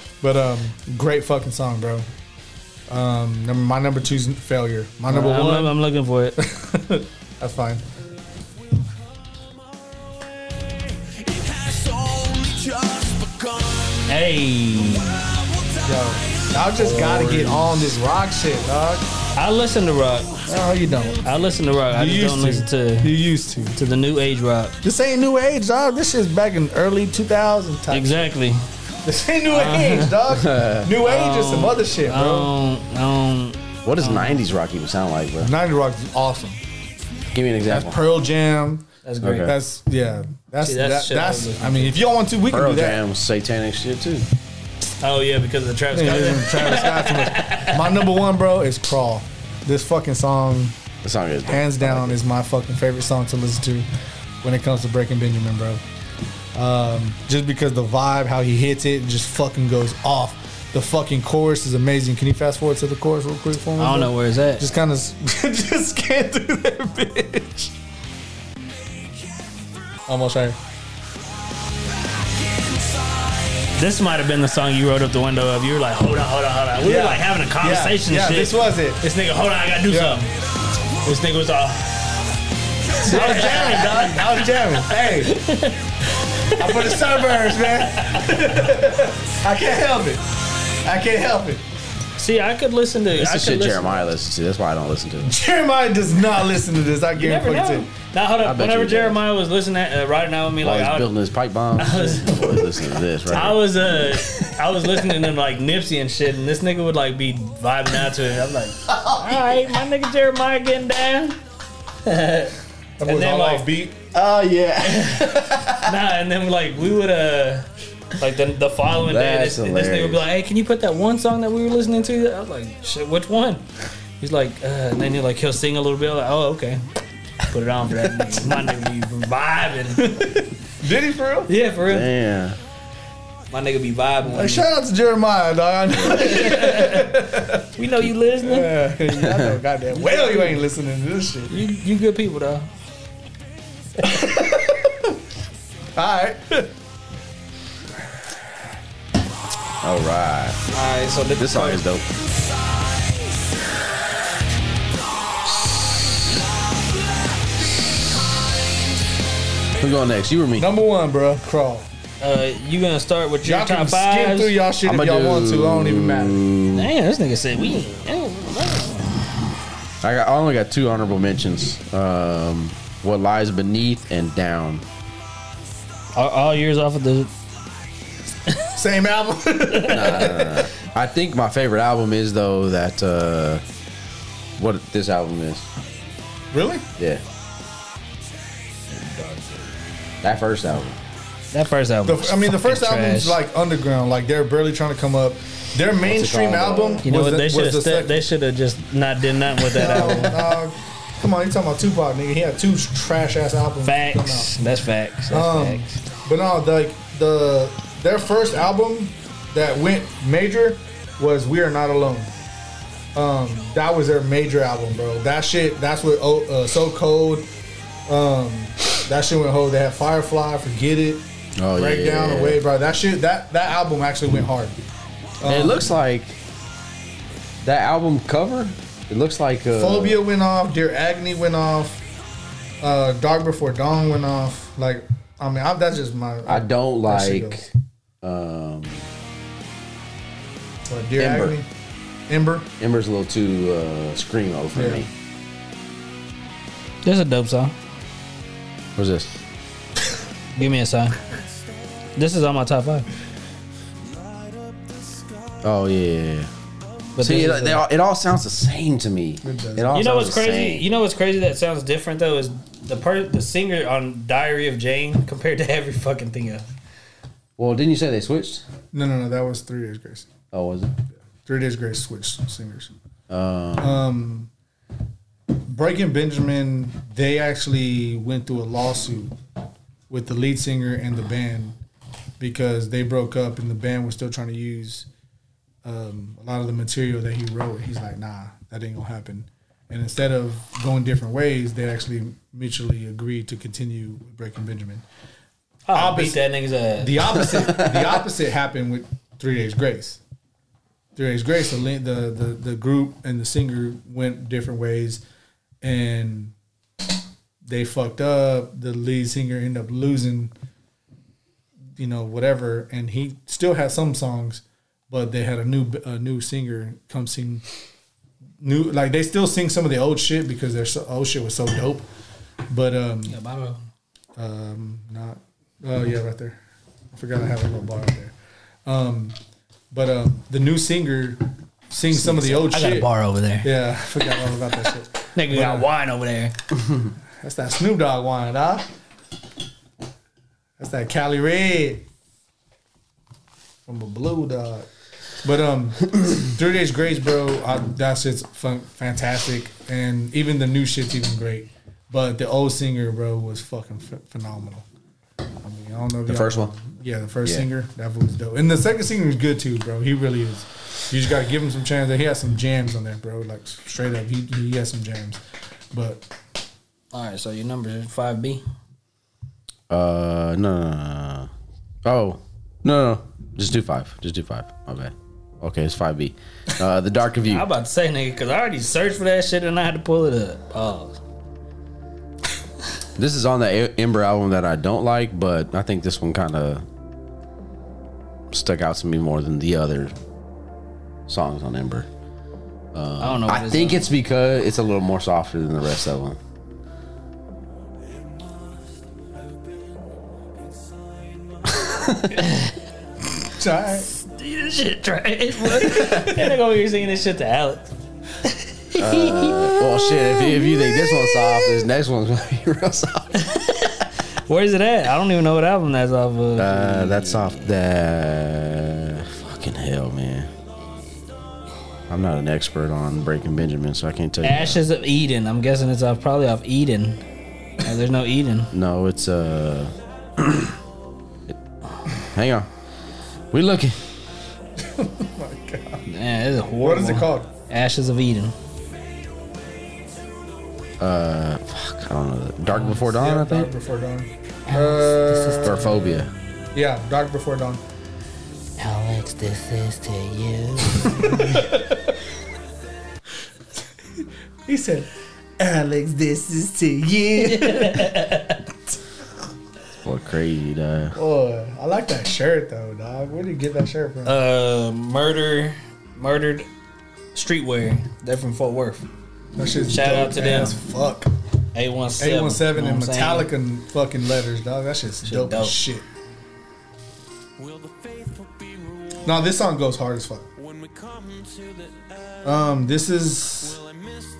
B: (laughs) but um, great fucking song, bro. Um, number, my number two's failure. My number
C: I'm-
B: one.
C: I'm- I'm looking for it.
B: (laughs) That's fine.
C: Hey.
B: Yo, I just gotta get on this rock shit, dog.
C: I listen to rock.
B: No, you don't. You
C: I listen to rock. I just
B: used
C: don't
B: to.
C: listen to
B: you used to.
C: to the new age rock.
B: This ain't new age, dog. This shit's back in early 2000 type.
C: Exactly.
B: This ain't new age, dog. New age is some other shit,
C: I
B: bro.
C: don't, I don't.
E: What does '90s rock even sound like, bro?
B: 90 Rock is awesome.
E: Give me an example.
B: That's Pearl Jam.
C: That's great.
E: Okay.
B: That's yeah. That's
C: See,
B: that's.
C: that's shit
B: That,
C: I was
B: that's
C: looking
B: I mean, if y'all want to, we can
E: Pearl
B: do that.
E: Jam, satanic shit too.
C: Oh yeah, because of the Travis
B: Yeah,
C: Scott.
B: yeah, yeah. Travis Scott too much. My number one, bro, is Crawl. This fucking song,
E: That sound good.
B: hands down, is my fucking favorite song to listen to when it comes to Breaking Benjamin, bro. Um, just because the vibe, how he hits it, just fucking goes off. The fucking chorus is amazing. Can you fast forward to the chorus real quick for me?
C: I don't
B: bro?
C: know where it's at.
B: Just kind of, (laughs) just can't do that, bitch. Almost right.
C: this might have been the song you wrote up the window of. You were like, hold on, hold on, hold on. We
B: Yeah.
C: were like having a conversation
B: Yeah, yeah
C: and shit.
B: this was it.
C: This nigga, hold on, I gotta do
B: Yeah.
C: something. This nigga
E: (laughs)
C: was all.
B: I was jamming, dog. I was
C: (laughs)
B: jamming. Hey, I'm for the sunburns, man. (laughs) I can't help it. I can't help it.
C: See, I could listen to.
E: This
C: I
E: is
C: could
E: shit
C: listen-
E: Jeremiah listens to. That's why I don't listen to it.
B: Jeremiah does not listen to this. I
C: You never
B: guarantee
C: know.
B: it.
C: Now hold
E: I bet
C: up.
E: you
C: Whenever
E: did.
C: Jeremiah was listening, uh, riding out with me,
E: While
C: like
E: he's
C: I,
E: building his pipe bomb,
C: I was.
E: he's listening to this right.
C: I (laughs)
E: here.
C: was uh, I was listening to like Nipsey and shit, and this nigga would like be vibing out to it. I'm like, all right, my nigga Jeremiah getting down.
B: That boy's
C: then,
B: all
C: like-
B: off beat.
E: Oh yeah.
C: (laughs) Nah, and then like we would uh, like the, the following day,
E: That's
C: this, this nigga would
E: hilarious.
C: be like, hey, can you put that one song that we were listening to? I was like, shit, which one? He's like, uh, and then he like he'll sing a little bit. I'm like, oh okay, put
E: (laughs)
C: it on for that nigga. My nigga be vibing.
B: Did he for real?
C: Yeah, for real.
E: Damn.
C: My nigga be
B: Like,
C: vibing. with me.
B: shout out to Jeremiah, dog. I know,
C: We know you listening.
B: yeah, (laughs) I know goddamn well you ain't listening to this shit.
C: You you good people though.
B: All right. (laughs)
E: All right.
C: All right, so
E: This song is dope. Who going next? You or me?
B: Number one, bro. Crawl.
C: Uh, you gonna start with your
B: Y'all
C: top
B: can skim
C: five?
B: through y'all shit
E: I'ma
B: if y'all want to. I don't even matter.
C: Damn, this nigga said we.
D: I got I only got two honorable mentions. Um, what lies beneath and down.
C: All, all years off of the.
B: Same album. (laughs)
D: I think my favorite album is though that uh, what this album is.
B: really?
D: Yeah. That first album.
C: That first album.
B: The, I mean, the first album's like underground. Like they're barely trying to come up. Their mainstream
E: called?
B: album
C: You know
B: was
C: what?
B: the,
C: They
B: was
C: should have.
B: the
C: St-
B: second.
C: they should have just not did nothing with that
B: No, (laughs)
C: album.
B: dog. come on, you talking about Tupac, nigga? He had two trash ass albums. that come
C: Facts. That's facts. That's
B: out. Um,
C: facts.
B: but no, like the their first album that went major was "We Are Not Alone." Um, that was their major album, bro. That shit. That's what oh, uh, so cold. Um, that shit went whole. They had Firefly, Forget It,
D: Oh yeah,
B: Breakdown,
D: yeah, yeah. Uh,
B: Away, bro. That shit. That that album actually went hard.
D: And it looks like that album cover. It looks like uh,
B: Phobia went off. Dear Agony went off. Uh, Dark Before Dawn went off. Like, I mean, I, that's just my.
D: I don't
B: that shit
D: like.
B: goes.
D: Um,
B: What, Dear
D: Ember.
B: Agony. Ember.
D: Ember's a little too uh, screamo for
B: Yeah.
D: me.
C: That's a dope song.
D: What's this?
C: Give me a sign. This is on my top five.
D: Oh yeah. yeah, yeah.
C: But
D: See,
C: this
D: it,
C: is
D: they
C: a-
D: all, it all sounds the same to me.
B: It does.
D: It all
C: you know
D: sounds
C: what's
D: the
C: crazy?
D: same.
C: You know what's crazy that sounds different though is the per- the singer on Diary of Jane compared to every fucking thing else.
D: well, didn't you say they switched?
B: No, no, no. That was Three Days Grace.
D: Oh, was it?
B: Three Days Grace switched singers. Um, Breaking Benjamin, they actually went through a lawsuit with the lead singer and the band because they broke up and the band was still trying to use um, a lot of the material that he wrote. He's like, nah, that ain't gonna happen. And instead of going different ways, they actually mutually agreed to continue with Breaking Benjamin.
C: I'll
B: Opposite-
C: beat that nigga's ass.
B: The opposite, the opposite happened with Three Days Grace. Three Days Grace, the lin- the the, the group and the singer went different ways, and they fucked up. The lead singer ended up losing, you know, whatever, and he still had some songs, but they had a new a new singer come sing. New like they still sing some of the old shit because their so, old shit was so dope, but um,
C: Yeah, Bono.
B: um, not. Oh yeah, right there. I forgot I have a little bar up there. Um, but uh, the new singer sings some of the old
C: I got
B: shit.
C: a bar over there.
B: Yeah, (laughs) I forgot all about that shit.
C: Nigga got
B: Yeah.
C: wine over there.
B: That's that Snoop Dogg wine, huh? That's that Cali Red from a Blue Dog. But um, (clears throat) Three Days Grace, bro, I, that shit's fun, fantastic, and even the new shit's even great. But the old singer, bro, was fucking ph- phenomenal. I mean, I don't know if
E: The
B: y'all
E: first
B: know-
E: one?
B: Yeah, the first
E: Yeah.
B: singer, that was dope, and the second singer is good too, bro. He really is. You just gotta give him some chance. He has some jams on there, bro. Like straight up, he he has some jams. But
C: All right, so your number is five B.
D: Uh, no, no, no, no, no. Oh, no, no, no. Just do five. Just do five. My bad. Okay, it's 5B. Uh, the Dark of You.
C: I'm (laughs) about to say nigga because I already searched for that shit and I had to pull it up. Oh,
D: This is on the A- Ember album that I don't like, but I think this one kind of stuck out to me more than the other songs on Ember.
C: I don't know. What
D: I think it's because it's a little more softer than the rest of them.
B: it's all right.
C: this shit trash. (laughs) What? That nigga over here singing this shit to Alex.
D: Well, shit, if you, if you think this one's soft, this next one's gonna be (laughs) real soft.
C: Where's it at? I don't even know what album that's off of.
D: Uh, that's soft. That fucking hell, man. I'm not an expert on Breaking Benjamin, so I can't tell you. that.
C: Ashes of Eden. I'm guessing it's off probably off Eden. Oh, there's no Eden.
D: No, it's uh. (coughs) hang on, we looking.
C: Man, this is horrible.
B: What is it called?
C: Ashes of Eden.
D: Fuck, I don't know. Dark Before Dawn,
B: yeah,
D: I think,
B: Dark Before Dawn. Uh,
D: or Phobia.
B: yeah, Dark Before Dawn.
C: Alex, this is to you.
B: (laughs) He said, "Alex, this is to you."
D: What crazy, duh.
B: Boy, Oh, I like that shirt though, dog. Where did you get that shirt from?
C: Uh, murder, murdered streetwear. They're from Fort Worth.
B: that shit's
C: shout
B: dope
C: out to
B: as
C: them.
B: Fuck.
C: Eight one seven.
B: Eight one seven and Metallica and fucking letters, dog. That shit's dope,
C: dope.
B: as shit. No, this song goes hard as fuck. Um, this is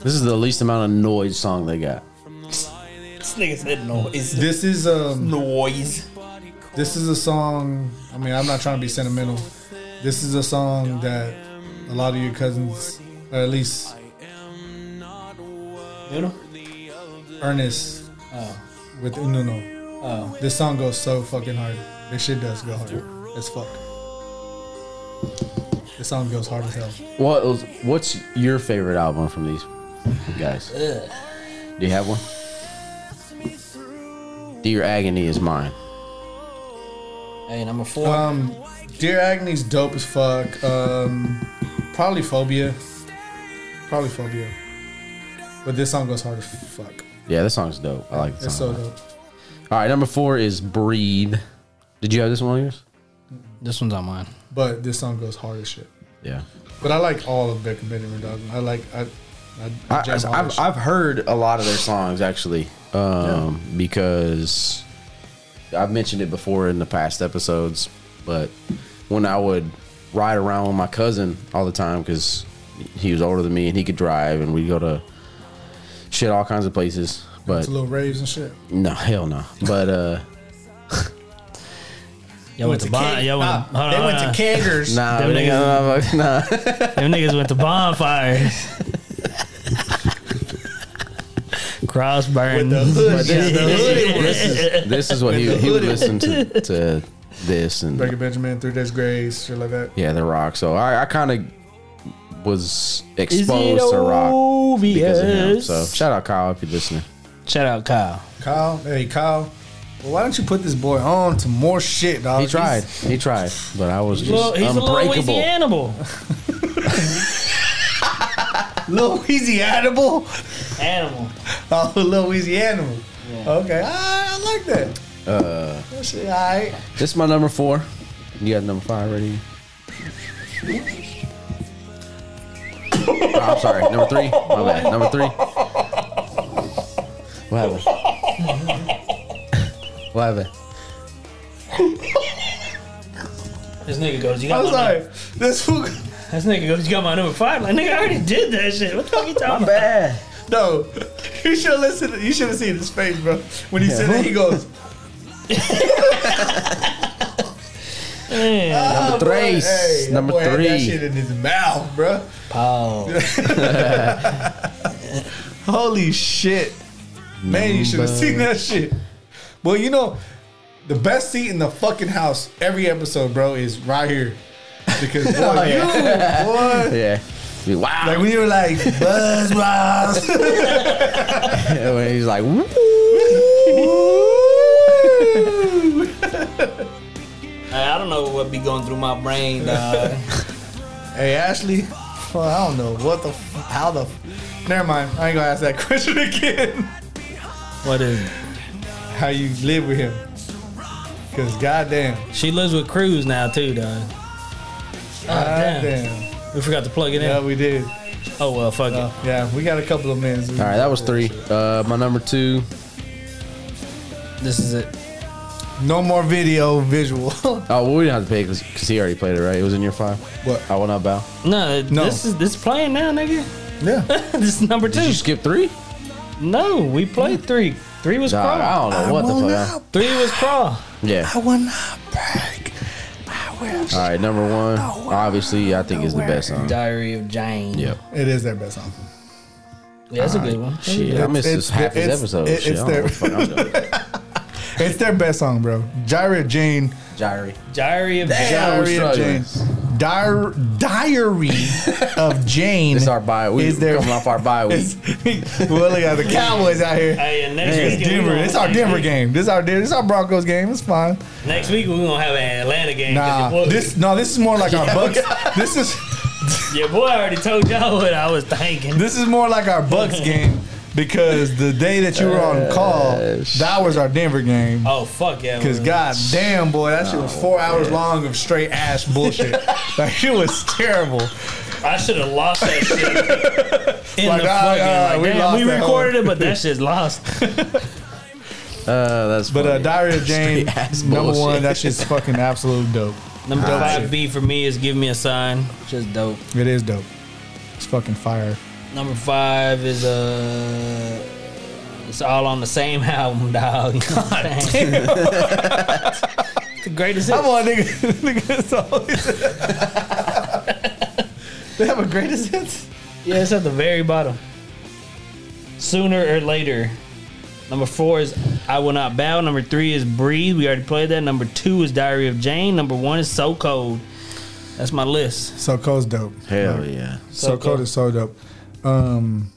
D: This is the least amount of noise song they got.
C: This nigga said noise.
B: this is um
C: Noise.
B: This is a song. I mean, I'm not trying to be sentimental. This is a song that a lot of your cousins, or at least
C: You know?
B: Ernest uh,
C: Oh,
B: with Ununo.
C: oh.
B: This song goes so fucking hard. This shit does go hard as fuck. This song goes hard as hell.
D: What was- What's your favorite album from these guys? Do you have one? Dear Agony is mine.
C: Hey, number four.
B: Um, Dear Agony's dope as fuck. Um, probably Phobia. Probably Phobia. But this song goes hard as fuck.
D: Yeah, this song's dope. I like this
B: It's so
D: song.
B: dope.
D: All right, number four is Breathe. Did you have this one on yours?
C: this one's on mine.
B: But this song goes hard as shit.
D: Yeah.
B: But I like all of Beck and Benjamin Dog. I like I. I,
D: I,
B: I, jam all
D: I-
B: their
D: I've,
B: shit.
D: I've heard a lot of their songs actually um, because I've mentioned it before in the past episodes. But when I would ride around with my cousin all the time because he was older than me and he could drive and we'd go to shit all kinds of places. But
B: It's a little raves and shit.
D: no, hell no. But uh,
C: Y'all went to bon- y'all went, hold on, hold (laughs) on.
B: Keggers.
D: nah,
C: Them niggas-
D: nah, nah.
C: Them niggas went to bonfires. Crossburn.
B: hood,
C: (laughs)
D: this is what he, he would listen to, to this and
B: Breaking Benjamin, Three Days Grace, shit like that.
D: Yeah, The Rock. So I, I kind of was exposed to Rock because of him. So shout out Kyle if you're listening.
C: Shout out Kyle.
B: Kyle, hey Kyle, well, why don't you put this boy on to more shit, dog?
D: He tried, he tried, but I was just
C: Oh, Well, he's a little
D: unbreakable.
C: Louisianable.
B: Louisiana boy.
C: Animal.
B: (laughs) Oh, Louisiana. Okay, I, I like that. Uh, that shit, all right.
D: this is my number four. You got number five already. Oh, I'm sorry, number three. My bad, number three. What happened? what happened?
C: This nigga goes, you
B: I
C: got
B: was
C: my number-
B: like, this who?
C: This nigga goes, you got my number five. Like nigga, I already did that shit. What the fuck you talking about?
E: bad.
B: (laughs) No, you should listen. You should have seen his face, bro. When he said that, he goes,
C: Man.
B: "Number
E: threes. Number
B: boy Had that
E: three.
B: shit in his mouth, bro. (laughs)
C: Paul.
B: Holy shit, man! You should have seen that shit. Well, you know, the best seat in the fucking house every episode, bro, is right here because (laughs) boy, you, boy.
E: Yeah. Wow.
B: Oh, Like when you were like Buzz (laughs) Ross.
E: when (laughs) he's like, whoop.
C: I I don't know what be going through my brain, dog.
B: Hey Ashley, well, I don't know what the f- how the. F- Never mind, I ain't gonna ask that question (laughs) again.
C: what is it?
B: how you live with him? Cause goddamn,
C: She lives with Cruz now too, dog.
B: Ah,
C: Oh, damn.
B: goddamn,
C: We forgot to plug it in.
B: yeah, we did.
C: Oh well, fuck
B: Uh, yeah, we got a couple of minutes.
E: All right, that was three. Uh, my number two.
C: it. This is it.
B: No more video, visual. (laughs)
E: Oh, well, we didn't have to pay because he already played it, right? It was in your five.
B: What?
E: I will not bow.
C: No,
B: No.
C: this is this playing now, nigga. (laughs)
B: yeah,
C: this is number
E: Did
C: two.
E: you skip three?
C: No, we played three. Three was
E: Nah, I
C: crawl.
E: don't know what the fuck. I-
C: Three was crawl.
E: Yeah.
B: I will not break. I will.
E: All right, number one. Obviously, I think is the best song.
C: Diary of Jane.
E: Yep.
B: It is their best song.
C: Yeah, that's a good one.
E: Shit, I
B: It's-
E: missed
B: it's-
E: this half this
B: it's-
E: episode.
B: it-
E: Shit,
B: it's
E: I don't know
B: there.
E: what the fuck I'm doing.
B: It's their best song, bro. Gyra Jane.
E: Gyrie.
C: (laughs) Diary of Jane.
E: Yeah, we're
B: Diary of
E: struggling.
B: Jane. Diar- Diary of Jane.
E: This is
B: (laughs)
E: our bye week.
B: Is there-
E: coming off our bye week.
B: It's- well, look at the Cowboys out here.
C: Hey, and next
B: It's
C: week we
B: Denver.
C: gonna-
B: It's our
C: next
B: Denver
C: week-
B: game. This is our this is our Broncos game. It's fine.
C: Next week we're gonna have an Atlanta game. 'cause
B: Nah,
C: your boy,
B: this no. This is more like our Bucks. This is
C: your boy already told y'all what I was thinking.
B: this is more like our Bucks game because the day that you were on call, that was our Denver game.
C: Oh fuck yeah!
B: Cause
C: man.
B: god damn boy, that shit was four hours long of straight ass bullshit. (laughs) like shit was terrible.
C: I should have lost that
B: (laughs)
C: shit. In
B: Like,
C: the
B: ah,
C: fucking,
B: ah,
C: like,
B: we
C: we, damn,
B: lost
C: we
B: that
C: recorded it, but
B: (laughs)
C: that shit's lost.
E: Uh, that's
B: But uh,
E: funny.
B: Diary of Jane,
E: Straight ass
B: number
E: bullshit.
B: one, that shit's fucking absolute dope.
C: Number
B: Dope
C: five
B: shit.
C: B for me is "Give Me a Sign," just dope.
B: It is dope. It's fucking fire.
C: Number five is uh, it's all on the same (laughs) album, dog. You know what I'm saying? It's (laughs) the greatest.
B: Come
C: hits.
B: on, nigga. nigga it's always (laughs) they have a greatest hits.
C: Yeah, it's at the very bottom. Sooner or later. Number four is I Will Not Bow. Number three is Breathe. We already played that. Number two is Diary of Jane. Number one is So Cold. That's my list.
B: So Cold's dope.
E: hell yeah.
B: So Cold is so dope. Um,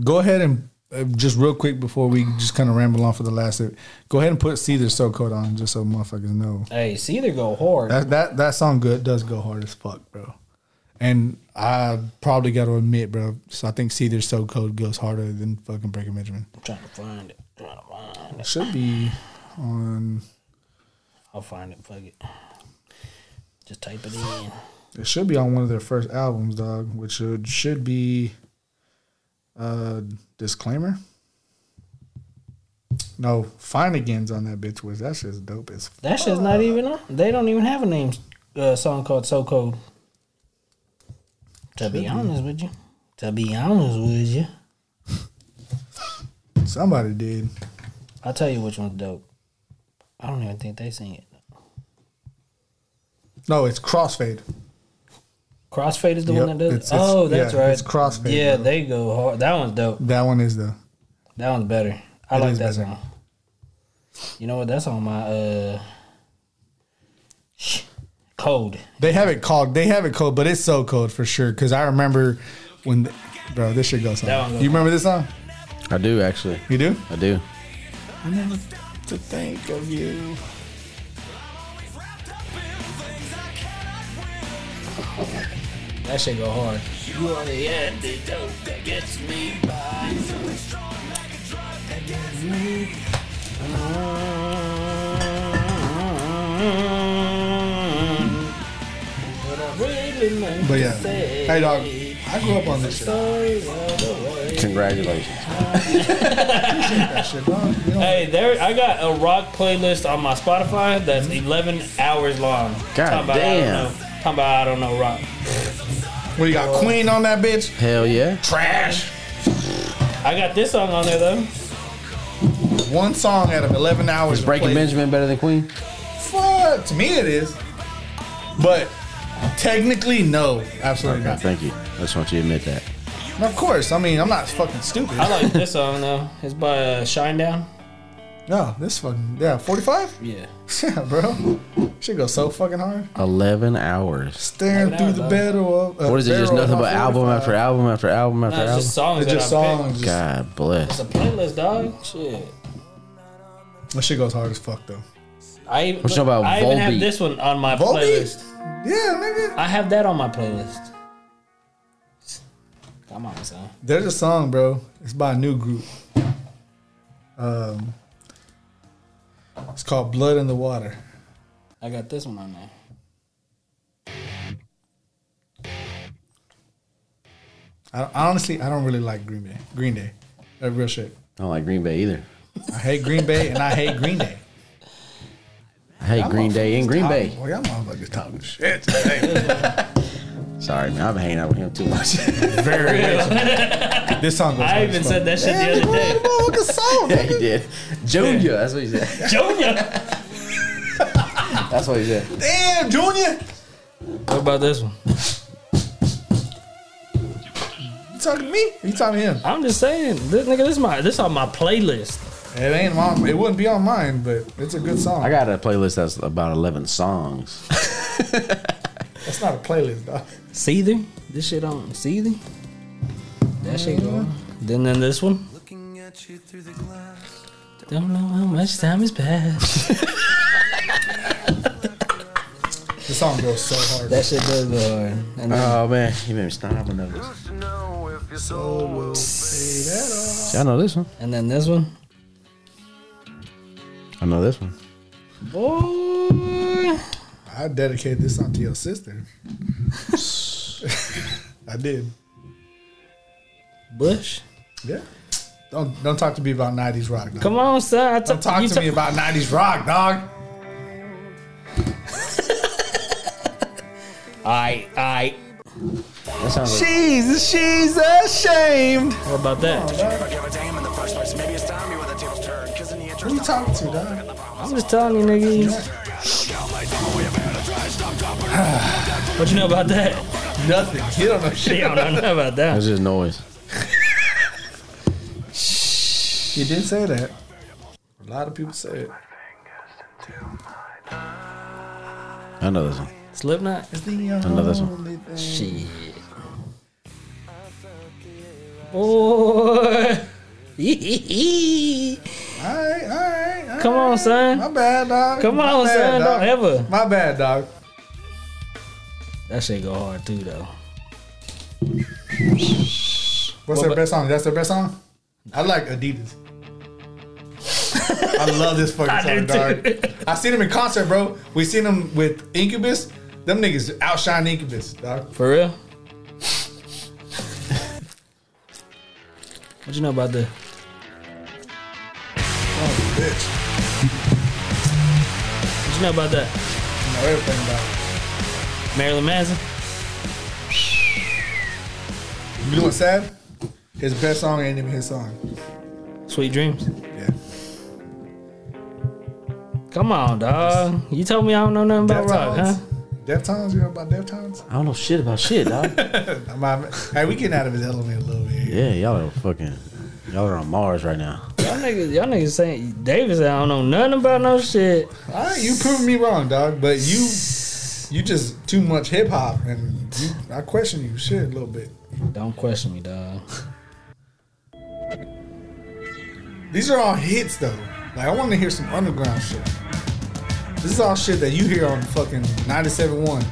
B: go ahead and uh, just real quick before we just kind of ramble on for the last bit, go ahead and put Cedar So Cold on just so motherfuckers know.
C: Hey, see either go hard.
B: That that that song good does go hard as fuck, bro. And I probably got to admit, bro. So I think Cedar So Cold goes harder than fucking Breaking Benjamin.
C: I'm trying to find it. trying to find it.
B: Should be on.
C: I'll find it. Fuck it. Just type it in.
B: It should be on one of their first albums, dog, which should, should be uh disclaimer. No, Fine Again's on that bitch, which that shit's dope as fuck.
C: That shit's not even on. They don't even have a name uh, song called So Cold. To be honest with you. To be honest with you.
B: Somebody did.
C: I'll tell you which one's dope. I don't even think they sing it.
B: No, it's Crossfade.
C: Crossfade is the
B: Yep,
C: one that does.
B: it's-
C: it.
B: it's-
C: oh, that's
B: yeah,
C: right.
B: it's Crossfade,
C: Yeah,
B: bro.
C: they go hard. That one's dope.
B: That one is the
C: That one's better. I
B: It
C: like
B: is
C: that
B: better.
C: song. You know what? That's on my uh code.
B: they have it called they have it cold, but it's so cold for sure. Cause I remember when the, bro, this shit goes
C: That one
B: on.
C: goes
B: You remember this song?
E: I do, actually.
B: You do?
E: I do.
B: I never to think of you.
C: That shit go hard. You are the antidote that gets me by.
B: But yeah. Hey dog, I grew up on this shit.
E: Congratulations.
B: That shit, dog. You know,
C: Hey, there! I got a rock playlist on my Spotify that's 11 hours long.
E: God
C: Talking about I don't
E: damn.
C: know- Talking about I don't know rock.
B: What you got? Queen on that bitch?
E: Hell yeah.
B: Trash.
C: I got this song on there though.
B: One song out of eleven hours.
E: Is
B: of
E: Breaking
B: play.
E: Benjamin better than Queen?
B: Fuck. To me, it is. But technically, no. Absolutely
E: Okay,
B: not.
E: thank you. I just want you to admit that.
B: And Of course. I mean, I'm not fucking stupid.
C: I like this song though. It's by uh, Shine Down.
B: No, this fucking yeah. 45.
C: Yeah.
B: (laughs) Yeah, bro. Shit goes so fucking hard.
E: 11 hours.
B: Staring
C: Right
B: through
C: now,
B: the
C: dog.
B: barrel of. Uh,
E: What is it? Just
B: barrel
E: nothing
B: of
E: but
B: my
E: album
B: 45.
E: after album after album after
C: No, it's
E: album?
C: just songs
B: It's
C: that
B: just
C: I picked.
B: songs. Just,
E: God bless.
C: It's a playlist, dog. Shit.
B: that shit goes hard as fuck though.
C: I even,
E: What you know about
C: I even have
E: Volbeat?
C: this one on my
B: Volbeat?
C: playlist.
B: Yeah, nigga.
C: I have that on my playlist. Come on, son.
B: There's a song, bro. It's by a new group. Um, it's called Blood in the Water.
C: I got this one on there.
B: I, I honestly, I don't really like Green Day. Green Day, that real shit.
E: I don't like Green Bay either.
B: I hate Green Bay and I hate Green Day.
E: I hate Green Day and Green Bay.
B: Boy, y'all motherfuckers talking shit.
E: Sorry, man. I've been hanging out with him too much. (laughs)
B: Very racist. This song goes.
C: I
B: hard
C: even
B: as fuck.
C: said that shit
B: Yeah,
C: the other
B: boy, (laughs)
C: day.
B: motherfucker
E: (laughs)
B: song,
E: yeah, he
B: nigga.
E: did. Junior. That's what he said.
C: Junior.
E: That's what he said.
B: Damn, Junior.
C: What about this one?
B: You talking to me? You talking to him?
C: I'm just saying, this nigga, this my this on my playlist.
B: It ain't mine. It wouldn't be on mine, but it's a good song.
E: I got a playlist that's about 11 songs.
B: That's not a playlist, dog.
C: Seething. This shit on Seething. That shit going. Then then this one. Don't know how much time has passed.
B: (laughs) The song goes so hard.
C: that shit does go hard. And then
E: Oh, man. You made me stop and know this. See, I know this one.
C: and then this one.
E: I know this one.
C: Boy.
B: I dedicate this song to
E: (laughs)
B: your sister. (laughs) I did.
C: Bush.
B: Yeah. Don't don't talk to me about '90s rock. Dog.
C: Come on, son. I t-
B: Don't talk
C: you
B: to
C: t-
B: me about '90s rock, dog.
C: I I.
E: That sounds like
B: Jesus, she's ashamed.
C: What about that?
B: Who you talking to, dog?
C: I'm just telling you, nigga. (sighs) what you know about that? (laughs)
B: Nothing. He don't know shit.
C: Shit, I don't know about that.
E: that's just noise.
B: He did say that. A lot of people say it.
E: I know this one.
C: Slipknot.
B: It's the uh,
E: know this one.
B: only thing.
C: Shit. Boy. (laughs)
B: All right, all right, all right.
C: Come on,
B: My
C: son.
B: bad, dog.
C: Come
B: My
C: on,
B: bad,
C: son.
B: dog.
C: Don't ever.
B: My bad, dog.
C: That shit go hard too, though.
B: What's
C: What
B: their
C: about-
B: best song? That's their best song. I like Adidas. I love this
C: (laughs)
B: fucking song,
C: do
B: dog. I seen him in concert, bro. We seen him with Incubus. Them niggas outshine Incubus, dog.
C: For real. what you know about that?
B: Oh, bitch.
C: What you know about that?
B: You know everything about
C: Marilyn Manson.
B: it. You know what's sad? His best song ain't even his song.
C: Sweet dreams.
B: Yeah.
C: Come on, dog. You told me I don't know nothing about rock, huh?
B: Deftones, you know about Deftones?
E: I don't know shit about shit, dog.
B: I'm out- hey, we getting out of his element a little bit. here.
E: (laughs) yeah, y'all are fucking, y'all are on Mars right now.
C: Y'all niggas, y'all niggas saying Davis. I don't know nothing about no shit.
B: All right, you proving me wrong, dog. But you, you just too much hip hop, and you, I question you shit a little bit.
C: Don't question me, dog.
B: These are all hits though. Like I want to hear some underground shit. This is all shit that you hear on fucking 97.1.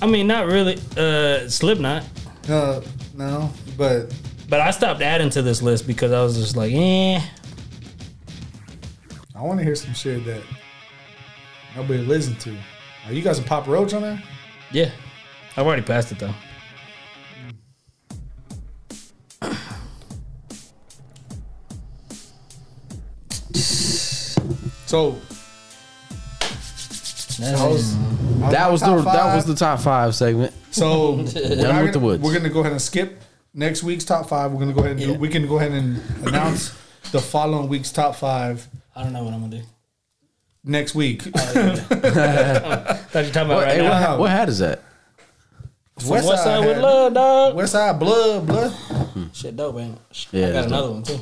C: I mean, not really. Uh, Slipknot.
B: Uh, no, but
C: But I stopped adding to this list because I was just like, eh.
B: I want to hear some shit that nobody listened to. Are you guys a Papa Roach on there?
C: Yeah. I've already passed it though.
B: So
C: That's
B: I was- I
D: That was the
B: top
D: that
B: five.
D: was the top five segment.
B: So we're, not
D: with the
B: gonna-
D: woods.
B: we're gonna go ahead and skip next week's top five. We're gonna go ahead and do,
C: Yeah.
B: we can go ahead and announce the following week's top five
C: I don't know what I'm gonna do.
B: next week.
C: Thought you talking about
D: What,
C: right
D: hey,
C: now.
D: what, what hat is that?
C: West,
B: Westside
C: Side with
B: had-
C: love, dog.
B: West Side blood, blood.
C: Shit, dope, man. I
D: Yeah,
C: got
D: that's
C: another one too.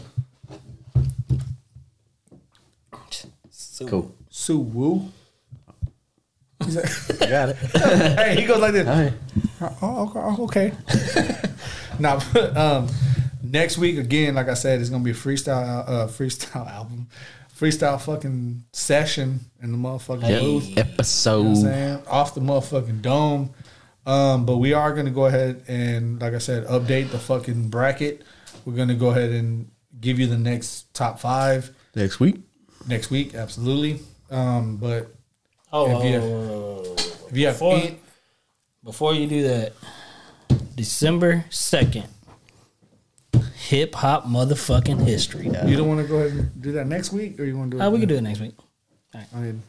D: Cool.
B: Sue Woo. He's like,
D: Got it.
B: hey, he goes like this.
D: (laughs) All right.
B: Oh, okay. oh, okay. (laughs) now, um, next week again, like I said, it's gonna be a freestyle, uh, freestyle (laughs) album, freestyle fucking session in the motherfucking booth.
D: Episode.
B: You know what I'm saying? Off the motherfucking dome. Um, but we are gonna go ahead and, like I said, update the fucking bracket. We're gonna go ahead and give you the next top five
D: Next week.
B: next week, absolutely. Um, but
C: Oh,
B: If
C: oh,
B: you-
C: oh, oh, oh.
B: if you have
C: before,
B: any-
C: before you do that, December second, hip hop motherfucking history. dog.
B: you don't want to go ahead and do that next week, or you want to do it?
C: Uh, we can do it next week.
B: I mean,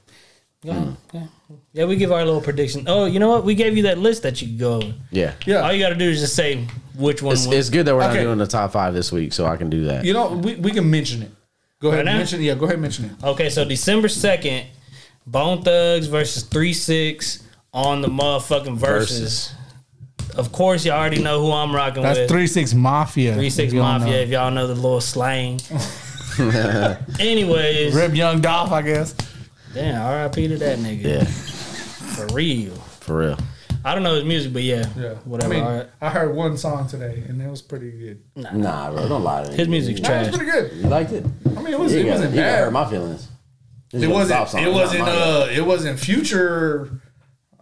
C: Go
D: Mm.
C: ahead. Yeah. Yeah, we give our little prediction. Oh, you know what? We gave you that list that you could go over.
D: Yeah.
B: yeah.
C: All you got to do is just say which one.
D: It's,
C: won.
D: it's good that we're
B: Okay.
D: not doing the top five this week, so I can do that.
B: you know, we, we can mention it. Go ahead,
C: Right
B: and
C: now?
B: mention it. Yeah, go ahead, and mention it.
C: Okay, so December second, Bone Thugs versus Three Six on the motherfucking verses. Of course, y'all already know who I'm rocking with.
B: three six mafia.
C: Three Six Mafia, if y'all know the little slang. Anyways,
B: Rip Young Dolph, I guess.
C: damn, RIP to that nigga.
D: Yeah,
C: For real.
D: for real.
C: I don't know his music, but yeah,
B: Yeah,
C: whatever.
B: I mean,
C: all right.
B: I heard one song today, and it was pretty good.
E: Nah, bro, don't lie to me.
C: His music's
B: That was
C: trash.
B: pretty good.
E: You liked it?
B: I mean, it was
E: you
B: it
E: got-
B: wasn't
E: you got
B: bad.
E: hurt my feelings.
B: It wasn't. It wasn't. Uh, it wasn't future.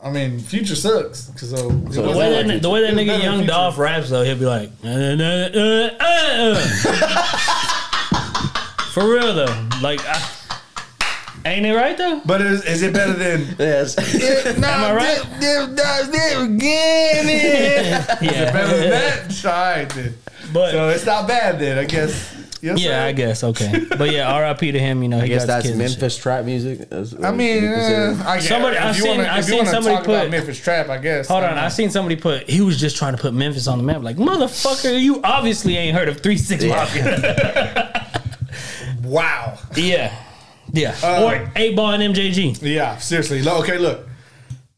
B: I mean, future sucks. So, it
E: So
C: The
E: Wasn't
C: way,
E: like
C: that,
E: it.
C: the way that
B: It was
C: nigga
B: better
C: Young
B: feature.
C: Dolph raps though, he'll be like, "Uh, uh, uh, uh, (laughs) uh." for real though, like, I, ain't it right though?
B: but is, is it better
C: (laughs)
B: than?
D: Yes.
C: Am I right? Yeah,
B: (laughs) Better than that? All right, then.
C: (laughs) but
B: So it's not bad then, I guess. You know what I'm
C: yeah, I
B: saying?
C: guess okay.
B: (laughs)
C: But yeah, R.I.P. to him. You know, he
E: I guess
C: got
E: that's
C: his kids and shit.
E: Memphis trap music. That's-
B: I
E: that's
B: mean,
E: considered.
B: uh, I guess.
C: Somebody-
B: if
C: I've
B: you
C: seen-
B: wanna, if
C: I've
B: you
C: seen
B: wanna
C: somebody
B: talk about
C: put-
B: Memphis trap. I guess.
C: Hold
B: I
C: on,
B: mean,
C: I seen somebody put he was just trying to put Memphis on the map. Like motherfucker, you obviously ain't heard of Three
E: (laughs)
C: Six Mafia.
B: Wow.
C: yeah, yeah.
B: Uh,
C: or Eight Ball and MJG.
B: Yeah. Seriously. Lo- Okay. Look.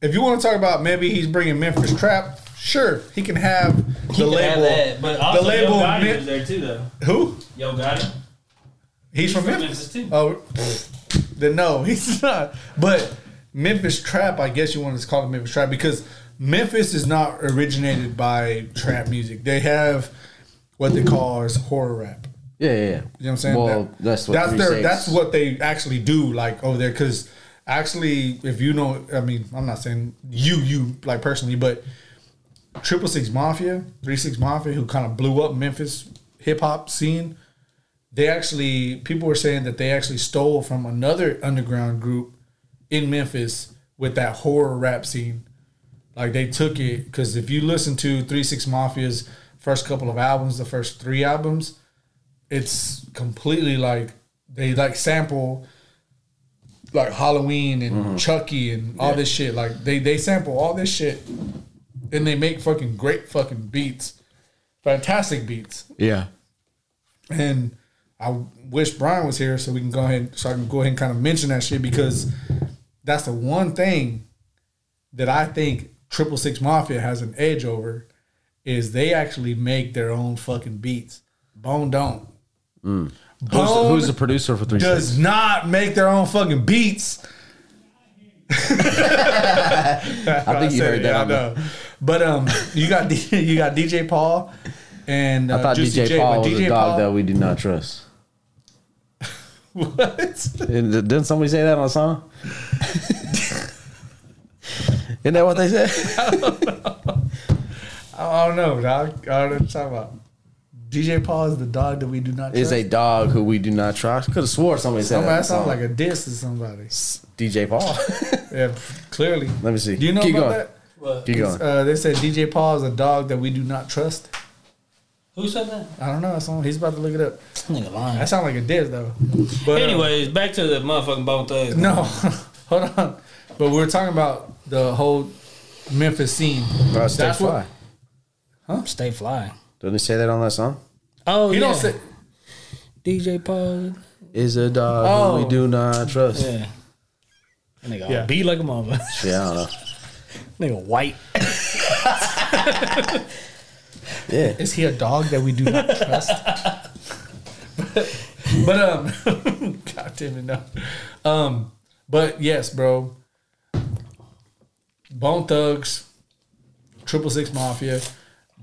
B: If you want to talk about maybe he's bringing Memphis trap, sure he can have the label. the label. Mem-
C: there too though.
B: who?
C: Yo Gotti,
B: He's, from, Memphis.
C: too.
B: Oh, then no, (laughs) he's not. But Memphis trap, I guess you want to call it Memphis trap because Memphis is not originated by trap music. They have what they call as horror rap.
E: yeah, yeah, yeah.
B: You know what I'm saying?
E: Well,
B: That-
E: that's what
B: that's
E: three
B: their
E: six-
B: that's what they actually do like over there because actually if you know I mean I'm not saying you you like personally but Triple Six Mafia Three Six Mafia who kind of blew up Memphis hip hop scene they actually people were saying that they actually stole from another underground group in Memphis with that horror rap scene like they took it because if you listen to Three Six Mafia's first couple of albums the first three albums it's completely like they like sample like Halloween and Chucky and all this shit. Like they they sample all this shit and they make fucking great fucking beats, fantastic beats.
D: Yeah.
B: And I wish Brian was here so we can go ahead so I can go ahead and kind of mention that shit because that's the one thing that I think Triple Six Mafia has an edge over is they actually make their own fucking beats. Bone don't.
E: Mm.
D: Who's,
B: Bone
D: who's the producer for three six?
B: does not make their own fucking
E: (laughs)
B: beats.
E: I
B: (laughs)
E: think you
B: said
E: heard that.
B: it, yeah,
E: on the-
B: But um, you got D- (laughs) you got DJ Paul and uh,
E: I thought
B: Juicy
E: DJ
B: J,
E: Paul
B: but
E: was
B: DJ
E: a dog
B: Paul,
E: that we do not trust.
B: what? (laughs)
E: And th- Didn't somebody say that on a song? (laughs) Isn't that what they said?
B: I don't know. Dog. I don't know what you're talking about. DJ Paul is the dog that we do not.
E: Is
B: trust.
E: a dog who we do not trust. Could have swore somebody said that.
B: Somebody- that
E: in the
B: sounds
E: song.
B: like a diss to somebody.
E: DJ
B: (laughs)
E: Paul.
B: Yeah, clearly.
E: Let me see.
B: Do you know
E: Keep
B: about
E: going.
B: that?
E: Keep going.
B: Uh, they said DJ Paul is a dog that we do not trust.
C: Who said that?
B: I don't know. It's on, he's about to look it up.
C: That Nigga lying.
B: That sounds like a diss though. But, uh,
C: Anyways, back to the motherfucking bone thugs.
B: no, (laughs) hold on. But we were talking about the whole Memphis scene.
E: Bro, stay
B: That's what-
E: fly.
C: Stay fly.
E: Doesn't he say that on that song?
C: Oh,
B: He
C: yeah.
B: don't say.
C: DJ Paul.
E: Is a dog who
B: Oh.
E: we do not trust. Yeah,
C: Yeah. That Nigga,
B: Yeah.
C: yeah. beat like a motherfucker. (laughs)
E: I don't know.
C: Nigga, white.
E: Yeah.
B: Is he a dog that we do not trust? but, but um, (laughs) god damn it, no. Um, but yes, bro. Bone Thugs, Triple Six Mafia,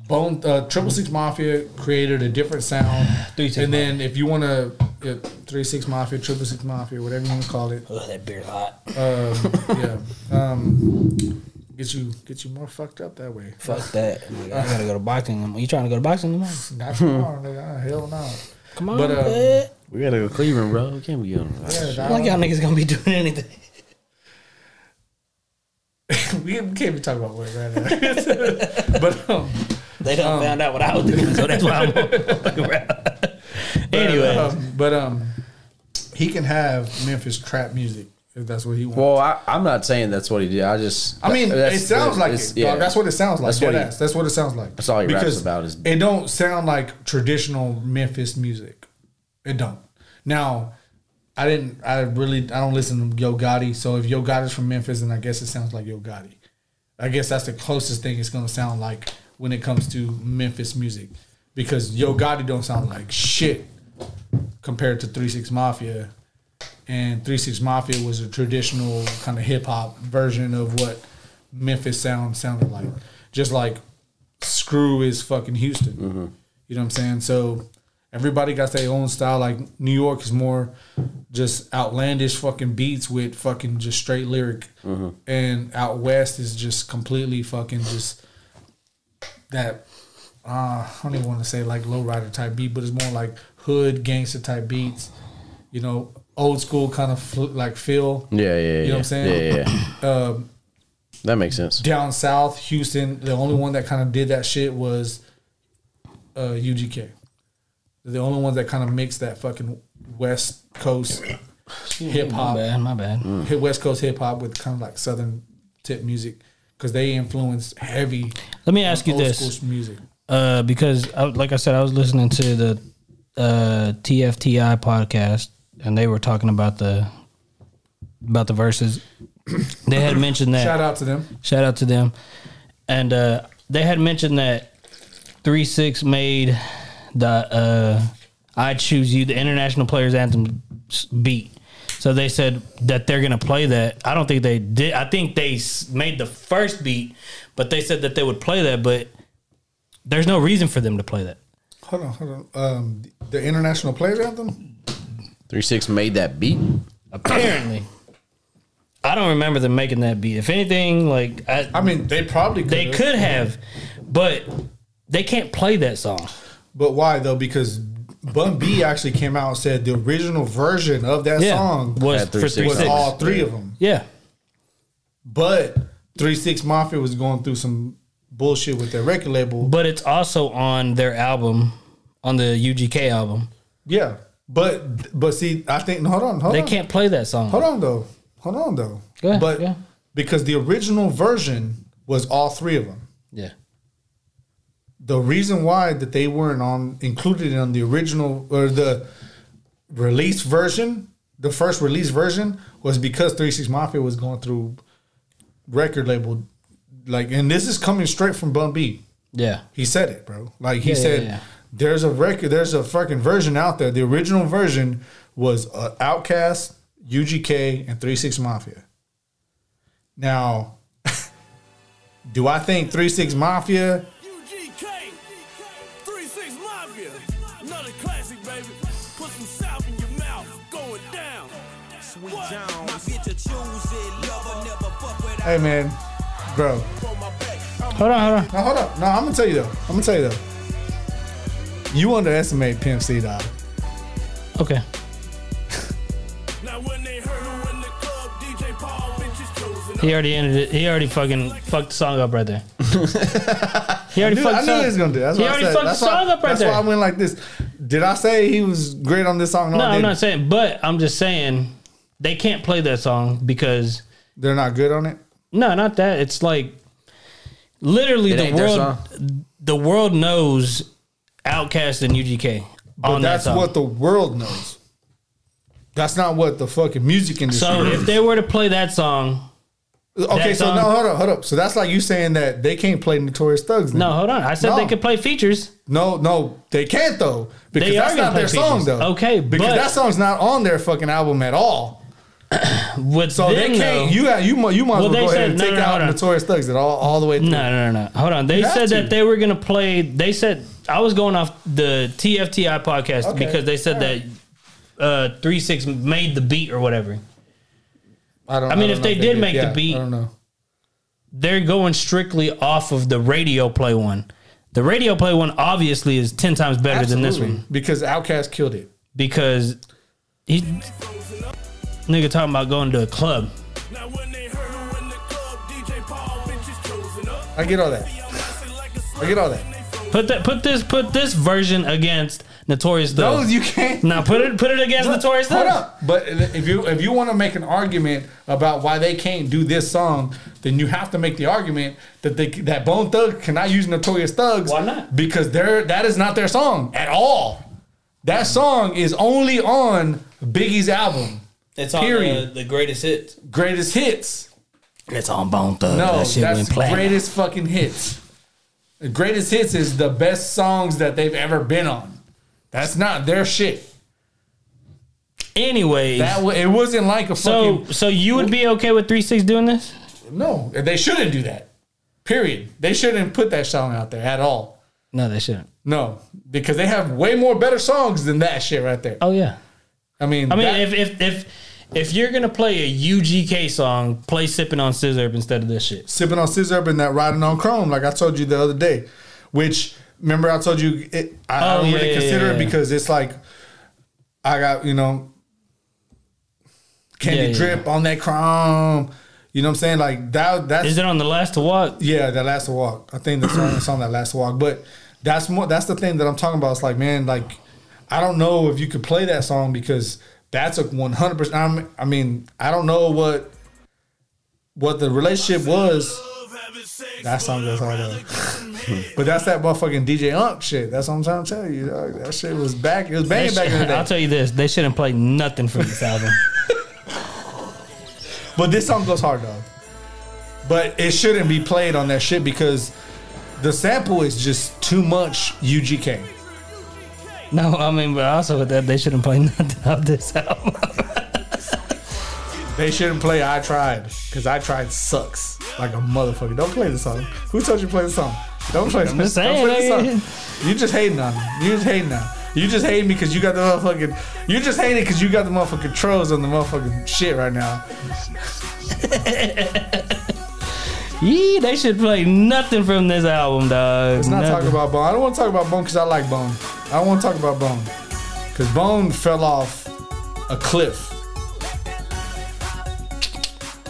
B: Bone uh, Triple Six Mafia created a different sound.
C: 36
B: and then if you want to, yeah, Three Six Mafia, Triple Six Mafia, whatever you want to call it,
C: Ugh, that beer's hot.
B: um, yeah, um, get you get you more fucked up that way.
C: Fuck that. Nigga, I gotta go to boxing. You trying to go to boxing tomorrow?
B: Not tomorrow, nigga. Hell no.
C: (sighs) Come on,
B: But, uh,
C: bud.
E: We gotta go to Cleveland, bro. We can't be on
B: Yeah,
C: I
B: dog.
C: don't like y'all niggas gonna be (laughs) doing anything.
B: (laughs) we can't be talking about work right now. (laughs) but um,
C: They done found out what I was doing, so that's why I'm (laughs) fucking around. anyway,
B: um, but um, he can have Memphis trap music if that's what he wants.
E: Well, I, I'm not saying that's what he did. I just.
B: I mean,
E: that's-
B: it sounds like
E: it's-
B: it. dog. That's what it sounds like.
E: That's what
B: Dead
E: he-
B: ass. That's what it sounds like.
E: That's all he raps about is-
B: it don't sound like traditional Memphis music. It don't. Now, I didn't. I really. I don't listen to Yo Gotti. So if Yo Gotti's from Memphis, then I guess it sounds like Yo Gotti. I guess that's the closest thing it's gonna sound like when it comes to Memphis music, because Yo Gotti don't sound like shit compared to Three Six Mafia and Three Six Mafia was a traditional kind of hip hop version of what Memphis sound sounded like. Just like Screw is fucking Houston. You know what I'm saying? So everybody got their own style. Like New York is more just outlandish fucking beats with fucking just straight lyric, and out west is just completely fucking just that. Uh, I don't even want to say like lowrider type beat, but it's more like hood gangster type beats you know, old school kind of fl- like feel.
E: Yeah, yeah, yeah.
B: You know what I'm saying?
E: Yeah,
B: Um,
E: yeah.
B: (clears throat)
E: yeah. that makes sense.
B: Down south, Houston, the only one that kind of did that shit was uh, UGK. The only ones that kind of mixed that fucking West Coast hip
C: my
B: hop,
C: bad, my bad.
B: hit West Coast hip hop with kind of like Southern tip music because they influenced heavy
C: Let me ask you
B: old
C: this.
B: school music.
C: uh, because I, like I said, I was listening to the uh, TFTI podcast, and they were talking about the about the verses. They had mentioned that.
B: Shout out to them.
C: Shout out to them. And uh, they had mentioned that three six made the uh, "I Choose You" the International Players Anthem s- beat. So they said that they're gonna play that. I don't think they did. I think they s- made the first beat, but they said that they would play that. But there's no reason for them to play that.
B: Hold on, hold on. Um, the International Players Anthem?
E: Three Six made that beat.
C: Apparently, (coughs) I don't remember them making that beat. If anything, like I,
B: I mean, they probably could.
C: they could have, but they can't play that song.
B: But why though? Because Bun B actually came out and said the original version of that
C: Yeah,
B: song
C: was
E: Had
C: for
E: three
C: three
E: six.
B: was
C: six.
B: all three of them.
C: Yeah.
B: But Three Six Mafia was going through some bullshit with their record label.
C: But it's also on their album, on the UGK album.
B: Yeah, but but see, I think hold on, hold
C: They
B: on,
C: can't play that song.
B: hold on though, hold on though.
C: Go ahead,
B: but
C: go ahead.
B: because the original version was all three of them.
C: Yeah.
B: the reason why that they weren't on included on the original or the release version, the first release version, was because Three Six Mafia was going through record label, like, and this is coming straight from Bun B.
C: Yeah.
B: He said it, bro. Like he
C: Yeah, yeah,
B: said,
C: yeah.
B: there's a record, there's a fucking version out there. The original version was uh, Outcast, UGK, and Three Six Mafia. Now, (laughs) do I think Three Six Mafia?
F: UGK, 36 Mafia, another classic, baby. Put some south in your mouth, going down. Sweet
G: My bitch a choose it, lover never fuck without
B: Hey man, bro.
G: my back. I'm
C: Hold on, hold on.
B: Now hold up. No, I'm gonna tell you though. I'm gonna tell you though. You underestimate Pimp C, dog.
C: Okay.
F: Now when they heard her in the club, DJ Paul, bitches
C: (laughs)
F: chosen.
C: He already ended it. He already fucking fucked the song up right there. He
B: I
C: already
B: knew,
C: fucked
B: I knew
C: song-
B: he was gonna do. it. That's
C: He
B: why I
C: already
B: said-
C: fucked
B: that's
C: the
B: why-
C: song up right
B: That's
C: there.
B: why I went like this. Did I say he was great on this song? No,
C: No,
B: I
C: I'm
B: didn't.
C: not saying, but I'm just saying they can't play that song because
B: They're not good on it.
C: no, not that. It's like literally
D: It
C: the
D: ain't their
C: world. The world knows Outkast and UGK
B: But
C: on
B: that's
C: that song.
B: what the world knows. That's not what the fucking music industry.
C: so
B: knows.
C: if they were to play that song,
B: okay,
C: that
B: so
C: song-
B: no, hold up, hold up. So that's like you saying that they can't play Notorious Thugs. then.
C: no, hold on. I said they
B: No.
C: could play features.
B: No, no, they can't though because
C: They are
B: that's
C: gonna
B: not their
C: play
B: song
C: features.
B: though.
C: Okay,
B: because
C: but-
B: that song's not on their fucking album at all.
C: With
B: So they can't. you got you. mu- You might as
C: Well,
B: well,
C: they
B: go ahead
C: said-
B: and
C: no,
B: take
C: no, no,
B: out
C: hold on.
B: Notorious Thugs at all all the way through.
C: No, no, no, no. Hold on. They
B: You have
C: said
B: to.
C: that they were going to play. They said I was going off the TFTI podcast
B: Okay.
C: because they said that uh, Three Six made the beat or whatever.
B: I don't.
C: I mean,
B: don't
C: if
B: know
C: they did make the
B: yeah,
C: beat-
B: I don't know.
C: They're going strictly off of the radio play one. The radio play one obviously is ten times better than this
B: Absolutely.
C: one
B: because Outkast killed it.
C: because he nigga talking about going to a club.
F: Now when they heard her in the club, DJ Paul bitches chosen up.
B: I get all that. I get all that.
C: Put that. Put this. Put this version against Notorious Thugs.
B: Those you can't.
C: now put it. Put it against Notorious
B: Hold
C: Thugs.
B: up. But if you if you want to make an argument about why they can't do this song, then you have to make the argument that they that Bone Thug cannot use Notorious Thugs.
C: Why not?
B: Because they're that is not their song at all. That song is only on Biggie's album,
C: It's
B: on, uh, Period.
C: the greatest hits.
B: Greatest Hits.
C: It's on Bone Thugs.
B: No,
C: that shit
B: that's
C: went platinum.
B: greatest fucking hits. The greatest hits is the best songs that they've ever been on. That's not their shit.
C: Anyways,
B: That w- it wasn't like a
C: so
B: fucking
C: so you would be okay with three six doing this?
B: no. They shouldn't do that. Period. They shouldn't put that song out there at all.
C: No, they shouldn't.
B: No, because they have way more better songs than that shit right there.
C: Oh yeah.
B: I mean,
C: I mean,
B: that-
C: if if if if you're gonna play a UGK song, play "Sipping on Scissor" instead of this shit.
B: sipping on scissor and that riding on chrome, like I told you the other day. Which remember I told you it, I, I
C: Oh,
B: don't
C: yeah,
B: really
C: yeah,
B: consider
C: yeah,
B: it
C: yeah.
B: because it's like I got you know candy
C: Yeah, yeah,
B: drip on that chrome. You know what I'm saying? Like that. That's
C: Is it on the last to walk?
B: yeah, that last walk. I think the song, the song that last walk. But that's more. That's the thing that I'm talking about. It's like, man, like I don't know if you could play that song because that's a 100. percent I mean, I don't know what what the relationship was.
F: Love having sex,
B: That song
F: but
B: goes
F: I'd
B: all the
F: rather
B: way.
F: get
B: (laughs)
F: some head.
B: But that's that motherfucking DJ Unk shit. That's what I'm trying to tell you. dog. That shit was back. It was
C: They
B: banging
C: sh-
B: back in the
C: I'll
B: day.
C: tell you this: they shouldn't play nothing from this
B: (laughs)
C: album.
B: But this song goes hard though. But it shouldn't be played on that shit because the sample is just too much UGK.
C: no, I mean, but also with that, they shouldn't play (laughs) nothing off this album.
B: They shouldn't play I Tried because I Tried sucks like a motherfucker. Don't play the song. Who told you to play the song? Don't play,
C: just
B: don't
C: saying,
B: play the
C: nigga.
B: song. You just hating on me. You just hating on me. You just hate me because you got the motherfucking. You just hating because you got the motherfucking trolls on the motherfucking shit right now.
C: Yee, they should play nothing from this album, dog.
B: Let's not talk
C: Nothing.
B: about Bone. I don't want to talk about Bone because I like Bone. I don't want to talk about Bone because Bone fell off a cliff.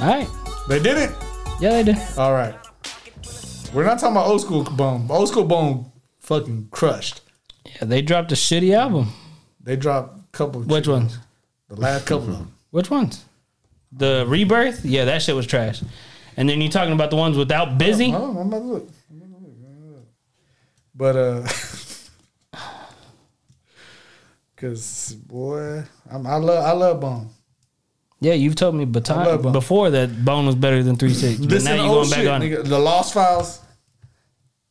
C: All right.
B: They did it.
C: Yeah, they do.
B: All right. We're not talking about old school Bone. Old school Bone fucking crushed.
C: Yeah, they dropped a shitty album.
B: They dropped a couple.
C: Which ones?
B: The last couple of
C: (laughs)
B: them.
C: Which ones? The rebirth? Yeah, that shit was trash. And then you talking about the ones without busy?
B: Oh, I'm about to look. But uh, (laughs) cause boy, I'm, I love I love Bone.
C: Yeah, you've told me
B: I love
C: baton
B: Bone.
C: before that Bone was better than three six. But
B: Listen to
C: now you
B: old
C: going back
B: shit,
C: on it.
B: nigga. The Lost Files,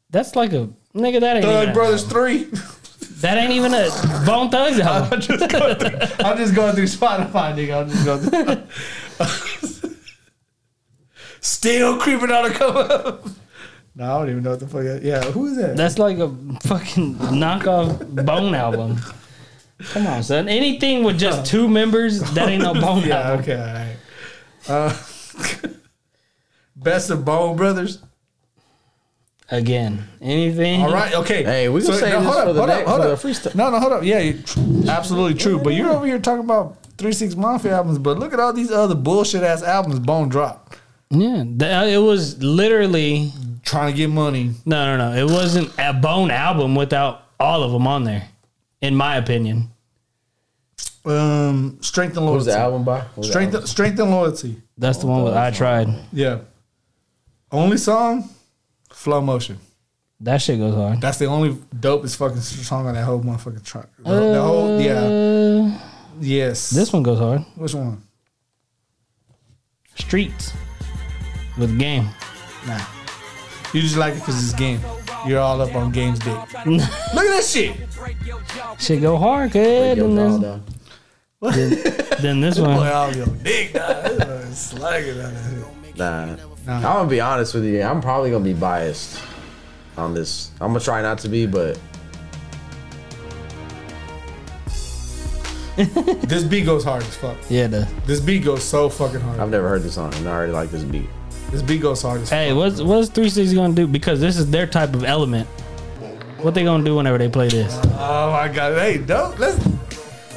C: That's like a nigga. That ain't even
B: Thug
C: a-
B: Brothers Three. (laughs)
C: that ain't even a Bone Thugs album. (laughs)
B: I'm just going through Spotify, nigga. I'm just going. Through. (laughs) Still creeping out of cover. no, I don't even know what the fuck. That, yeah, who is that?
C: That's like a fucking knockoff Bone album. Come on, son. Anything with just two members, that
B: (laughs)
C: ain't no Bone
B: yeah,
C: album.
B: okay, all right. Uh, (laughs) best of Bone Brothers.
C: Again, anything.
B: All right, okay.
D: Hey, we gonna save this
B: hold
D: for
B: up,
D: the
B: hold
D: next-
B: up, hold
D: for the
B: up.
D: freestyle.
B: No, no, hold up. Yeah, you- absolutely true. But you're over here talking about Three Six Mafia albums, but look at all these other bullshit ass albums Bone dropped.
C: Yeah, the, it was uh, literally
B: trying to get money.
C: No, no, no. It wasn't a Bone album without all of them on there, in my opinion.
B: Um, strength and
E: What was
B: loyalty.
E: the album by? What was the
B: Strength,
E: album?
B: strength and loyalty.
C: That's the
B: Oh,
C: one with I tried.
B: Yeah. Only song, flow motion.
C: That shit goes hard.
B: That's the only dopest fucking song on that whole motherfucking track. The, whole- the whole, yeah,
C: Uh,
B: yes.
C: this one goes hard.
B: which one?
C: Streets with game.
B: Nah. You just like it because it's game. You're all up on game's dick. Look at that shit.
C: Shit go hard, good.
E: Yo,
C: Then
E: dog,
C: this,
E: dog.
C: then this
B: Boy,
C: one.
B: all your dick, dog. This one is Slagging out of here.
E: Nah. I'm gonna be honest with you. I'm probably gonna be biased on this. I'm gonna try not to be, but
B: This beat goes hard as fuck.
C: (laughs) Yeah, the
B: This beat goes so fucking
E: I've
B: hard.
E: never heard this song, and I already like this beat.
B: This beat goes hard as fuck.
C: Hey, what's what's three sixty gonna do? Because this is their type of element. What they gonna do whenever they play this?
B: Oh my god. Hey, dope. Let's.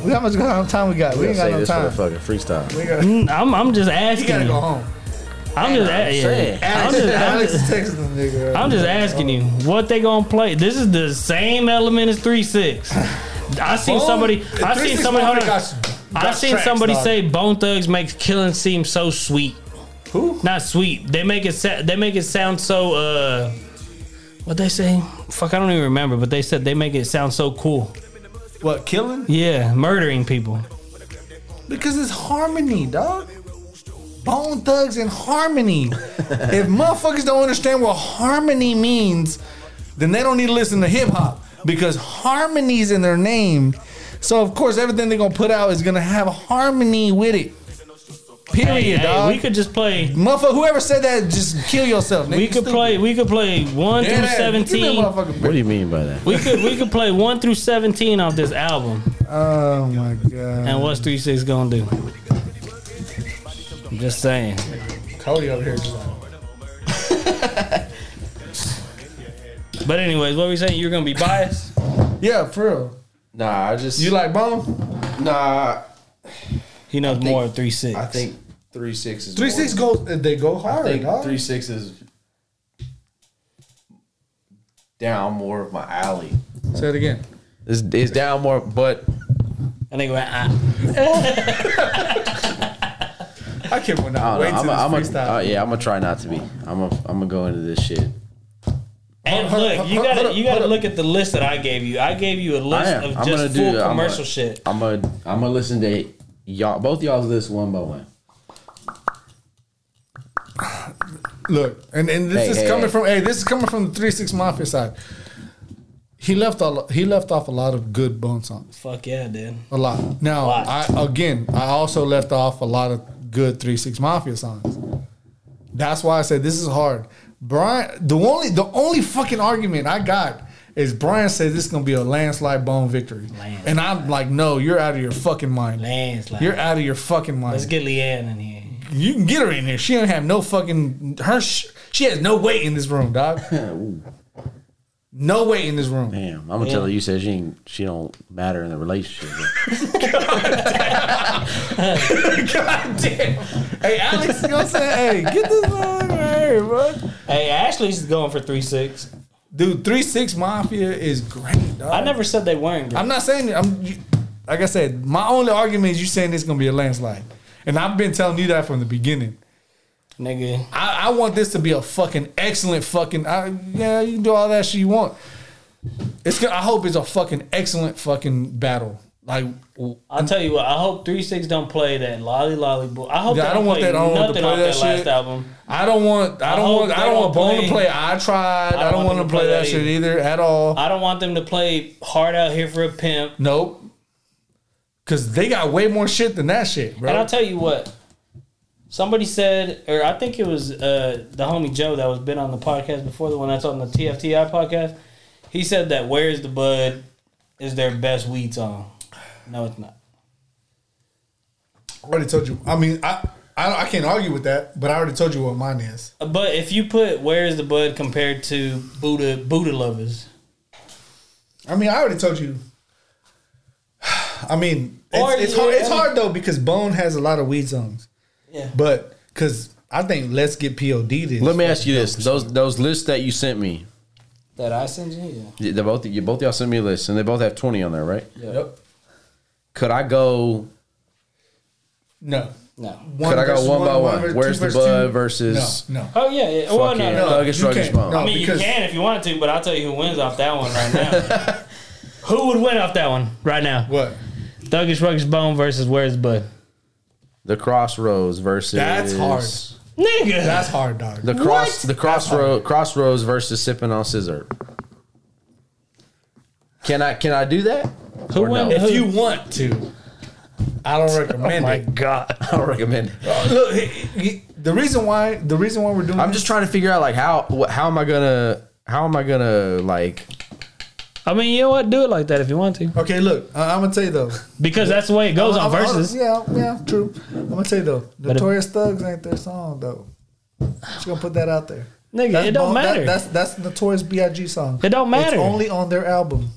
B: We how much time we got? We
E: We
B: ain't
E: gotta say
B: got no
E: this
B: time.
E: for the fucking freestyle.
B: We got.
C: Mm, I'm I'm just
B: You gotta
C: asking
B: go
C: you.
B: home.
C: I'm just a- yeah.
E: saying.
C: I'm just I'm
B: Alex
C: just-
B: is texting the nigga.
C: I'm just asking you what they gonna play. This is the same element as three six. I seen
B: Oh,
C: somebody. I seen somebody. Hold on. I seen somebody say Bone Thugs makes killing seem so sweet.
B: Who?
C: Not sweet. They make it. Sa- they make it sound so. uh What they say? Fuck, I don't even remember. But they said they make it sound so cool.
B: What, killing?
C: Yeah, murdering people.
B: Because it's harmony, dog. Bone thugs and harmony.
C: (laughs)
B: if motherfuckers don't understand what harmony means, then they don't need to listen to hip hop because harmony's in their name. So of course everything they're gonna put out is gonna have harmony with it. Period,
C: Hey, hey,
B: dog.
C: we could just play.
B: Motherfucker, whoever said that, just kill yourself. Nigga.
C: We could play. We could play one through seventeen.
B: seventeen.
E: What do you mean by that?
C: We could we could play one through seventeen off this album.
B: Oh my god.
C: And what's three six gonna do? I'm just saying.
B: Cody over here. Just like,
C: But anyways, what were you saying? You're gonna be biased.
B: yeah, for real.
E: Nah, I just
B: You like bone?
E: nah.
C: He knows more of three six.
E: I think three six is
B: Three six goes. uh, They go hard.
E: I think
B: dog.
E: three six is down more of my alley.
B: Say it again.
E: It's, it's down more, but
C: And they go, ah.
B: I can't win
E: I
B: out.
E: don't
B: Wait
E: know. I'm a,
B: till this
E: I'm a,
B: freestyle.
E: uh, yeah, I'm gonna try not to be. I'm a, I'm gonna go into this shit.
C: And
B: Hold- hold-
C: look, you
B: hold- hold
C: gotta
B: up,
C: you gotta
B: hold up.
C: look at the list that I gave you. I gave you a
E: I
C: list
E: am.
C: of
E: I'm gonna
C: just
E: do.
C: full
E: I'm
C: commercial
E: gonna,
C: shit.
E: I'm gonna, I'm gonna listen to y'all, both y'all's list one by one.
B: Look, and, and this
E: Hey,
B: is
E: hey,
B: coming
E: hey.
B: from hey, this is coming from the three six mafia side. He left all he left off a lot of good bone songs.
C: Fuck yeah, dude.
B: A lot. Now,
C: Lot.
B: I again, I also left off a lot of good three six mafia songs. That's why I said this is hard. Brian, the only the only fucking argument I got is Brian said this is gonna be a landslide bone victory,
C: Landslide.
B: and I'm like, no, you're out of your fucking mind.
C: Landslide.
B: You're out of your fucking mind.
C: Let's get Leanne in here.
B: You can get her in here. She don't have no fucking her. Sh- she has no weight in this room, dog. no weight in this room.
E: Damn, I'm gonna tell her you said she ain't, she don't matter in the relationship.
B: God (laughs) damn. Hey, Alex, you know what I'm saying? Hey, get this on right here, bro.
C: Hey, Ashley's going for three six.
B: Dude, three six mafia is great, dog.
C: I never said they weren't. Bro.
B: I'm not saying it. I'm you- like I said. My only argument is you saying it's gonna be a landslide, and I've been telling you that from the beginning.
C: Nigga,
B: I, I want this to be a fucking excellent fucking. I, yeah, you can do all that shit you want. It's. gonna- I hope it's a fucking excellent fucking battle. Like, w-
C: I'll tell you what. I hope three six don't play that lolly lolly. Bo- I hope
B: Yeah,
C: they
B: I don't want
C: play
B: that- I don't want
C: nothing
B: to play
C: off
B: that
C: that, last
B: shit.
C: album.
B: I don't want. I don't
C: hope
B: want. I
C: they
B: don't
C: don't
B: want Bone to
C: play-
B: play. I tried. I don't want to play that shit either at all.
C: I don't want them to play hard out here for a pimp.
B: Nope. Cause they got way more shit than that shit, bro.
C: And I'll tell you what. Somebody said, or I think it was uh, the homie Joe that was been on the podcast before, the one that's on the TFTI podcast. He said that "Where's the Bud" is their best weed song. No, it's not.
B: I already told you. I mean, I, I I can't argue with that, but I already told you what mine is.
C: But if you put "Where's the Bud" compared to Buddha Buddha Lovers,
B: I mean, I already told you. (sighs) I mean, it's,
C: Or
B: it's
C: you-
B: hard. It's hard though because Bone has a lot of weed songs,
C: yeah,
B: but because I think let's get POD this.
D: Let me ask you this: those those lists that you sent me,
C: That I send you?
D: they both you both y'all sent me lists, and they both have twenty on there, right?
C: Yeah.
B: Yep.
D: Could I go?
B: No.
C: No.
D: Could I go
B: versus
D: one by one?
B: versus-
D: Where's
B: two
D: the
B: versus
D: bud
B: two?
D: versus-
B: No. no.
C: Oh, yeah. yeah. Well, no,
D: Fucking
C: no, no.
D: thug and
B: you
D: shrug and
B: can't.
D: bone.
B: No,
D: I
C: I mean,
B: because
C: you can if you want to, but I'll tell you who wins off that one right now. (laughs) who would win off that one right now?
B: what?
C: Thuggish Ruggish Bone versus Where's Bud?
D: The crossroads versus
B: That's hard.
C: Nigga.
B: That's hard, dog.
D: The cross the crossroad crossroads versus sipping on scissor. Can I can I do that?
C: who
D: Or
C: win?
D: no?
C: Who?
B: if you want to, I don't recommend
C: Oh my
B: it. (laughs)
C: God.
D: I don't recommend. It.
B: Look, he- he- the reason why the reason why we're doing
D: I'm just trying to figure out like how wh- how am I gonna how am I gonna like
C: I mean, you know what? Do it like that if you want to.
B: okay. Look, I, I'm gonna tell you though.
C: Because that's the way it goes
B: I'm-
C: on
B: I'm-
C: versus.
B: yeah, yeah, true. I'm gonna tell you though,
C: if-
B: Notorious Thugs ain't their song though. Just gonna put that out there.
C: Nigga, it
B: Bone-
C: don't
B: that-
C: matter.
B: that's that's Notorious B.I.G. song.
C: It don't matter.
B: It's only on their album,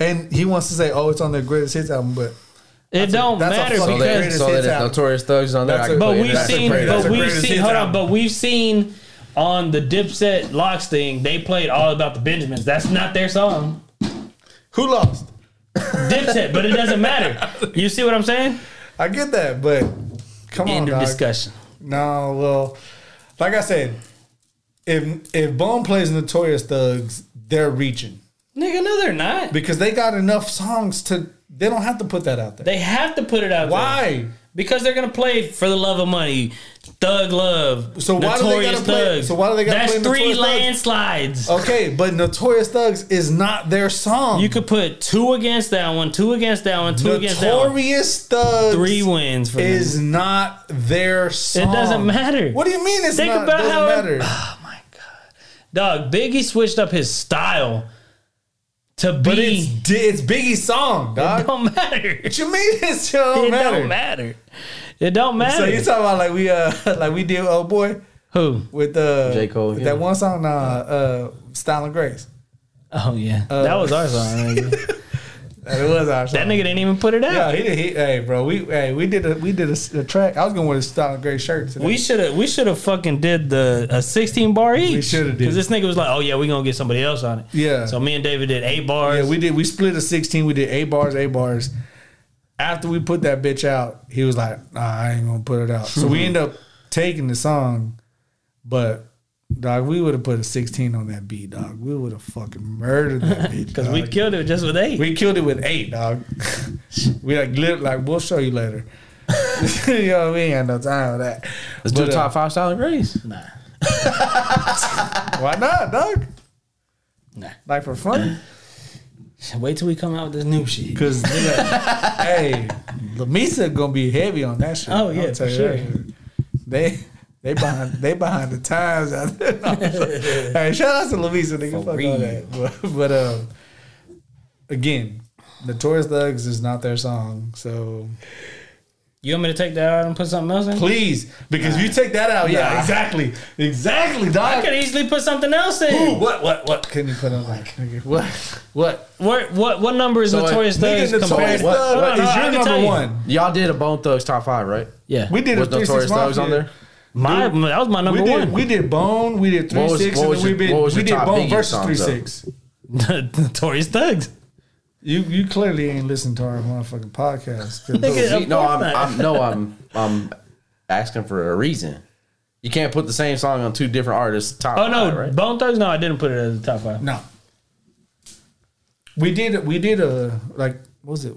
B: and he wants to say, "Oh, it's on their greatest hits album," but
C: it don't
B: that's a
C: matter
B: fucking
D: so that,
C: because.
B: greatest
D: so that
B: hits
D: if
B: album.
D: notorious thugs on there.
B: That's
D: I can
B: a-
D: put
C: But
D: it
C: we've
D: in there.
C: seen.
B: great- that's
C: But
B: a
C: we've
B: greatest
C: seen.
B: hits
C: Hold on.
B: album.
C: But we've seen on the Dipset Locks thing. They played all about the Benjamins. That's not their song.
B: who lost?
C: Dipset, but it doesn't matter. You see what I'm saying?
B: I get that, but come on,
C: End of
B: dog.
C: discussion.
B: No, well, like I said, if if Bone plays Notorious Thugs, they're reaching
C: Nigga, no, they're not.
B: because they got enough songs to. They don't have to put that out there.
C: They have to put it out. there.
B: why?
C: Because they're gonna play for the love of money, thug love.
B: So why do they
C: Notorious
B: gotta play-
C: Thugs.
B: so why do they gotta
C: That's
B: play
C: three
B: Notorious Uh, Thugs?
C: landslides.
B: Okay, but Notorious Thugs is not their song.
C: You could put two against that one, two against that one, two against that one.
B: Notorious Thugs
C: Three wins for
B: is
C: them.
B: not their song.
C: doesn't matter.
B: What do you mean? It's
C: Think
B: not,
C: about
B: doesn't
C: how it-
B: matter.
C: Dog, Biggie switched up his style to be.
B: But it's di- it's Biggie's song,
C: (laughs) it
B: dog. What
C: don't matter. It
B: you mean? (laughs) It's it don't
C: (laughs) don't
B: matter.
C: matter. It don't
B: So
C: matter.
B: you talking about like we uh (laughs) like we did old boy
C: Who?
B: with uh
D: J. Cole,
B: with
D: yeah.
B: that one song uh uh Style and Grace.
C: Oh yeah, that was our song.
B: (laughs)
C: nigga.
B: That it was our song.
C: that nigga didn't even put it out.
B: yeah, he did. He, hey, bro, we hey we did a we did a, s- a track. I was gonna wear a Style and Grace shirt today.
C: We should have we should have fucking did the a sixteen bar each.
B: shoulda did.
C: because this nigga was like, oh yeah, we gonna get somebody else on it.
B: Yeah.
C: So me and David did eight bars.
B: Yeah, we did. We split a sixteen. We did eight bars, eight bars. After we put that bitch out, he was like, nah, "I ain't gonna put it out." So
C: (laughs)
B: we end up taking the song, but dog, we would have put a sixteen on that beat, dog. We would have fucking murdered
C: (laughs)
B: that bitch
C: because we
B: dog.
C: killed it just with eight.
B: we killed it with eight, dog. (laughs) we like lit, like we'll show you later. (laughs) you know we ain't got no time for that.
D: Let's do
B: But,
D: top five silent grace.
B: Why not, dog?
C: Nah.
B: Like for fun.
C: Wait till we come out with this new shit.
B: Cause
C: (laughs)
B: nigga, hey, Lamisa gonna be heavy on that shit.
C: Oh, yeah,
B: I'll tell
C: for
B: you
C: sure.
B: that. They they behind they behind the times out there. (laughs) No, I'm sorry. hey, shout out to Lamisa, nigga. fuck all that. (laughs) But, but um, again, Notorious Thugs is not their song, so
C: You want me to take that out and put something else in?
B: please, because if you take that out, yeah, exactly, exactly,
C: I
B: dog.
C: could easily put something else
B: Ooh,
C: in.
B: what what what can you put on like nigga? What what?
C: What what what number is Notorious
B: uh, Nigga,
C: Thugs compared?
B: Notorious
C: What?
B: Thug
C: Hold on,
B: is
C: hold on, I
B: your
C: can tell
B: number
C: you.
B: one.
D: Y'all did a Bone Thugs top five, right?
C: Yeah,
B: We did
D: Was
B: a three
D: Notorious
B: six
D: Thugs on there?
C: my that was my
B: We
C: number
B: did
C: one.
B: we did Bone, we did three
D: What was-
B: six,
D: what
B: and
D: was
B: then we
D: your-
B: did
D: what was
B: we
D: your
B: did
D: top
B: Bone
D: Biggie
B: versus
D: song,
B: three
D: though?
B: six.
C: (laughs) Notorious Thugs.
B: You you clearly ain't listened to our motherfucking podcast. 'cause-
C: Nigga,
D: See,
C: of
D: no,
C: course
D: I'm,
C: not.
D: I'm no, I'm I'm asking for a reason. You can't put the same song on two different artists. Top
C: Oh no,
D: five, right?
C: Bone Thugs. No, I didn't put it as the top five.
B: no, we did we did a like what was it?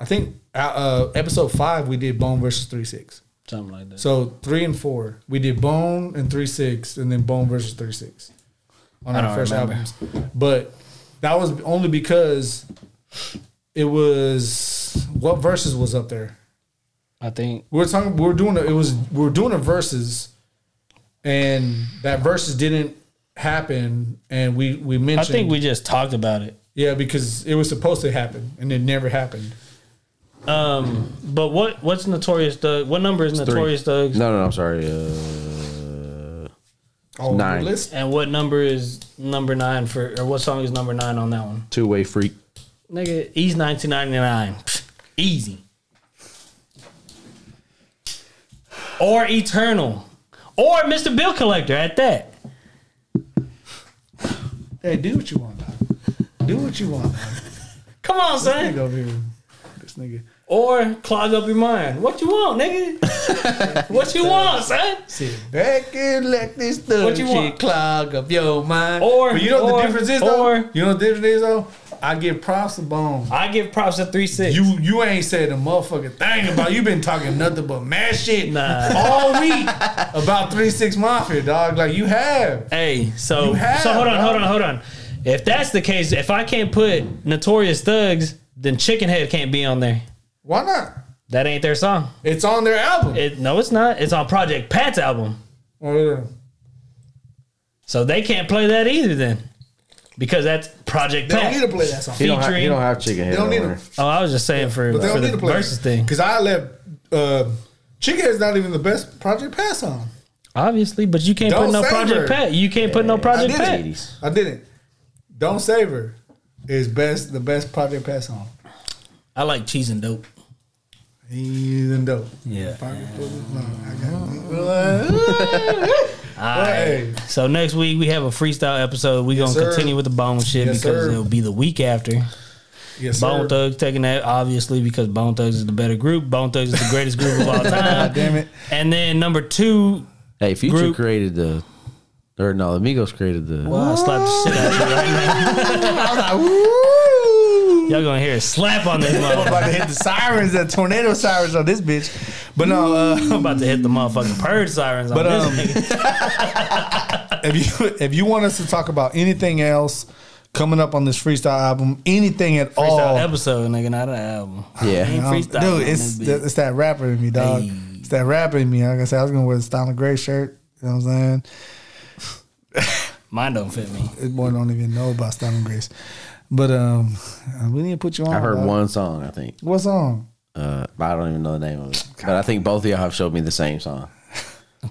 B: I think uh, uh, episode five we did Bone versus three six.
C: Something like that.
B: So three and four we did Bone and three six, and then Bone versus three six on
C: I
B: our
C: don't
B: first
C: remember.
B: albums. But that was only because it was what verses was up there.
C: I think
B: we were talking we were doing a, it was we were doing a verses and that verses didn't happen and we we
C: I
B: mentioned
C: think we just talked about it.
B: yeah because it was supposed to happen and it never happened
C: Um, but what what's Notorious Thug? What number is Notorious Thugs?
D: No, no, no, I'm sorry. Uh,
B: oh
D: Nine.
B: list
C: And what number is number nine for? Or what song is number nine on that one?
D: two way freak.
C: Nigga, he's nineteen ninety nine. Easy. or Eternal, or Mr. Bill Collector at that.
B: Hey, do what you want. Dog. Do what you want. Dog.
C: Come on,
B: This
C: son.
B: nigga over here. This nigga.
C: Or clog up your mind. What you want,
B: (laughs)
C: nigga? what you want, son?
B: Sit back and let this thug
C: What you
B: shit
C: want?
B: clog up your mind.
C: Or-
B: but you know what
C: or-
B: the difference is though.
C: or-
B: you know what the difference is though. I give props to Bone.
C: I give props to three six.
B: You you ain't said a motherfucking thing about. You been talking nothing but mad shit
C: Nah.
B: all week about three six mafia dog. Like you have.
C: Hey, so
B: You have,
C: so hold on,
B: bro.
C: hold on, hold on. If that's the case, if I can't put Notorious Thugs, then Chickenhead can't be on there.
B: Why not?
C: That ain't their song.
B: It's on their album.
C: It, no, it's not. It's on Project Pat's album.
B: Oh, yeah.
C: So they can't play that either then. Because that's Project
B: They don't
C: Pat.
B: need to play that song.
E: You don't, have,
C: Featuring-
E: you don't have chicken head.
B: They don't
E: on
B: need
E: there.
B: them.
C: oh, I was just saying for,
B: But they
C: for
B: don't need
C: the
B: to play
C: versus thing.
B: Because I left uh, Chicken is not even the best Project Pass on.
C: Obviously, but you can't
B: Don't
C: put no
B: save
C: Project
B: her.
C: Pat. You can't put no Project
B: I did.
C: Pat.
E: 80s.
B: I didn't. Don't Savor is best the best Project Pass on.
C: I like cheese and dope.
B: He's in dope.
C: Yeah.
B: Project Pass on. I got- Hey.
C: So next week we have a freestyle episode. We're gonna
B: sir.
C: continue with the bone shit
B: Yes,
C: because
B: sir.
C: it'll be the week after.
B: Yes, sir.
C: Bone Thugs taking that obviously because Bone Thugs is the better group. Bone Thugs is the greatest
B: (laughs)
C: group of all time.
B: Damn it.
C: And then number two,
H: Hey, Future
C: Group.
H: created the, or no, Amigos created the.
C: I'll slap oh, the shit out of you right
B: (laughs)
C: now. Y'all gonna hear a slap on this
B: I'm
C: motherfucker.
B: about to hit the sirens, the tornado sirens on this bitch. But no, uh,
C: I'm about to hit the motherfucking purge sirens on
B: But,
C: this
B: um,
C: nigga.
B: if you if you want us to talk about anything else coming up on this freestyle album, anything at all,
C: freestyle episode, nigga, not an album.
H: Yeah,
C: Ain't
B: oh. Um,
C: freestyle, on
B: dude, it's
C: this bitch.
B: that, it's that rapper in me, dog.
C: Hey.
B: It's that rapper in me. Like I said, I was gonna wear the Stalin Gray shirt. You know what I'm saying?
C: mine don't fit me.
B: This boy don't even know about Stalin Grace. But um, uh, we need to put you on.
H: I heard
B: dog.
H: one song. I think,
B: What song?
H: uh, but I don't even know the name of it. But I think both of y'all have showed me the same song.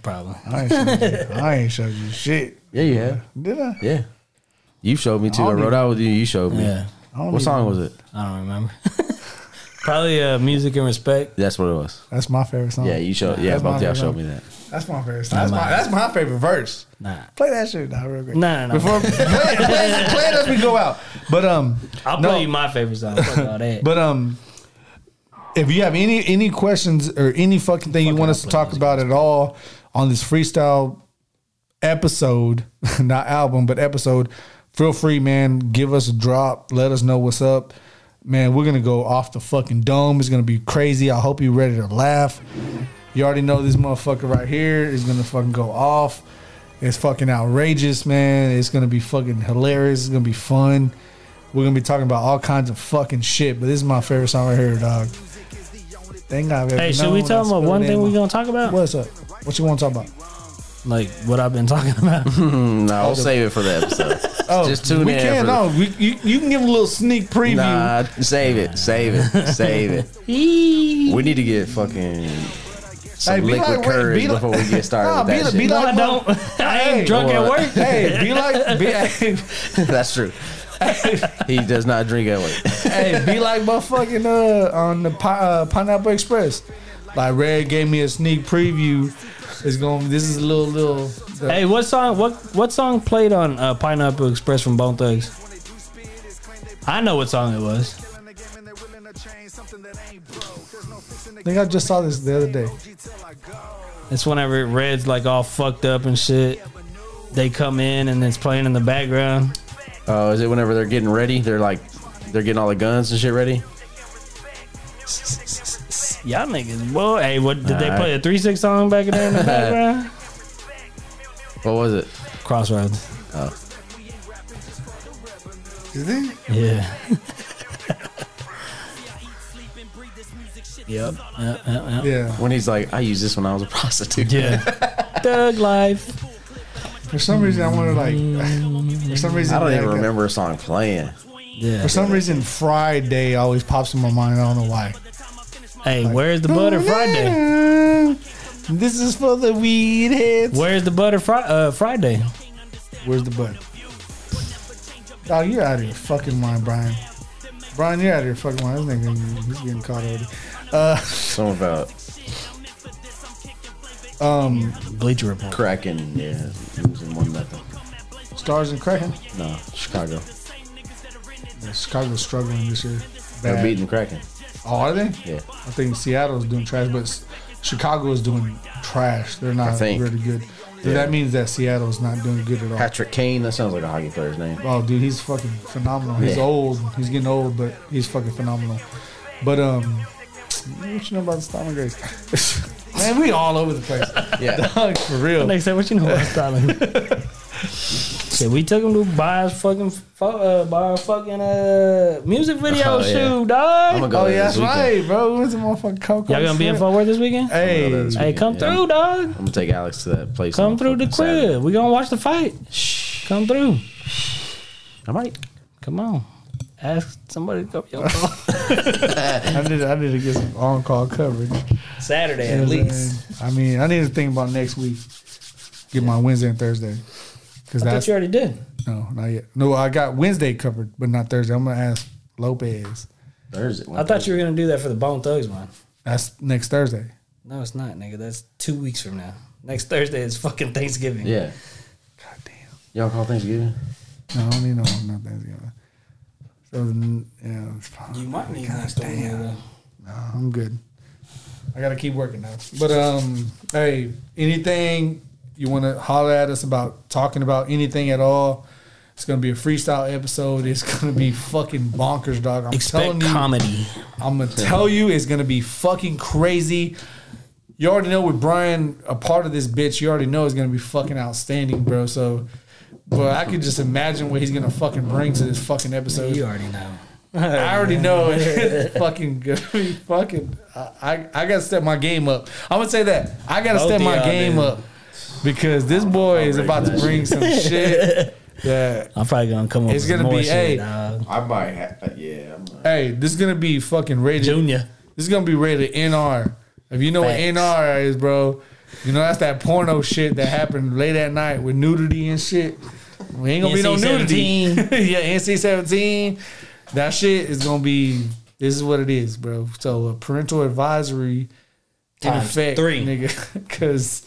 C: Probably.
B: I ain't showed you, I ain't showed you shit.
H: Yeah, you have.
B: Did I?
H: Yeah, you showed me too.
B: I
H: I
B: don't
H: wrote
B: even-
H: out with you. You showed me.
C: Yeah,
B: I don't
H: What
B: even-
H: song was it?
C: I don't remember. (laughs) Probably uh, music and respect.
H: That's what it was.
B: That's my favorite song.
H: Yeah, you showed. Yeah,
B: That's my
H: both y'all
B: favorite
H: showed
B: song.
H: me that.
B: That's my favorite. Song. That's my that's my favorite verse.
C: Nah,
B: Play that shit now, real quick.
C: nah, nah. nah.
B: Before (laughs) play, it, play, it, play it as we go out. But um,
C: I'll
B: no.
C: play you my favorite song. Fuck all that.
B: But um, if you have any any questions or any fucking thing you want us to talk about at all on this freestyle episode, (laughs) not album, but episode, feel free, man. Give us a drop. Let us know what's up. Man, we're gonna go off the fucking dome. It's gonna be crazy. I hope you're ready to laugh. You already know this motherfucker right here is gonna fucking go off. It's fucking outrageous, man. It's gonna be fucking hilarious. It's gonna be fun. We're gonna be talking about all kinds of fucking shit, but this is my favorite song right here, dog. Thing I've ever
C: hey, should we
B: known,
C: tell
B: I
C: them about
B: spilled
C: one
B: it
C: thing
B: in
C: we're
B: my-
C: gonna talk about?
B: What's up? What you want to talk about?
C: Like what I've been talking
B: (laughs)
C: about. (laughs)
H: No, I'll save it for the episode.
B: Oh,
H: Just tune
B: we
H: in
B: can.
H: for the-
B: No, we, you, you can (laughs) give a little sneak preview.
H: Nah, save it, save it, save
B: (laughs)
H: it. we need to get fucking some
B: Hey, be
H: liquid
B: like-
H: courage
B: be like-
H: before we get started
B: (laughs) Nah,
H: with that
B: be
H: shit.
C: no, I
B: like-
C: don't. (laughs) I ain't
B: Hey,
C: drunk
H: what?
C: at work.
B: hey, be like, (laughs) be, hey,
H: That's true. he does not drink at work.
B: hey, be like motherfucking uh, on the pi- uh, Pineapple Express. Like Red gave me a sneak preview. It's going. This is a little little.
C: (laughs) Hey, what song? What what song played on uh, Pineapple Express from Bone Thugs? I know what song it was.
B: I think I just saw this the other day.
C: It's whenever Red's like all fucked up and shit. They come in and it's playing in the background.
H: Oh, is it whenever they're getting ready? They're like, they're getting all the guns and shit ready.
C: Y'all niggas, boy. Hey, what did they
H: Alright.
C: play a three six song back there in
D: (laughs)
C: the background?
H: What was it?
C: Crossroads.
B: Is it?
C: Yeah. yep. Yep. Yep. yep.
B: Yeah.
H: When he's like, I used this when I was a (laughs) prostitute.
D: (laughs)
C: Yeah. Thug life.
B: For some reason, I want to like. (laughs) For some reason,
H: I don't even
B: like,
H: remember a song playing.
C: Yeah.
B: For some reason, Friday always pops in my mind. I don't know why.
C: Hey, where's the butter Friday?
B: Mm-hmm. This is for the weed heads.
C: Where's the butter fri- uh, Friday?
B: Where's the butt? Dog, you're out of your fucking mind, Brian. Brian, you're out of your fucking mind. This nigga, he's getting caught already.
H: Something about
C: Bleacher Report.
D: Kraken, yeah, losing one nothing.
B: Stars and Kraken.
D: No, Chicago.
B: Yeah, Chicago's struggling this year.
D: They're
B: Bad.
D: beating Kraken.
B: Oh, are they?
D: Yeah.
B: I think Seattle's doing trash, but s- Chicago is doing trash. They're not
D: think.
B: really good. So That means that Seattle's not doing good at all.
D: Patrick Kane. That sounds like a hockey player's name.
B: Oh, dude, he's fucking phenomenal. He's
D: Yeah.
B: old. He's getting old, but he's fucking phenomenal. But um, what you know about Stockman
D: (laughs)
B: Grace? Man, we all over the place. (laughs)
D: Yeah.
B: Like, for real.
C: Next time, what you know about
D: (laughs)
C: Stalin? Shit, we took him to buy his fucking, fo- uh, buy a fucking uh, music video
D: (laughs) Oh, yeah.
C: shoot, dog.
D: I'm gonna go
B: Oh
D: there
B: yeah,
D: this
B: that's
D: weekend.
B: right, bro. When's the motherfucking Coco?
C: Y'all gonna be in Fort Worth this weekend? Hey,
D: I'm gonna go there
B: Hey,
D: this weekend,
C: come
D: yeah.
C: through, dog.
D: I'm gonna take Alex to that place.
C: Come
D: on
C: through the
D: fucking Saturday.
C: crib. We gonna watch the fight. Come through.
D: I might.
C: Come on. Ask somebody to come (laughs) your call.
B: I need, I need to get some on-call coverage.
C: Saturday
B: And, uh, I mean, I need to think about next week. Get my Wednesday and Thursday. Cause
C: I thought
B: that's
C: you already did.
B: no, not yet. No, I got Wednesday covered, but not Thursday. I'm gonna ask Lopez.
D: Thursday.
C: I thought you were gonna do that for the Bone Thugs one.
B: That's next Thursday.
C: No, it's not, nigga. That's two weeks from now. Next Thursday is fucking Thanksgiving.
D: Yeah.
B: God damn.
D: Y'all call Thanksgiving?
B: No, I don't need no not Thanksgiving. So n- yeah, it's fine.
C: You might need
B: God
C: next Thursday.
B: damn.
C: though.
B: I'm good. I gotta keep working now. But um, hey, anything you want to holler at us about talking about anything at all? It's gonna be a freestyle episode. It's gonna be fucking bonkers, dog. I'm telling
C: Expect
B: you.
C: comedy.
B: I'm gonna tell you, it's gonna be fucking crazy. You already know with Brian a part of this bitch. You already know it's gonna be fucking outstanding, bro. So, but I could just imagine what he's gonna fucking bring to this fucking episode.
C: You already know.
B: I already
C: (laughs)
B: know it's fucking good. fucking, I, I, I gotta step my game up. I'm gonna say that I gotta
C: Both
B: step my
C: of y'all
B: game
C: do.
B: up because this boy is about to bring some shit.
C: (laughs)
B: that
C: I'm probably gonna come up.
B: It's
C: with
B: gonna
C: some more
B: be,
C: shit,
B: hey,
C: dog.
I: I might have. uh, Yeah. I'm,
B: hey, this is gonna be fucking rated.
C: Junior.
B: This is gonna be rated NR. If you know
C: Facts.
B: what NR is, bro, you know that's that porno shit that happened late at night with nudity and shit. We ain't gonna be no nudity. (laughs)
C: NC-17.
B: yeah, NC seventeen. That shit is gonna be. This is what it is, bro. So a parental advisory in
C: Times
B: effect,
C: three.
B: nigga, (laughs) because.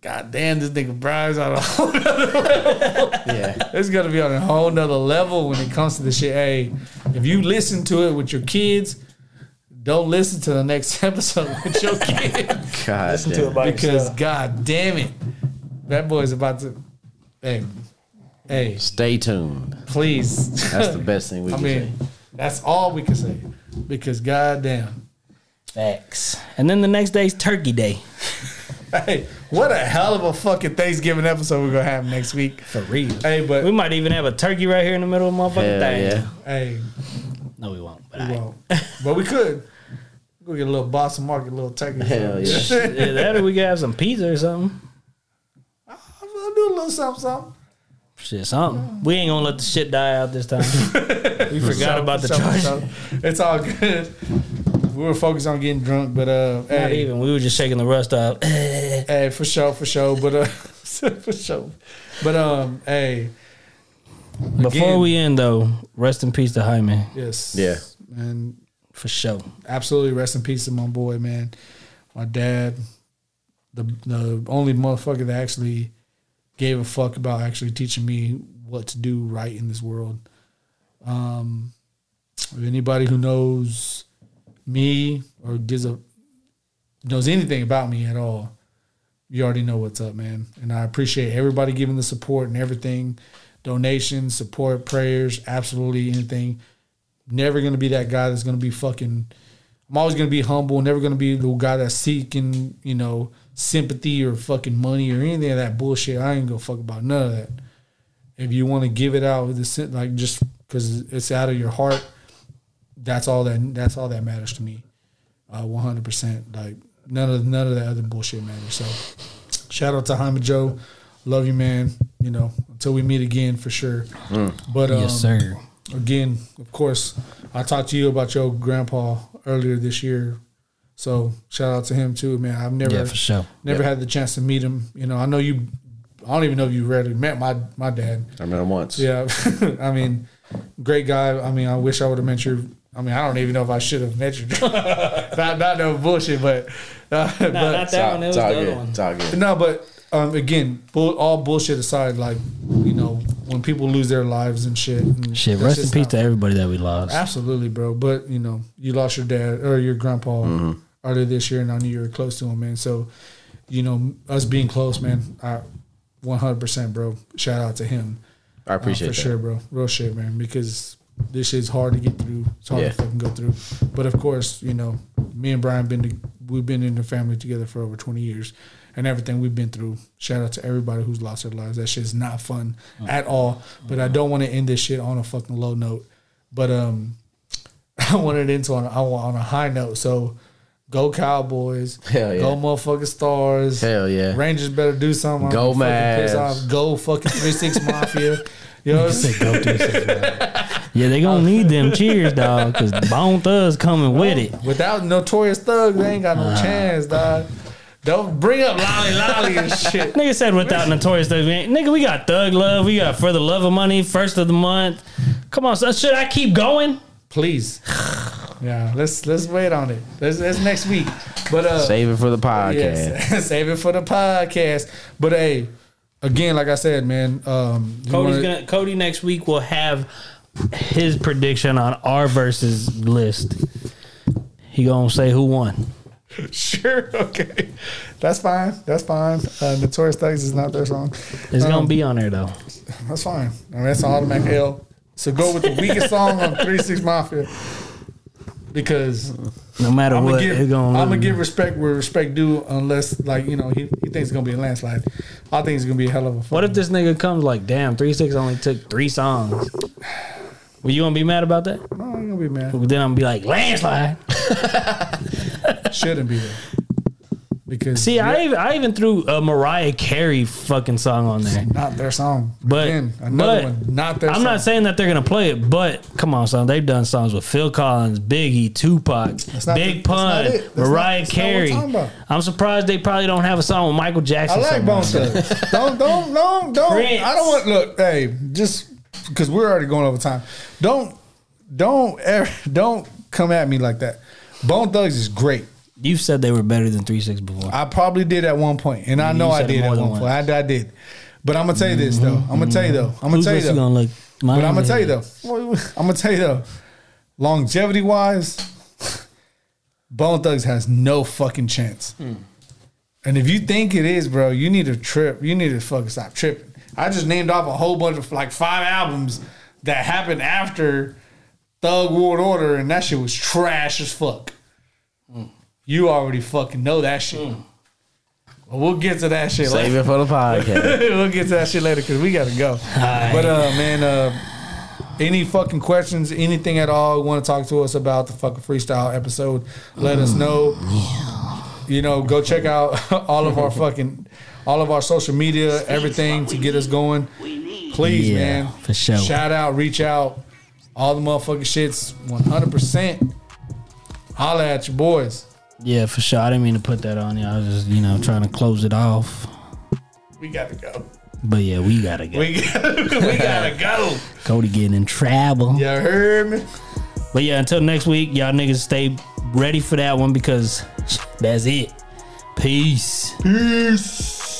B: God damn, this nigga Brian's on a (laughs) whole nother level. yeah. It's gonna be on a whole nother level when it comes to this shit. Hey, if you listen to it with your kids, don't listen to the next (laughs) episode with
D: (laughs)
B: your kids.
D: God damn.
B: because god damn it. That boy's about to Hey. Hey,
D: Stay tuned.
B: please.
D: That's the best thing we
B: (laughs) I
D: can
B: mean, that's all we can say. Because goddamn.
C: Facts. And then the next day's Turkey Day.
B: Hey, what a hell of a fucking Thanksgiving episode we're gonna have next week.
C: For real.
B: Hey, but
C: We might even have a turkey right here in the middle of the motherfucking
D: say. Hell
C: thing.
D: yeah.
B: hey,
C: No, we won't. But (laughs)
B: we
C: aight.
B: won't. But we could. Go get a little Boston Market, a little turkey.
D: Hell
I: (laughs)
D: yeah.
C: Either that or we could have some pizza or something.
B: I'm gonna do a little something, something.
C: Shit, something. We ain't gonna let the shit die out this time.
D: (laughs)
C: we forgot about the
B: So-
C: charge.
B: so- It's all good. We were focused on getting drunk, but uh,
C: Not
B: hey,
C: even. We were just shaking the rust off. (clears throat)
B: hey, for sure, for sure, but uh, (laughs) for sure, but um, hey,
C: Before we end though, rest in peace to Hyman
B: yes,
D: Yeah.
B: and
C: for sure.
B: absolutely rest in peace to my boy, man, my dad, the the only motherfucker that actually gave a fuck about actually teaching me what to do right in this world. Um, anybody who knows me or gives a knows anything about me at all, you already know what's up, man. And I appreciate everybody giving the support and everything, donations, support, prayers, absolutely anything. Never gonna be that guy that's gonna be fucking. I'm always gonna be humble. Never gonna be the guy that's seeking, you know, sympathy or fucking money or anything of that bullshit. I ain't gonna fuck about none of that. If you want to give it out, with the sen- like just because it's out of your heart, that's all that that's all that matters to me Uh, one hundred percent. Like none of none of that other bullshit matters. So shout out to Jaime Joe, love you, man. You know, until we meet again for sure. But um,
C: Yes, sir.
B: Again, of course, I talked to you about your grandpa earlier this year. So shout out to him too, man. I've never
C: Yeah, for sure.
B: never had the chance to meet him. You know, I know you. I don't even know if you rarely met my my dad.
D: I met him
B: (laughs)
D: once.
B: Yeah, I mean, great guy. I mean, I wish I would have met your I mean, I don't even know if I should have met you. (laughs) not, not no bullshit, but, (laughs) uh, but
C: No, not
D: It's
C: that
D: all,
C: one. It was
D: it's
C: the
D: all
C: other
D: good.
C: one.
D: It's all good.
B: No, but um, again, bull, all bullshit aside, like you know, when people lose their lives and shit, and
C: Shit,
B: that's
C: rest in
B: just
C: peace
B: not-
C: to everybody that we lost.
B: Absolutely, bro. But you know, you lost your dad or your grandpa
D: Mm-hmm.
B: earlier this year, and I knew you were close to him, man. So, you know, us being close, man, I 100, percent bro. Shout out to him.
D: I
B: uh,
D: appreciate
B: for
D: that.
B: sure, bro. Real shit, man. Because this shit's hard to get through. It's hard
D: Yeah.
B: to fucking go through. But of course, you know, me and Brian been to, we've been in the family together for over 20 years, and everything we've been through. Shout out to everybody who's lost their lives. That shit's not fun
D: Oh.
B: at all. But I don't want to end this shit on a fucking low note. But um, (laughs) I want it into on a, I want on a high note. So. Go Cowboys!
D: Hell yeah.
B: Go motherfucking Stars!
D: Hell yeah.
B: Rangers better do something. I'm
D: Go
B: fucking pissed
D: Mavs.
B: off. Go fucking three six mafia. You know what I'm saying?
C: Go do something. yeah, they gonna need them cheers, dog, because Bone Thugs coming with it.
B: Without notorious thugs, they ain't got no chance, dog. Don't bring up lolly lolly and shit.
C: Nigga said without notorious thug, we ain't- nigga, we got thug love, we got for the love of money, first of the month. Come on, so should I keep going?
B: Please. Yeah, let's let's wait on it. That's, that's next week. But uh
J: Save it for the podcast.
C: (laughs)
B: yes, (laughs) save it for the podcast. But hey, again, like I said, man, um you
C: Cody's
B: wanna-
C: gonna Cody next week will have his prediction on our versus list. He gonna say who won.
B: (laughs) sure, okay. That's fine. That's fine. Uh, Notorious Thugs is not their song.
C: It's
B: Um,
C: gonna be on there though.
B: That's fine. I mean, that's an automatic L. So go with the weakest song on Three Six Mafia because
C: No matter
B: I'm
C: what,
B: gonna
C: it's
B: give
C: gonna.
B: I'm gonna
C: lose.
B: give respect where respect due unless like you know he, he thinks it's gonna be a landslide. I think it's gonna be a hell of a.
C: What
B: Fucking,
C: if this nigga comes like, damn, three six only took three songs? Were you gonna be mad about that?
B: no, I ain't gonna be mad.
C: Then I'm gonna be like, landslide.
B: Shouldn't be there because
C: See, I even, I even threw a Mariah Carey fucking song on there.
B: not their song.
C: But-
B: another
C: but
B: one, not their.
C: I'm
B: song.
C: not saying that they're gonna play it, but come on, son, they've done songs with Phil Collins, Biggie, Tupac,
B: not-
C: Big
B: that's not
C: Pun,
B: it. That's not-
C: Mariah
B: that's not what I'm
C: Carey.
B: talking about.
C: I'm surprised they probably don't have a song with Michael
B: I
C: Jackson.
B: like
C: somewhere.
B: Bone Thugs. don't don't don't don't.
C: Prince.
B: I don't want look. Hey, just because we're already going over time. Don't don't ever (laughs) don't come at me like that. Bone Thugs is great.
C: You said they were better than three six before.
B: I probably did at one point, and I
C: You
B: know I
C: said it
B: did
C: more
B: at
C: than
K: than
B: one
C: once.
B: point. I, I did. But I'm gonna tell you this though. I'm gonna tell you though. I'm gonna
C: Who's
B: tell you
C: list you
B: though.
C: gonna look?
B: But I'm gonna tell you though. I'm gonna tell you though. Longevity wise, Bone Thugs has no fucking chance. And if you think it is, bro, you need to trip. You need to fucking stop tripping. I just named off a whole bunch of like five albums that happened after Thug World Order, and that shit was trash as fuck. You already fucking know that shit. Well, we'll get to that shit later.
J: Save it for the
C: (laughs)
J: podcast.
B: (laughs) we'll get to that shit later because we gotta go. But uh, man, uh, any fucking questions, anything at all, want to talk to us about the fucking freestyle episode? Let us know. You know, go check out (laughs) all of our fucking, all of our social media, everything to get us going.
A: We need.
B: Please,
C: Yeah,
B: man,
C: for sure.
B: Shout out, reach out, all the motherfucking shits, one hundred percent. Holla at your boys.
C: Yeah, for sure. I didn't mean to put that on you. I was just, you know, trying to close it off.
B: We gotta go.
C: But yeah, we gotta go.
B: We gotta, (laughs) we gotta go.
C: (laughs) Cody getting in trouble.
B: You heard me.
C: But yeah, until next week, y'all niggas stay ready for that one because that's it. Peace.
B: Peace.